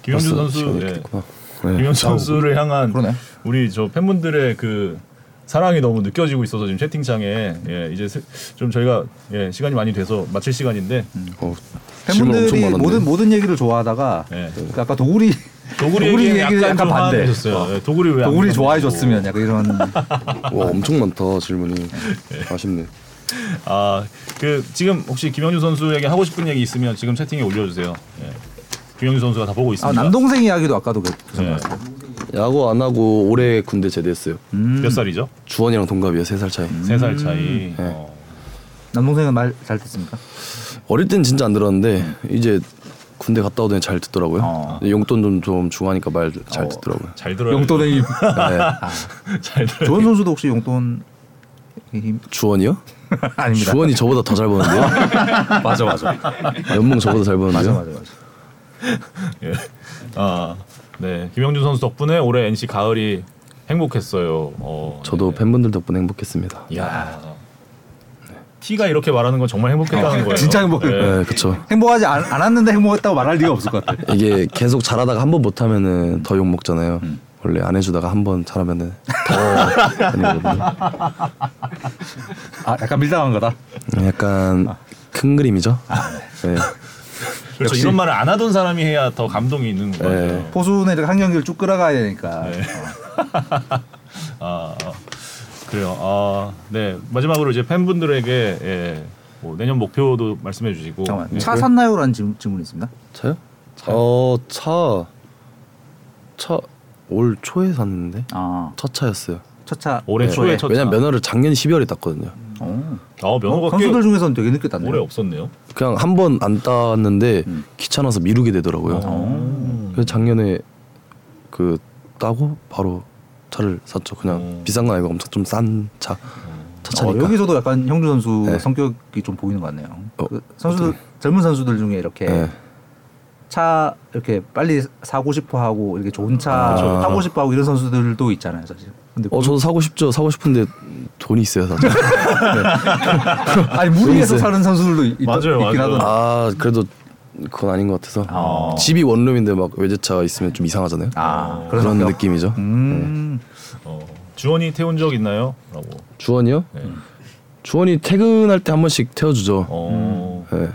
김영준
벌써
선수,
시간이 이렇게
예.
됐구나. 네.
김영준 선수를 향한
그러네.
우리 저 팬분들의 그 사랑이 너무 느껴지고 있어서 지금 채팅창에 예, 이제 슬- 좀 저희가 예, 시간이 많이 돼서 마칠 시간인데
음.
어, 질문 엄청
팬분들이
많은데.
모든 모든 얘기를 좋아하다가
네.
그 아까 도구리
도구리
도구리
얘기는 약간,
얘기를 약간
좀
반대.
화내셨어요.
어.
예, 도구리 왜안
도구리
만나고.
좋아해 줬으면 약간 이런
와 엄청 많다 질문이.
예.
아쉽네.
아, 그 지금 혹시 김영준 선수에게 하고 싶은 얘기 있으면 지금 채팅에 올려주세요. 예. 김영준 선수가 다 보고
아,
있습니다.
남동생 이야기도 아까도 그
예.
야구 안 하고 올해 군대 제대했어요.
몇 살이죠?
주원이랑 동갑이에요. 세 살 차이.
세
음.
살
네.
차이. 어.
남동생은 말 잘 듣습니까?
어릴 땐 진짜 안 들었는데 이제 군대 갔다 오더니 잘 듣더라고요.
어.
용돈 좀, 좀 주고 하니까 말 잘
어.
듣더라고요.
잘 들어요.
용돈의 힘.
네.
잘 들어요.
조원 선수도 혹시 용돈 힘
주원이요?
아닙니다.
주원이 저보다 더 잘 버는데요?
맞아 맞아.
연봉 저보다 잘
맞아
버는데요?
맞아 맞아.
예. 아, 네. 김영준 선수 덕분에 올해 NC 가을이 행복했어요. 어,
저도 팬분들 덕분에 행복했습니다.
네. 야. 티가 이렇게 말하는 건 정말 행복했다는 거예요.
아, 진짜 행복해.
예.
네, 그쵸.
행복하지 않, 않았는데 행복했다고 말할 리가 없을 것 같아.
이게 계속 잘하다가 한 번 못하면은 더 욕 먹잖아요.
음.
원래 안 해주다가 한 번 잘하면은 더 하는 거거든요.
아, 약간 밀당한 거다.
네, 약간
아.
큰 그림이죠. 네.
그렇죠. 이런 말을 안 하던 사람이 해야 더 감동이 있는 거예요.
예.
포수는 이렇게 한 경기를 쭉 끌어가야 되니까.
네. 아, 아, 그래요. 아, 네. 마지막으로 이제 팬분들에게 예. 뭐 내년 목표도 말씀해 주시고.
잠깐만
예.
차 샀나요라는 질문, 질문이 있습니다.
차요? 어, 차. 차 올 초에 샀는데
아,
첫 차였어요.
첫차
올해
네.
초에 첫
왜냐면
차.
면허를 작년 12월에 땄거든요.
어.
아, 면허가 꽤
선수들 중에서는 되게 늦게 땄네.
오래 없었네요.
그냥 한 번 안 땄는데 귀찮아서 미루게 되더라고요.
어.
음.
그래서 작년에 그 따고 바로 차를 샀죠. 그냥
어.
비싼 건 아니고 엄청 좀 싼 차. 차
어,
차니까.
여기서도 약간 형주 선수
네.
성격이 좀 보이는 것 같네요.
어,
그 선수들 젊은 선수들 중에 이렇게
네.
차 이렇게 빨리 사고 싶어 하고 이렇게 좋은 차
그렇죠.
타고 싶어 하고 이런 선수들도 있잖아요, 사실. 근데
어
그-
저도 사고 싶죠. 사고 싶은데 돈이 있어야 사죠.
아니 무리해서
재밌어요.
사는 선수들도 있,
맞아요,
있긴
맞아요.
하던데.
아 그래도 그건 아닌 것 같아서.
어.
아.
집이 원룸인데 막 외제차가 있으면 좀 이상하잖아요.
아,
그런
그런 성격.
느낌이죠.
음.
어, 주원이 태운 적 있나요? 라고.
주원이요?
네.
주원이 퇴근할 때 한 번씩 태워주죠.
어.
네.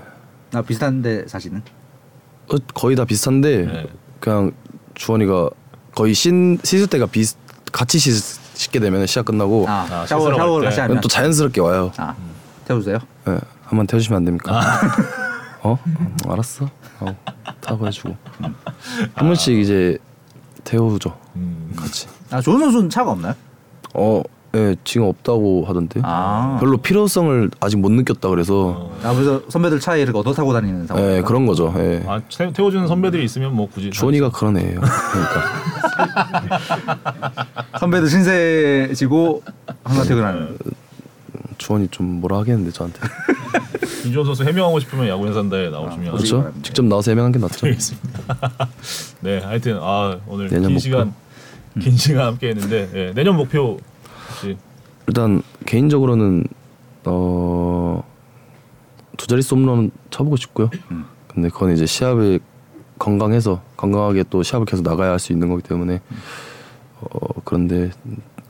아 비슷한데 사실은.
어, 거의 다 비슷한데
네.
그냥 주원이가 거의 씻, 씻을 때가 비슷 같이 씻, 게 되면 시합 끝나고
아,
아,
샤워
씻으러
샤워
갈 때.
같이 하면
음. 그럼 또 자연스럽게 와요.
아 태워주세요.
네, 한번 태워주시면 안 됩니까? 어? 어, 알았어. 어, 타고 해주고
음.
한 번씩 이제 태우죠.
음.
같이.
아 좋은 선수는 차가 없나요?
어, 예, 지금 없다고 하던데.
아.
별로 필요성을 아직 못 느꼈다 그래서
아 그래서 선배들 차에 이렇게 얻어 타고 다니는 상황.
예, 그런 거죠. 예.
아, 태- 태워주는 선배들이 있으면 뭐 굳이
주원이가 그런 애예요. 그러니까
선배들 신세지고 항상 퇴근하는.
주원이 좀 뭐라 하겠는데 저한테.
이주원 선수 해명하고 싶으면 야구 회사에 나오시면
그렇죠? 직접 나와서 해명한 게 낫죠.
네, 하여튼 아 오늘 긴
내년 목표. 음.
시간 긴 시간 함께 했는데 예, 내년 목표 혹시
일단 개인적으로는 어두 자릿수 홈런 쳐보고 싶고요. 근데 그건 이제 시합에 건강해서 건강하게 또 시합을 계속 나가야 할 수 있는 거기 때문에 어 그런데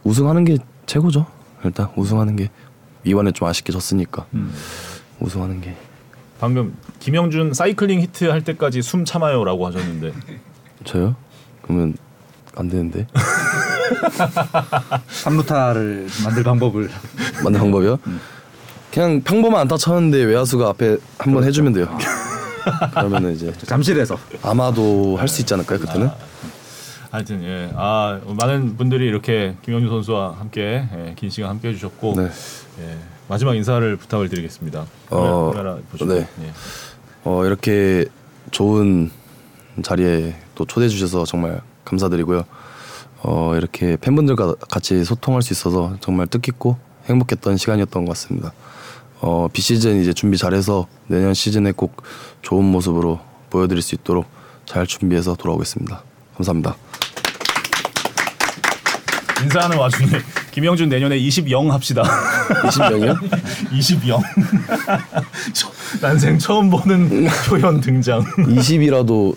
우승하는 게 최고죠. 일단 우승하는 게 이번에 좀 아쉽게 졌으니까
음.
우승하는 게
방금 김영준 사이클링 히트 할 때까지 숨 참아요라고 하셨는데
저요? 그러면 안 되는데
삼루타를 만들 방법을.
맞는 방법이요? 그냥 평범한 안타 쳤는데 외야수가 앞에 한번 해주면 돼요. 그러면은 이제
잠실에서.
아마도 할 수 있지 않을까요 그때는?
하여튼 예, 아 많은 분들이 이렇게 김영준 선수와 함께 예, 긴 시간 함께 해주셨고
네.
예, 마지막 인사를 부탁을 드리겠습니다.
어,
카메라 보시고
네.
예.
어, 이렇게 좋은 자리에 또 초대해 주셔서 정말 감사드리고요. 어, 이렇게 팬분들과 같이 소통할 수 있어서 정말 뜻깊고 행복했던 시간이었던 것 같습니다. 어, 비시즌 이제 준비 잘해서 내년 시즌에 꼭 좋은 모습으로 보여드릴 수 있도록 잘 준비해서 돌아오겠습니다. 감사합니다.
인사하는 와중에 김영준 내년에 20영 합시다.
20명이요?
20영 난생 처음 보는 표현 등장.
20이라도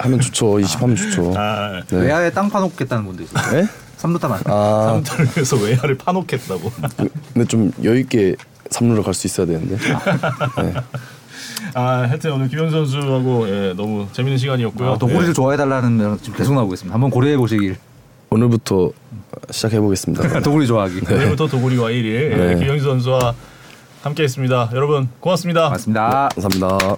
하면 좋죠. 20 하면 좋죠.
아,
네.
외야에 땅 파놓겠다는 분도 있어요.
네?
삼루타만.
아,
삼털에서 외야를 파놓겠다고.
근데 좀 여유 있게 3루로 갈 수 있어야 되는데.
아, 하여튼 오늘 김영준 선수하고 예, 너무 재밌는 시간이었고요.
아, 또
네.
예.
우리를 좋아해달라는 면 지금 계속 나오고 있습니다. 한번 고려해 보시길.
오늘부터 시작해 보겠습니다.
도구리 좋아하기.
내일부터 도구리와 1일 예,
네.
김영준 선수와 함께했습니다. 여러분 고맙습니다.
맞습니다.
감사합니다.